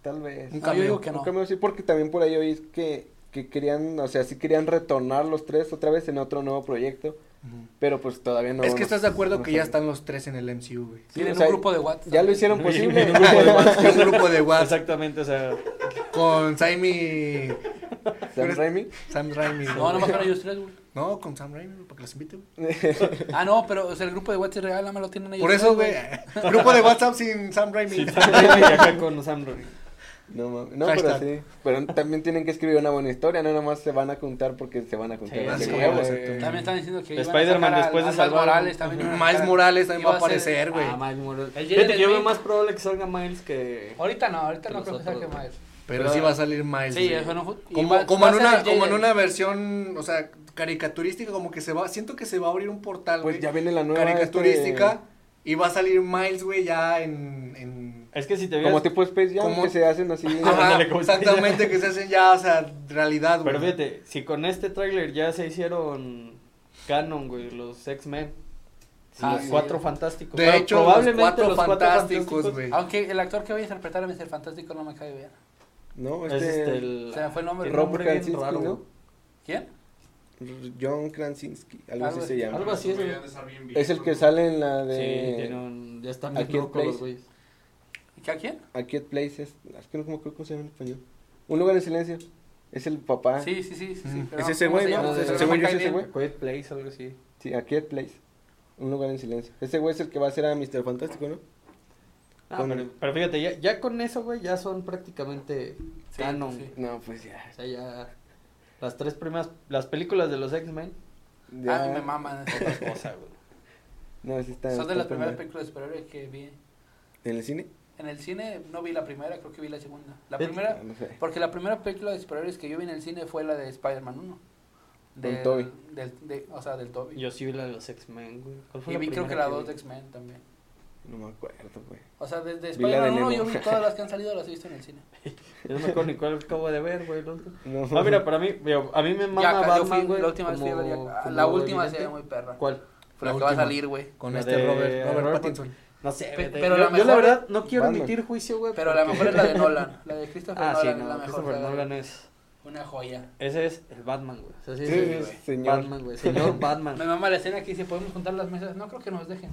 Tal vez.
Un
no, yo digo
cameo.
que no.
Un cambio sí, porque también por ahí oí que, que querían, o sea, sí querían retornar los tres otra vez en otro nuevo proyecto,
Ujú.
pero pues todavía no.
es que
no-
estás de acuerdo
no
que ya
salió.
están los tres en el MCU, güey.
Sí,
Tienen
o sea,
un grupo de WhatsApp.
Ya lo hicieron posible.
En un grupo de WhatsApp.
Un grupo de WhatsApp
Exactamente, o sea,
con Saimi.
Sam Raimi.
Sam Raimi.
No, nomás
güey.
para ellos tres, güey.
No, con Sam Raimi, güey, para que los invite, güey.
Ah, no, pero o sea, el grupo de WhatsApp real nada más lo tienen ellos.
Por eso, güey. Grupo de WhatsApp sin Sam Raimi.
sí, Sam Raimi y acá con Sam Raimi.
No, mames, no
Hashtag.
pero sí. Pero también tienen que escribir una buena historia, no nomás se van a juntar porque se van a
Sí,
juntar.
así
Sí,
como
güey.
exacto.
También están diciendo que. iban a
Spider-Man
sacar a-
después de
a Miles
salvar-
Morales también. iban a
Miles
sacar-
Morales también
iba
va a
ser-
aparecer, güey.
Ah, Miles Morales.
El
Fíjate que yo veo
Smith.
más probable que salga Miles que...
Ahorita no, ahorita no
Los
creo que
otros,
saque
güey.
más.
Pero sí va a salir Miles.
Sí,
güey.
eso no fue- y
Como,
va-
como
va a
en
ser
una,
el
como en
Jaden.
una versión, o sea, caricaturística, como que se va, siento que se va a abrir un portal, güey.
Pues ya viene la nueva.
caricaturística.
este,
Y va a salir Miles, güey, ya en... en...
Es que si te
como
vieras...
tipo Space Jam,
Como-
que se hacen así.
Ajá,
ándale, como-
exactamente, que se hacen ya, o sea, realidad, güey.
Pero fíjate, si con este tráiler ya se hicieron canon, güey, los X-Men. Sí,
Ah,
los
sí.
cuatro fantásticos.
De
Bueno,
hecho, los cuatro fantásticos, güey.
Aunque el actor que voy a interpretar a Mr. Fantástico no me cae bien.
No,
Es este,
este.
el...
Se me fue el nombre.
Tiene un nombre bien
Krasinski,
raro,
¿no?
güey.
¿Quién?
John Krasinski, algo
Algo
así se
así.
llama.
Algo así es, güey.
Es el que sale en la de.
Sí, tiene un... Ya están bien
Aquí el
locos los
Place.
güeyes.
¿Y ¿A quién?
Aquí at Places. Es que no como creo que se llama en español. Un lugar en silencio. Es el papá.
Sí, sí, sí. sí, sí,
Mm.
Ah.
pero
Es
no,
ese
¿cómo
güey,
se
¿no?
llama?
Ese-
Pero
según
me
yo
cae
es ese
bien.
güey.
Quiet Place, algo así.
Sí, aquí at Place. Un lugar en silencio. Ese güey es el que va a ser a Mr. Fantástico, ¿no?
Ah,
Con-
pero, pero fíjate, ya, ya con eso, güey, ya son prácticamente
Sí,
canon.
sí.
No, pues ya.
O sea, ya las tres primeras, las películas de los X-Men,
ya.
Ah, me maman.
otra cosa, güey.
No, sí está.
Son de las
está
primeras
con-
películas de superhéroes que vi.
¿En el cine?
En el cine no vi la primera, creo que vi la segunda. La
Vete.
primera,
Ah, no sé.
porque la primera película de superhéroes que yo vi en el cine fue la de Spider-Man 1. Del,
Tobey.
Del, de- o sea, del Toby.
Yo sí vi la de los X-Men, güey. ¿Cuál fue
y vi creo que
primera
la 2
vi?
de X-Men también.
No me acuerdo, güey.
O sea, desde
Vi la de
Spider-Man 1
Lego.
yo vi todas las que han salido, las he visto en el cine.
Yo no me acuerdo ni cuál acabo de ver, güey. la otra.
No.
Ah, mira, para mí, digo, a mí me mama
Ya, yo fui,
Batman, güey.
la última vez fui a ver
como-
ya-
como
La última se
evidente.
ve muy perra.
¿Cuál?
Fue
La
la, que va a
última.
salir, güey.
Con
La
este
de
Robert, Robert
Robert
Pattinson.
No sé,
Pe-
vete,
pero
yo,
la
yo la
mejor-
verdad no quiero
Batman.
emitir juicio, güey.
Pero la
porque-
mejor es la de Nolan. La de Christopher
Ah, sí,
Nolan es la
no,
mejor.
Christopher
saga.
Nolan es...
Una joya.
Ese es el Batman, güey. O sea, sí,
Sí,
sí,
sí,
sí,
señor.
Batman, güey. Señor Batman.
Me mama la escena que dice, podemos juntar las mesas. No creo que nos dejen.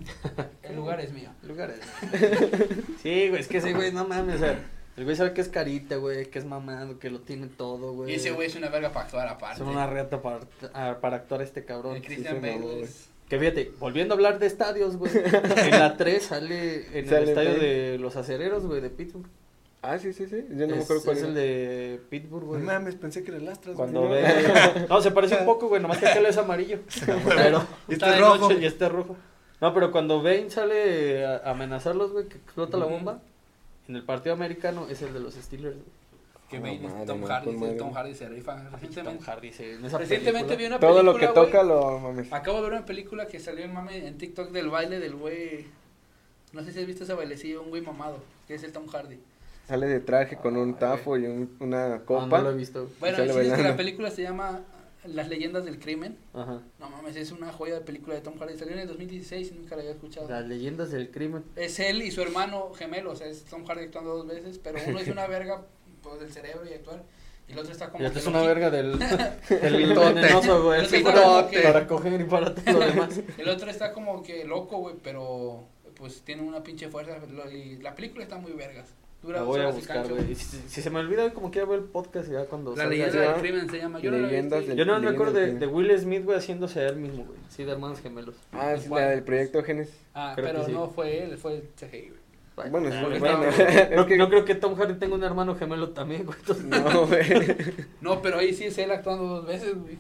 El lugar es mío.
lugares. sí, güey, es que ese güey, no mames, o sea, el güey sabe que es carita, güey, que es mamado, que lo tiene todo, güey.
Y ese güey es una verga para actuar aparte.
Es una reta para, a- para actuar este cabrón.
El Christian
sí se mamó,
Bale
güey.
es-
Que fíjate, volviendo a hablar de estadios, güey. En la 3 sale en
Sale
el estadio
Bale.
de los acereros, güey, de Pittsburgh.
Ah, sí, sí, sí. Yo no me
es,
acuerdo cuál
es
era.
el de Pittsburgh,
No
güey.
mames, pensé que le lastras, güey.
Cuando ve. No, se parece un poco, güey, nomás que aquel es amarillo. Pero.
Y
está
este
de
rojo.
noche Y este rojo. No, pero cuando Bane sale a amenazarlos, güey, que explota la
Ujú.
bomba, en el partido americano es el de los Steelers, güey.
Que
Ah,
Bane es
madre,
Tom
no,
Hardy.
con madre.
Tom Hardy se rifa.
Tom
Recientemente,
Hardy se- en esa
recientemente vi
película.
una película.
Todo lo que
güey. Ah.
toca lo mames.
Acabo de ver una película que salió en mame en TikTok del baile del güey. No sé si has visto ese bailecillo, un güey mamado, que es el Tom Hardy.
Sale de traje con un
Ah,
Ay,
tafo y un- una
Ah,
copa.
no lo he visto. güey.
Bueno,
sale
el chiste es que la
bailando.
película se llama eh, Las leyendas del crimen.
Ajá.
No mames, es una joya de película de Tom Hardy. Salió en el 2016 y nunca la había escuchado.
Las leyendas del crimen.
Es él y su hermano gemelo, o sea, es Tom Hardy actuando dos veces, pero uno es una verga pues, del cerebro y actual, y el otro está como...
Y esta
que
es
lo
una
qui-
verga del. del
Pitote.
venenoso, güey.
El
sí, para,
pitote.
para coger y para todo lo demás.
El otro está como que loco, güey, pero pues tiene una pinche fuerza, lo- y la película está muy vergas. Dura
La
dos
voy a
horas y
buscar,
cacho.
güey. Y Si, si se me olvida, como quiera ver el podcast ya cuando.
La
salga,
leyenda
ya-
del crimen se llama. Yo no la he
Leyendas
visto.
del-
Yo no me
Leyenda
acuerdo
del
de,
crimen.
de Will Smith, güey, haciéndose a él mismo, güey. Sí, de hermanos gemelos.
Ah, sí,
¿Cuál?
la del proyecto Genes.
Ah,
creo
pero
que sí.
no fue él, fue el CGI, güey.
Bueno, sí,
Ah,
bueno.
no,
Es
no,
que-
no creo que Tom Hardy tenga un hermano gemelo también, güey. entonces-
No, güey.
No, pero ahí sí es él actuando dos veces, güey.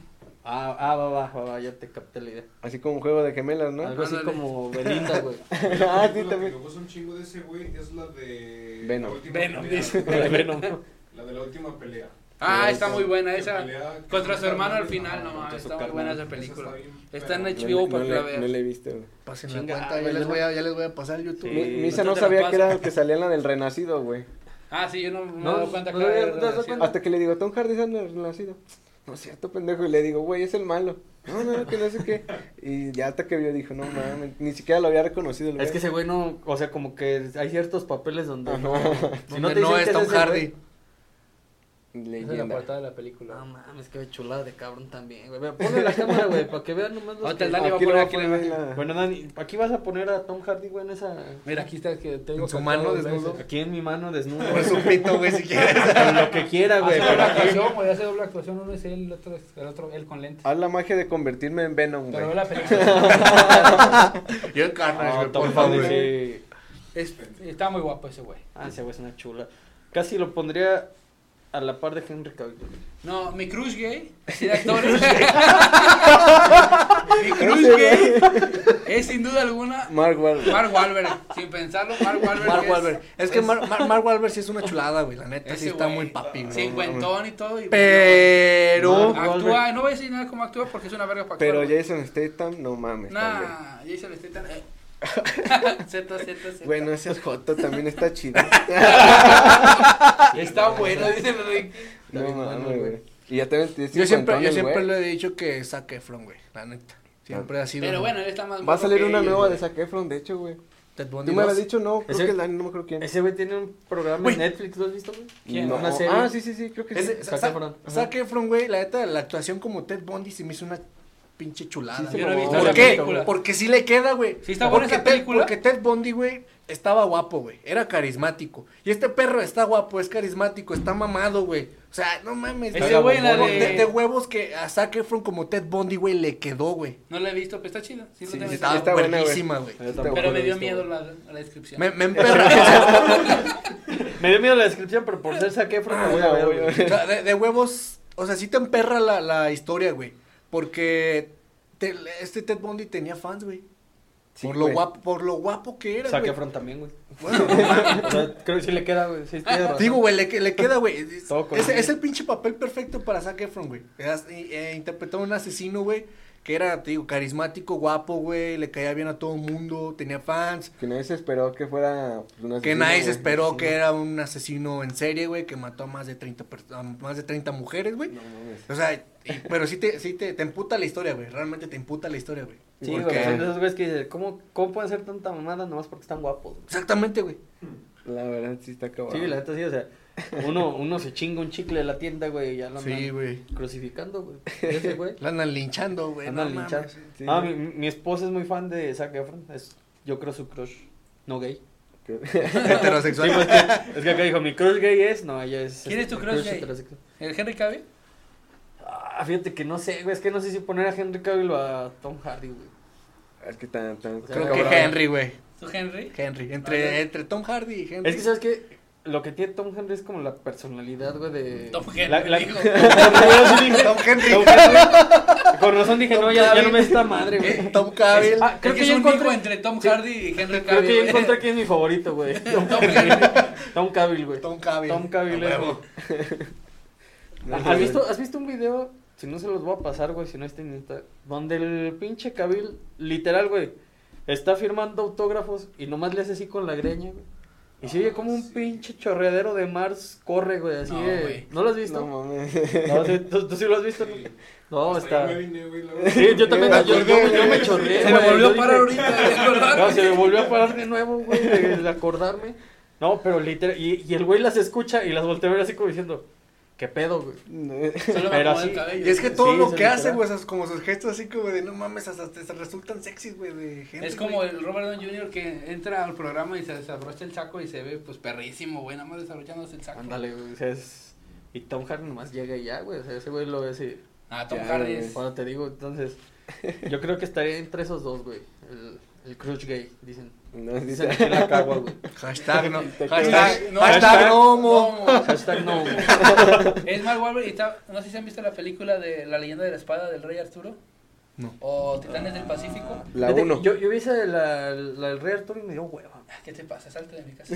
Ah, ah, va, va, va, va, ya te capté la idea.
Así como un juego de gemelas, ¿no?
Algo así
Ándale.
como Belinda, güey.
ah, sí,
La que
también.
me gusta un chingo de ese güey es la de.
Venom.
la última
Venom,
pelea.
dice.
Pero Venom.
La de la última pelea.
Ah,
Sí,
está
esa-
muy buena
que
esa.
pelea- que
Contra su
pelea
hermano al
con-
final, no
ah,
mames,
contra su
está muy
carnal.
buena esa
Esa
película.
está bien
Está en
perra.
No,
HBO
le- no
para que
le,
la
no
veas.
le he visto. güey.
Pasen la
Chinga,
cuenta, ya
güey,
les,
no.
voy a, ya les voy a pasar el YouTube.
Sí.
Mi- Misa
no
no
te la
sabía
paso.
que era el que salía en la del renacido, güey.
Ah, sí, yo no me he
No,
dado cuenta
no
que
te-
era
no
de
te das
relación.
cuenta.
Hasta que le digo, Tom Hardy es el renacido. No es cierto, pendejo. Y le digo, güey, es el malo. No, no, que no sé qué. Y ya hasta que vio, dijo, no mames, ni siquiera lo había reconocido. el
Es que
güey.
ese güey no, o sea, como que hay ciertos papeles donde
Ajá.
no.
Donde
Si no te
no
dicen
es
que
Tom
ese
Hardy.
Esa es la
Leyenda.
portada de la película.
No mames, qué chulada de cabrón también, güey. Mira, Ponle la cámara, güey, para que vean nomás los
Ahorita
que-
el Dani va a
Aquí lo voy
poner
a
aquí la
poner en
imagen.
la-
Bueno, Dani, aquí vas a poner a Tom Hardy, güey, en esa...
Mira, aquí está que tengo
En su
cortado
mano
dos
desnudo.
veces.
Aquí en mi mano desnudo.
Pues un pito, güey, si quieres.
Con lo que quiera, güey.
Hace doble
pero-
actuación, güey, hace doble actuación, uno es él, el otro es el otro él con lentes.
Haz la magia de convertirme en Venom,
Pero ve
güey.
la película.
Yo en carnage,
No,
güey,
Tom
por
Hardy,
favor.
sí.
Es- está muy guapo ese güey.
Ah, ese güey es una chula. Casi lo pondría a la par de Henry Cavill.
No, mi crush gay, así de actores. este. mi crush
Ese
gay es sin duda alguna
Mark Wahlberg.
Mark Wahlberg. Sin pensarlo, Mark Wahlberg.
Mark
es
Wahlberg. Es que Mar- Mar- Mark Wahlberg sí es una chulada, güey, la neta. Sí
ese
está
güey,
muy papi, güey.
Cincuentón y todo. y-
Pero...
Mark
Actúa,
Wahlberg.
no voy a decir nada cómo actúa porque es una verga para
Pero
actuar.
Jason Statham, no mames. también.
Nah, Jason Statham. eh. Z, Z, Z.
Bueno, ese Joto también está chido.
Está bueno, dice el Ricky.
no
bien bueno,
mames,
güey.
güey. Y ya también tienes
Yo siempre, yo
cincuentones,
siempre
güey.
le he dicho que Zac Efron, güey, la neta. Siempre ha sido...
Pero bueno, él está más
Va a
guapo
salir
que
una
ellos,
nueva de
güey.
Zac Efron, de hecho, güey.
Ted Bundy
Tú me habías
dos.
dicho, no, creo
Ese-
que el Dani, no me acuerdo quién.
Ese güey tiene un programa
Güey.
en Netflix, ¿lo has visto, güey?
¿Quién?
No.
Una serie.
Ah, sí, sí, sí, creo que sí.
Ese-
Zac
Zac
Efron. Ajá.
Zac Efron, güey, la neta, la actuación como Ted Bundy se me hizo una pinche chulada. güey.
Sí,
Yo no he
No,
visto
¿Por
esa
qué?
película.
Porque sí le queda, güey.
Sí está buena
Porque
esa
Ted-
película.
Porque Ted Bundy, güey, estaba guapo, güey. Era carismático. Y este perro está guapo, es carismático, está mamado, güey. O sea, no mames.
Ese
Este güey,
güey, la
de...
de-
de huevos que a Zac Efron como Ted Bundy, güey, le quedó, güey.
No la he visto, pero está chida. Sí,
Sí, sí,
la tengo que ver.
Estaba
está buena, güey.
buenísima, güey.
Yo tampoco
Pero
lo he
me dio
visto,
miedo
güey.
la, la descripción.
Me, me emperra.
Me dio miedo la descripción, pero por ser Zac Efron la voy a ver, güey.
O sea, de, de huevos, o sea, sí te emperra la, la historia, güey. Porque te- este Ted Bundy tenía fans, güey.
Sí,
por, lo
güey.
guapo, por lo guapo que era,
Zac
güey.
Efron también, güey.
Bueno,
O sea, creo que sí le queda, güey. Sí, tiene razón.
digo, güey, le, que- le queda, güey. Es,
Todo con
es-
él.
es el pinche papel perfecto para Zac Efron, güey. Era- eh, interpretaba a un asesino, güey, que era, te digo, carismático, guapo, güey. Le caía bien a todo el mundo, tenía fans.
Que nadie se esperó que fuera pues, una
Que nadie se esperó que era un asesino en serie, güey, que mató a más de 30, pers- a más de 30 mujeres, güey.
No mames.
O sea, y- pero sí te, sí te, te emputa la historia, güey. Realmente te emputa la historia, güey.
Sí,
¿Por
güey.
qué?
Son de esos güeyes que dicen, ¿cómo, ¿cómo pueden ser tanta mamada nomás porque están guapos? güey?
Exactamente, güey.
La verdad sí está acabado.
Sí, la neta sí, o sea, uno, uno se chinga un chicle de la tienda, güey, y ya lo andan
Sí, güey.
crucificando, güey. Y Ese güey.
La andan linchando, güey.
Andan
no mames.
linchando.
Sí.
Ah, mi, mi esposa es muy fan de Zac Efron. Es, yo creo su crush. No gay. Sí,
Heterosexual.
pues, es, que, es que acá dijo, mi crush gay es. No, ella es. este,
¿Quién es tu crush gay?
heterosexual.
¿El Henry Cavill?
Ah, fíjate que no sé, güey. Es que no sé si poner a Henry Cavill o a Tom Hardy, güey.
Es que tan, tan.
Creo
Cabrón.
que Henry, güey.
¿Tú Henry?
Henry.
No, no.
Entre, entre Tom Hardy y Henry.
Es que, ¿sabes qué? Lo que tiene Tom Henry es como la personalidad, güey, de.
Tom Henry,
La- la-
digo.
Yo sí dije,
Tom Henry.
Tom Henry. Con razón dije,
Tom
no, ya, ya no
Hardy.
me está madre, güey.
Eh, Tom Cavill.
Ah, creo
El
que
es
yo
un
encontré-
hijo entre Tom
Sí.
Hardy y Henry
Creo
Cavill.
que ya
güey.
encontré quién es mi favorito, güey. Tom Cavill. Tom Cavill, güey.
Tom Cavill.
Tom Cavill,
A
eh.
huevo.
¿Has visto, ¿Has visto un video? Si no se los voy a pasar, güey, si no está en Insta, Donde el pinche Cavill, literal, güey, está firmando autógrafos y nomás le hace así con la greña, güey. Y se oye como un pinche chorreadero de Mars corre, güey, así
Ah, No,
de-
güey.
¿No lo has visto?
No
No,
mames.
sí, ¿tú, tú sí lo has visto?
Sí.
No,
Hasta
está...
yo me vine, güey, la
Sí,
verdad.
yo también,
Me
yo,
acordé,
yo- yo me
güey.
chorreé,
Se
güey,
me volvió
yo
a parar
dije-
ahorita, ¿de verdad?
No, se me volvió a parar de nuevo, güey, de, de acordarme. No, pero literal, y, y el güey las escucha y las voltea a ver así como diciendo, ¿qué pedo, güey?
Solo me
Pero
acomodo el
así-
cabello.
Y es que todo
Sí,
lo
se
que
le
hace,
queda.
güey, esas- como sus gestos así como de no mames, hasta te resultan sexys, güey, de Henry.
Es como
güey.
el Robert Downey Jr. que entra al programa y se desabrocha el saco y se ve pues perrísimo, güey, nada más desabrochándose el saco.
Ándale, güey, o sea, es... Y Tom Hardy nomás llega y ya, güey, o sea, ese güey lo ve así,
Ah, Tom
Ya,
Hardy
güey.
es...
cuando te digo, entonces, yo creo que estaría entre esos dos, güey, el, el crush gay, dicen.
No, sí
Dicen
está-
aquí la cagua, güey.
Hashtag no.
Te-
Hashtag,
No,
hashtag
hashtag
no, mo.
No, mo.
Hashtag no, güey.
Es Mark Wahlberg y está, no sé si han visto la película de La leyenda de la espada del rey Arturo.
No.
O Titanes del Pacífico.
La
Fíjate,
1.
Yo, yo vi esa de la, la del Rey Arturo y me dio hueva.
Ah, ¿Qué te pasa? Salte de mi casa.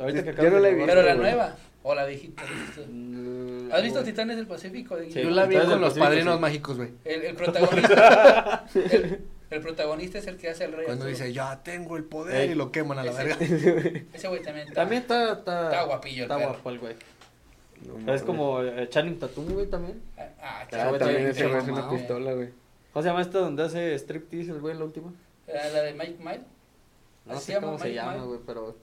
Ahorita que
Yo
acabas
no
de
la he
grabar.
Pero la
güey.
nueva o la viejita. dices tú.
Mm,
¿Has visto
güey.
Titanes del Pacífico?
Sí.
Yo la vi
Entonces,
con los
sí,
padrinos
sí.
mágicos, güey.
El, el protagonista. el, el protagonista es el que hace al rey.
Cuando
Arturo.
dice, ya tengo el poder
Ey.
y lo queman a la
Ese-
verga.
Ese güey también. está-
También está... Está,
Está guapillo el
Está
perro.
guapo el güey.
No
Es
mames.
como eh, Channing Tatum, güey, también.
Ah,
Ah,
güey,
también
también
ese güey es una
mamado.
pistola, güey.
¿Cómo se llama esta donde hace striptease el güey, la última?
Ah, La de Mike Mile.
No
Así
sé
se llama
cómo se
Mike
llama,
Mike.
güey, pero...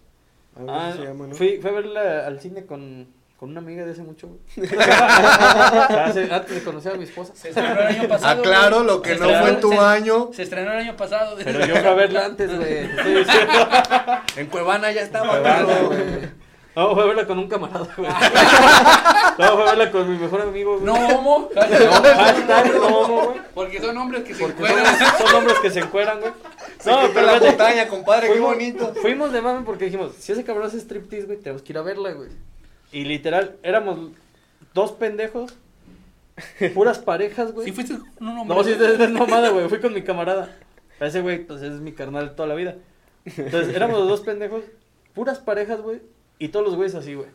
Algo
Ah,
así se llama, ¿no?
fui, fui a verla al cine con, con una amiga de hace mucho, güey. O sea, hace- antes de conocer a mi esposa.
Se estrenó el año pasado.
Aclaro
güey.
lo que
Se
no
estrenó-
fue en tu
se-
año.
Se estrenó el año pasado.
Pero yo fui a verla antes, güey. te estoy diciendo,
En Cuevana ya estaba,
güey,
perro.
güey. No, fue a verla con un camarada, güey. No, fue a verla con mi mejor amigo, güey.
No homo.
No, hashtag no, no, güey.
Porque son hombres que se
Porque
encuentran.
son, son hombres que se encueran, güey. No,
Pero la
fíjate,
montaña, compadre, qué
fuimos-
bonito.
Fuimos de mame porque dijimos, si ese cabrón hace striptease, güey, tenemos que ir a verla, güey. Y literal, éramos dos pendejos, puras parejas, güey.
Si fuiste un hombre.
No, sí, es, es mamada, güey. Fui con mi camarada. Ese güey, pues es mi carnal toda la vida. Entonces, éramos los dos pendejos, puras parejas, güey. Y todos los güeyes así, güey.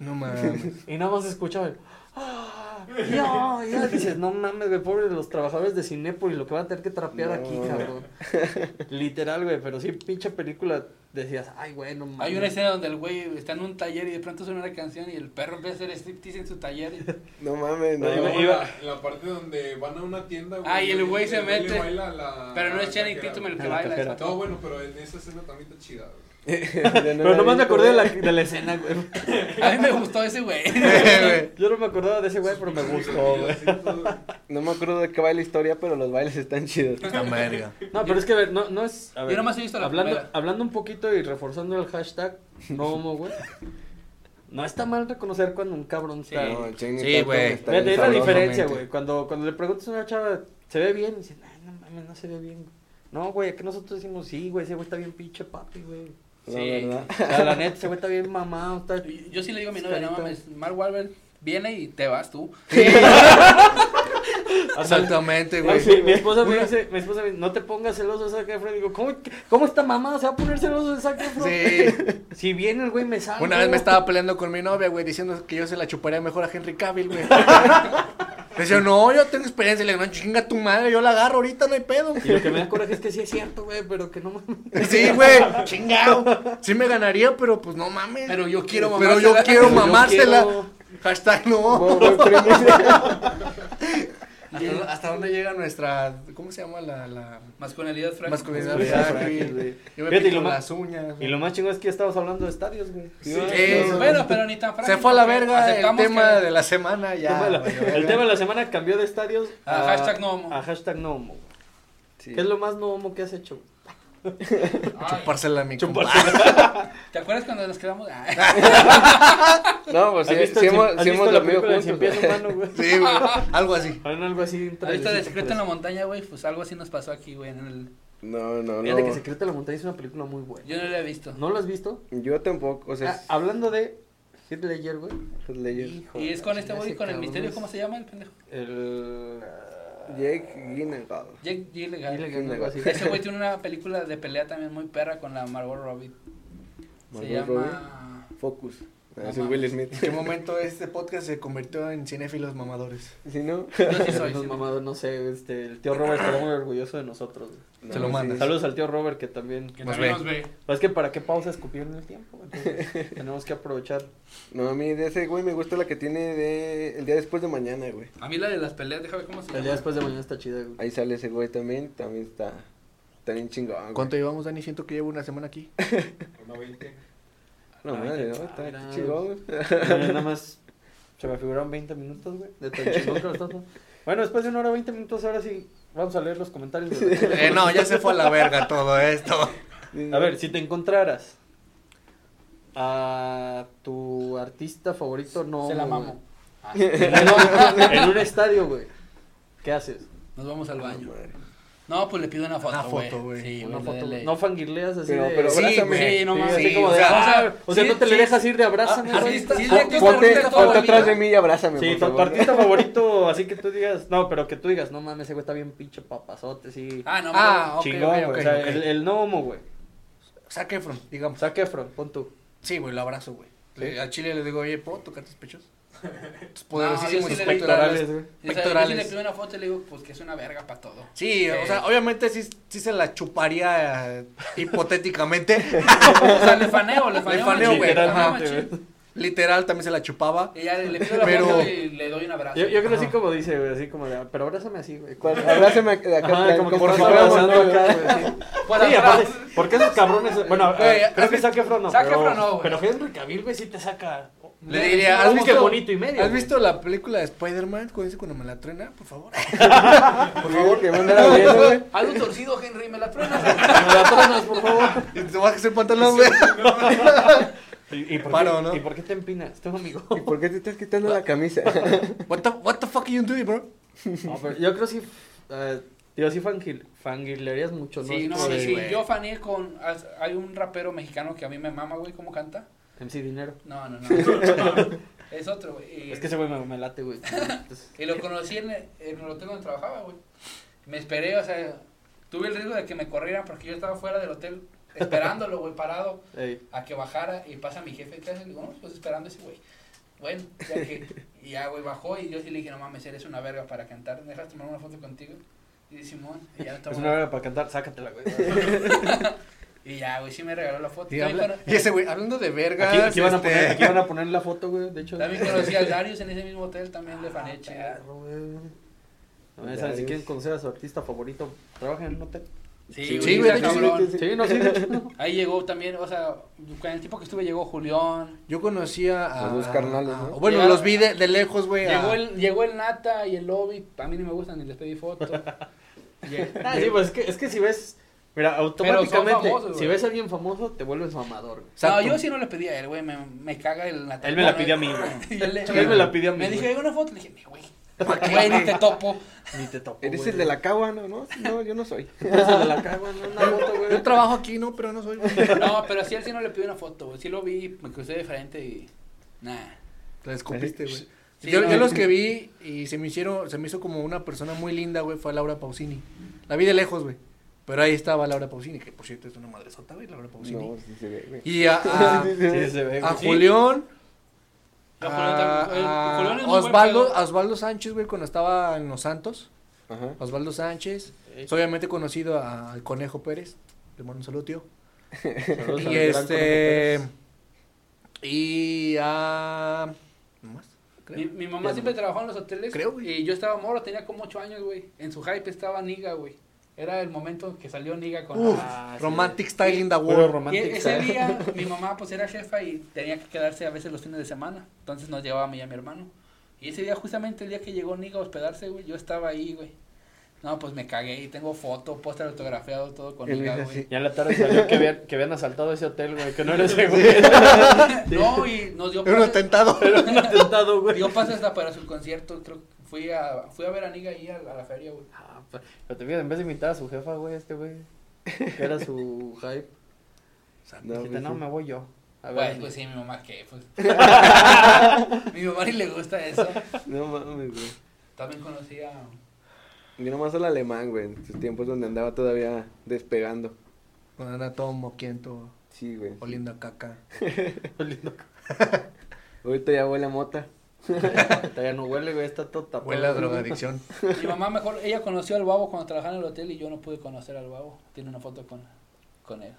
No mames.
Y nada más escuchaba el. "Ah, No, y ya dices, no mames, güey, pobre de los trabajadores de Cinépolis, lo que van a tener que trapear
No,
aquí,
güey.
cabrón. Literal, güey, pero sí, pinche película, decías, ay, güey, no mames.
Hay una escena donde el güey está en un taller y de pronto suena una canción y el perro empieza a hacer striptease en su taller. y-
No mames, no.
No,
Luego
iba-
en
iba-
la- en la parte donde van a una tienda,
Ah, y el güey se
le
mete.
baila a la-
Pero no
a la
es Channing
cajera,
Tatum el
güey.
que
A la
baila.
cajera.
es
No,
otro.
bueno, pero en esa escena también está chida, güey.
Pero
no
nomás me acordé de la, de la escena, güey.
A mí me gustó ese güey.
Güey.
Yo no me acordaba de ese güey, pero me gustó, güey.
No me acuerdo de qué va la historia, pero los bailes están chidos.
Esta verga.
No, pero es que, a ver, no, no es. A ver,
Yo nomás he visto la
hablando,
primera.
hablando un poquito y reforzando el hashtag, no homo, güey. No está mal reconocer cuando un cabrón está.
Sí.
No, Channing
Sí,
Tatum
güey.
está
Fíjate,
bien
es la
sabroso.
diferencia,
Sabrosamente.
güey. Cuando, cuando le preguntas a una chava, ¿se ve bien? Dicen, ay, no mames, no se ve bien. güey". No, güey, que nosotros decimos, sí, güey, ese güey está bien pinche papi, güey.
La
Sí.
verdad.
O sea, la neta, ese güey está bien mamado, está...
Y- Yo sí le digo a mi novia, no
Carita.
mames, Mark Wahlberg viene y te vas tú.
Exactamente,
Ay,
güey.
sí, mi esposa me dice, mi esposa me dice, no te pongas celoso de Zac Efron. Digo, ¿cómo, cómo esta mamada se va a poner celoso de Zac Efron?
Sí.
Si viene el güey me sale.
Una vez me estaba peleando con mi novia, güey, diciendo que yo se la chuparía mejor a Henry Cavill, güey. Le decía, no, yo tengo experiencia. Le digo, no, chinga tu madre, yo la agarro ahorita, no hay pedo.
Y lo que me da coraje es que sí es cierto, güey, pero que no mames.
Sí, güey, chingado. Sí me ganaría, pero pues no mames.
Pero yo quiero
Pero yo
mamársela.
quiero
Pero yo
mamársela.
quiero-
Hashtag no.
Bo- bo- premisa.
¿Hasta, hasta dónde llega nuestra. ¿Cómo se llama la. la...
Masculinidad frágil.
Masculinidad
Frágil,
frágil,
güey.
Yo me
Fíjate,
pinto
y lo más-
las uñas.
Y lo más chingón es que ya estabas hablando de estadios, güey.
Sí,
Yo-
sí,
no,
Bueno, pero ni tan frágil.
Se fue a la
porque
verga el
aceptamos
tema
que-
de la semana, ya.
tema de la-
valió
el
verga.
tema de la semana cambió de estadios
A Ah, hashtag no homo.
a hashtag no homo.
Sí.
¿Qué es lo más no homo que has hecho?
Ay,
Chupársela a mi
¿Te acuerdas cuando nos quedamos? Ah,
No, pues sí, sí hemos, sí hemos dormido
película de
juntos.
Cien Pies Humano, güey?
compadre. Sí, güey. Algo así.
Hay algo así. un
¿Has visto de
trailercito
Secreto
por
en la
ahí.
Montaña, güey? Pues algo así nos pasó aquí, güey. en el-
No, no,
Fíjate que
no.
Secreto en la Montaña es una película muy buena.
Yo no lo he visto.
¿No lo has visto?
Yo tampoco, o sea,
Ah, hablando de Heath Ledger, güey.
es leyes.
Hijo
Y
de
es
la
con este
chingada,
güey,
ese
con el
cabrón
misterio,
es
¿cómo se llama el pendejo?
El... ah,
Jake Gyllenhaal.
Jake Gyllenhaal.
Gyllenhaal, algo así.
Ese güey tiene una película de pelea también muy perra con la Margot Robbie. Se
Margot
llama...
Focus. Ah,
No
ese es Will Smith.
¿En qué momento este podcast se convirtió en cinéfilos mamadores?
Si no,
Yo sí soy.
Los
sí.
mamados, no sé, este, el tío Robert estará muy orgulloso de nosotros. güey.
no,
Se lo
sí,
mandas.
Saludos al tío Robert que también...
Nos también ve. nos
Es que para qué pausa escupieron el tiempo, güey? Entonces, tenemos que aprovechar.
No, a mí de ese güey me gusta la que tiene de el día después de mañana, güey.
A mí la de las peleas, déjame ver cómo se
El día
llama.
después de mañana está chida, güey.
Ahí sale ese güey también, también está, está bien chingón. güey.
¿Cuánto llevamos, Dani? Siento que llevo una semana aquí.
Una Oh, 20.
No,
Ay,
madre,
qué
no, está
chingada.
chingón. güey.
Mira, Nada más se me figuraron 20 minutos, güey. De tan chingón que lo estás haciendo. Bueno, después de una hora 20 minutos, ahora sí vamos a leer los comentarios. de la gente.
Eh, no, ya se fue a la verga todo esto.
A ver, si te encontraras a tu artista favorito, no.
Se la
güey.
mamo. Ah,
En un- en un estadio, güey. ¿Qué haces?
Nos vamos al
No,
baño.
madre.
No, pues le pido una foto,
Una
güey.
foto, güey.
Sí,
Una
güey,
foto,
le- le-
No fangirleas así
Pero-
de...
pero-
sí,
Sí,
abrázame.
güey, no
sí,
mames.
así
sí,
como de...
o sea,
"Ah, o sea,
sí,
no te le
sí.
dejas ir de abrázame,
Ah,
güey.
artista- sí,
Ah,
de que-
Ponte,
ahorita todo
ponte
el
atrás
día.
de mí y abrázame,
Sí,
por
tu, tu
favor.
artista favorito, así que tú digas... No, pero que tú digas, no mames, ese güey está bien pinche papazote, sí.
Ah, no,
Ah,
mames.
ok,
Chingón,
ok,
güey.
ok,
o sea,
ok.
El, el no homo, güey.
Zac Efron, digamos.
Saque Efron, pon tú.
Sí, güey, lo abrazo, güey. Le- A Chile le digo, oye, ¿puedo tocar tus pechos? Tus
No,
poderosísimos
yo sí le digo-
pectorales.
Pectorales,
O
güey.
sea, yo sí le
pectorales.
pido una foto y le digo, pues que es una verga para todo. Eh,
Sí, o
Sí.
sea, obviamente sí, sí se la chuparía eh, hipotéticamente.
o sea, le faneo, le faneo.
Le faneo, güey,
machín,
Ah,
faneo,
literalmente,
machín.
Literal, también se la chupaba.
Y ya le, le pido la
Pero-
foto y le doy un abrazo.
Yo, yo creo así como dice, güey, así como de... "Ah, Pero abrázame así, güey.
Cual- Abrázame de acá,
Ajá,
plan,
como que
como
por
si
favor,
fuéramos
abrazando
novios.
acá, güey. sí.
Para
sí,
atrás.
aparte, porque esos cabrones? Bueno,
Güey,
ah, creo
¿has
que Zac Efron no.
Zac
pero-
Efron no, güey.
Pero Henry Cavill, güey, sí te saca.
Le diría,
algo
¿has
que
visto,
bonito y medio.
¿has
güey.
visto la película de Spider-Man? Cuando dice cuando me la truena, por favor.
Por favor, que me anden abriendo, güey.
Algo torcido, Henry, me la truenas.
Me la truenas, por favor.
Y te bajas el pantalón, güey.
¿Y, y por
Paro,
qué,
¿no?
¿Y por qué te empinas? Tengo amigo.
¿Y por qué te estás quitando la camisa?
What the, what the fuck are you doing, bro?
No, pero yo creo sí. eh, digo, sí fangil, fangirlerías mucho, ¿no?
Sí, no,
Como
sí,
de
sí.
güey.
Yo faneé con. as- Hay un rapero mexicano que a mí me mama, güey, cómo canta.
MC Dinero.
No, no, no. es otro, güey. Y-
Es que ese güey me, me late, güey. Entonces,
Y lo conocí en el, en el hotel donde trabajaba, güey. Me esperé, o sea, tuve el riesgo de que me corrieran porque yo estaba fuera del hotel esperándolo, güey, parado
ey,
a que bajara y pasa mi jefe, ¿qué haces? Le digo, no, pues esperando a ese güey. Bueno, ya que, y ya, güey, bajó y yo sí le dije, no mames, eres una verga para cantar, ¿me dejas tomar una foto contigo? Y dice, Simón, y ya me
es
tomó
una
la-
hora para cantar, sácatela, güey.
Y ya, güey, sí me regaló la foto.
Y,
también,
habla-
cono-
y ese güey, hablando de vergas.
Aquí, aquí van a
este,
poner, aquí van a poner la foto, güey. De hecho,
también conocí a Darius en ese mismo hotel, también de Faneche.
Ah,
Perro, güey. No, ya saben, si
Dios.
quieren conocer a su artista favorito, trabajen en un hotel.
Sí,
Sí,
güey,
güey,
está
de hecho, sí,
cabrón.
Sí, no, sí. de hecho.
Ahí llegó también, o sea, con el tipo que estuve llegó Julián,
Yo conocía a.
Los dos carnales, ¿no?
a- Bueno,
Llegaron-
los vi de, de lejos, güey. a-
Llegó el, llegó el Nata y el Lobby, a mí no me gustan ni les pedí foto. Llega-
Ah, sí, pues es que, es que si ves. Mira,
Pero
automáticamente,
son famosos,
si
güey.
ves a alguien famoso, te vuelves mamador, güey.
Exacto.
No, yo sí no le pedí a él, güey, me, me caga el Nata.
Él me la pidió a mí,
Y yo le-
Él me la pidió a mí,
Me
güey.
dijo, "Llega una foto", le dije, "Ni, güey, güey, ni te topo.
Ni te topo.
Eres
güey.
el de la caguana, ¿no? No, yo no soy.
Eres el de la cagua, no una moto, güey.
Yo trabajo aquí, no, pero no soy.
No, pero sí, él sí no le pidió una foto, güey, sí lo vi, me crucé de frente y... Nah.
La escupiste, güey.
Sí,
yo,
no.
yo los que vi y se me hicieron, se me hizo como una persona muy linda, güey, fue a Laura Pausini. La vi de lejos, güey. Pero ahí estaba Laura Pausini, que por cierto es una madresota, güey, Laura Pausini.
No, sí se ve, güey.
Y a, a,
Sí, sí, sí.
Sí, se ve,
a
güey. Sí.
Julián,
No,
a-
Julián también- el-
a
Julián es muy buen
Osvaldo,
pedo.
a Osvaldo Sánchez, güey, cuando estaba en Los Santos.
Ajá.
Osvaldo Sánchez.
Ey.
Obviamente conocido a- al Conejo Pérez. Le mando un saludo, tío.
Saludos al
Y
gran
este. Y a. ¿no más? Creo.
Mi, mi mamá siempre trabajó en los hoteles.
Creo, güey.
Y yo estaba moro, tenía como 8 años, güey. En su hype estaba Niga, güey. Era el momento que salió Niga con
Uf,
Ah, sí.
Romantic Style in the
Puro
World.
Y
romantic,
e- ese
¿sabes?
día mi mamá pues era jefa y tenía que quedarse a veces los fines de semana. Entonces nos llevaba a mí y a mi hermano. Y ese día, justamente el día que llegó Niga a hospedarse, güey, yo estaba ahí, güey. No, pues me cagué y tengo foto, póster autografiado, todo con
Él
Niga,
dice
güey.
Ya en la tarde salió que habían, que habían asaltado ese hotel, güey. Que no era ese, güey.
No, y nos dio
Era un atentado.
Era un atentado, güey.
Dio pase hasta para su concierto. Creo que fui a, fui a ver a Niga ahí a, a la feria, güey.
Ah, pa- Pero te fijas, en vez de invitar a su jefa, güey, este güey. Que era su hype.
No,
dijiste,
pues,
no,
sí.
me voy yo. A ver.
Güey, pues sí, mi mamá que pues. mi mamá ni le gusta eso.
No mames, güey.
También conocía
Yo nomás al alemán, güey. En sus tiempos donde andaba todavía despegando.
Cuando anda todo moquiento,
Sí, güey.
oliendo a caca.
Oliendo
Ahorita ya huele a mota.
Ahorita ya no huele, güey, está todo tapado.
Huele a drogadicción.
mi mamá mejor, ella conoció al babo cuando trabajaba en el hotel y yo no pude conocer al babo. Tiene una foto con, con él.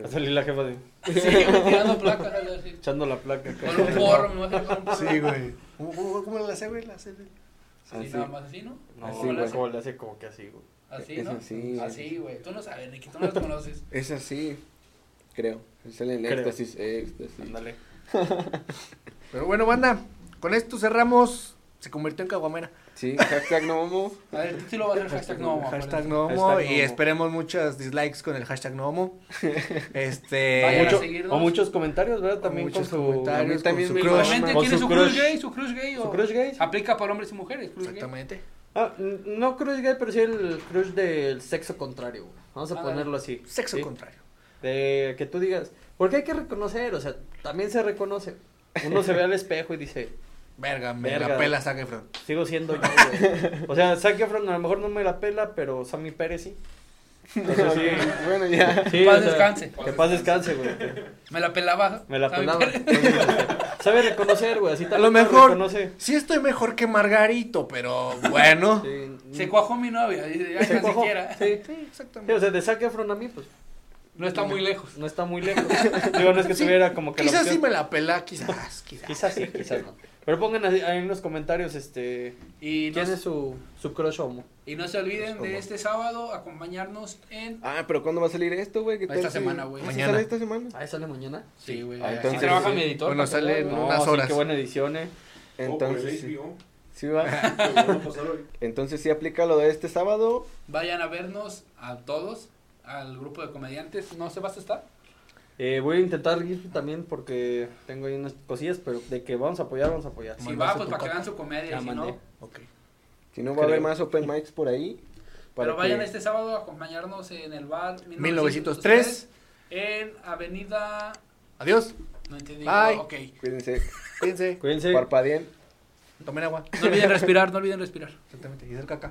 Va a salir la jefa de,
Sí, güey, tirando placas algo así.
echando la placa. acá.
Con un porro, me imagino con un porro.
Sí, güey. ¿Cómo, cómo, cómo la hace, güey? La hace, güey.
Sí,
Así.
nada más así, ¿no?
No,
Así,
como le
güey.
hace- como le hace como que así, güey.
Así,
Es
¿no?
así.
Así, güey. Tú no sabes, Ricky, tú no los conoces.
Es así, creo. Sale el
Creo.
éxtasis, éxtasis.
Ándale.
Pero bueno, banda, con esto cerramos. Se convirtió en caguamera.
Sí, hashtag no homo.
A ver, el título va a ser hashtag no, mamá,
hashtag
pero-
no homo,
Hashtag no
y
homo.
esperemos muchas dislikes con el hashtag no homo. Este.
Vayan a
Mucho-
seguirnos.
o muchos comentarios, ¿verdad? También
muchos
con su...
comentarios,
a mí también
con
me
su crush.
Comente
O
quién es
su
su crush
crush.
gay, su crush gay o...
¿Su crush gay?
Aplica para hombres y mujeres, crush gay.
Exactamente.
Ah, n- no crush gay, pero sí el crush del sexo contrario, güey. Vamos a
Ah,
ponerlo así.
Sexo
¿sí?
contrario.
De que tú digas, porque hay que reconocer, o sea, también se reconoce. Uno se ve al espejo y dice,
Verga, me la
Verga.
pela Zac Efron.
sigo siendo yo, güey. O sea, Zac Efron a lo mejor no me la pela, pero Sammy Pérez sí. Entonces sí.
bueno, ya.
sí,
Paz
o sea,
descanse.
Que paz descanse, güey. que
Me la pelaba.
Me la
¿sabe?
pelaba. Entonces, o sea, Sabe reconocer, güey. Así
A lo
también se
mejor,
reconoce.
sí estoy mejor que Margarito, pero bueno. Sí,
Sí,
Se cuajó mi novia. y ya
Se
ni
cuajó,
siquiera.
sí. Sí,
exactamente.
o sea, de Zac Efron a mí, pues,
No está muy lejos.
no está muy lejos. Digo, no es que
Sí,
tuviera como que la
Quizás sí
opción.
me la pela, quizás, quizás.
Quizás sí, quizás no. Pero pongan ahí ahí en los comentarios, este...
Y no,
¿Quién es su, su crush homo?
y no se olviden de este sábado acompañarnos en.
Ah, pero ¿cuándo va a salir esto, güey? ¿Qué
Esta
tal si-
semana, güey.
¿Ah, sí
Mañana.
sale esta semana?
¿Ah, sale mañana?
Sí, güey.
Ah,
Aquí
entonces,
trabaja
sí.
mi editor.
Bueno,
papá,
sale en
güey.
No, unas
sí,
horas.
qué buena edición, eh.
Entonces, sí.
HBO.
Sí, va.
Lo van a pasar hoy.
Entonces sí aplica lo de este sábado.
Vayan a vernos a todos, al grupo de comediantes. No se vas a estar.
Eh, Voy a intentar ir también porque tengo ahí unas cosillas, pero de que vamos a apoyar, vamos a apoyar.
Si
Mandaste
va, pues
tu
para que
caca.
vean su comedia.
Ya
y Si
mandé.
no,
Ok.
Si no, va a haber
Creo.
más open mics por ahí. para
Pero vayan
que-
este sábado a acompañarnos en el bar
1903.
en Avenida.
Adiós.
No entendí.
Bye.
Ok.
Cuídense,
Cuídense.
Cuídense.
parpadeen.
Tomen agua.
No olviden respirar, no olviden respirar.
Exactamente. Y hacer caca.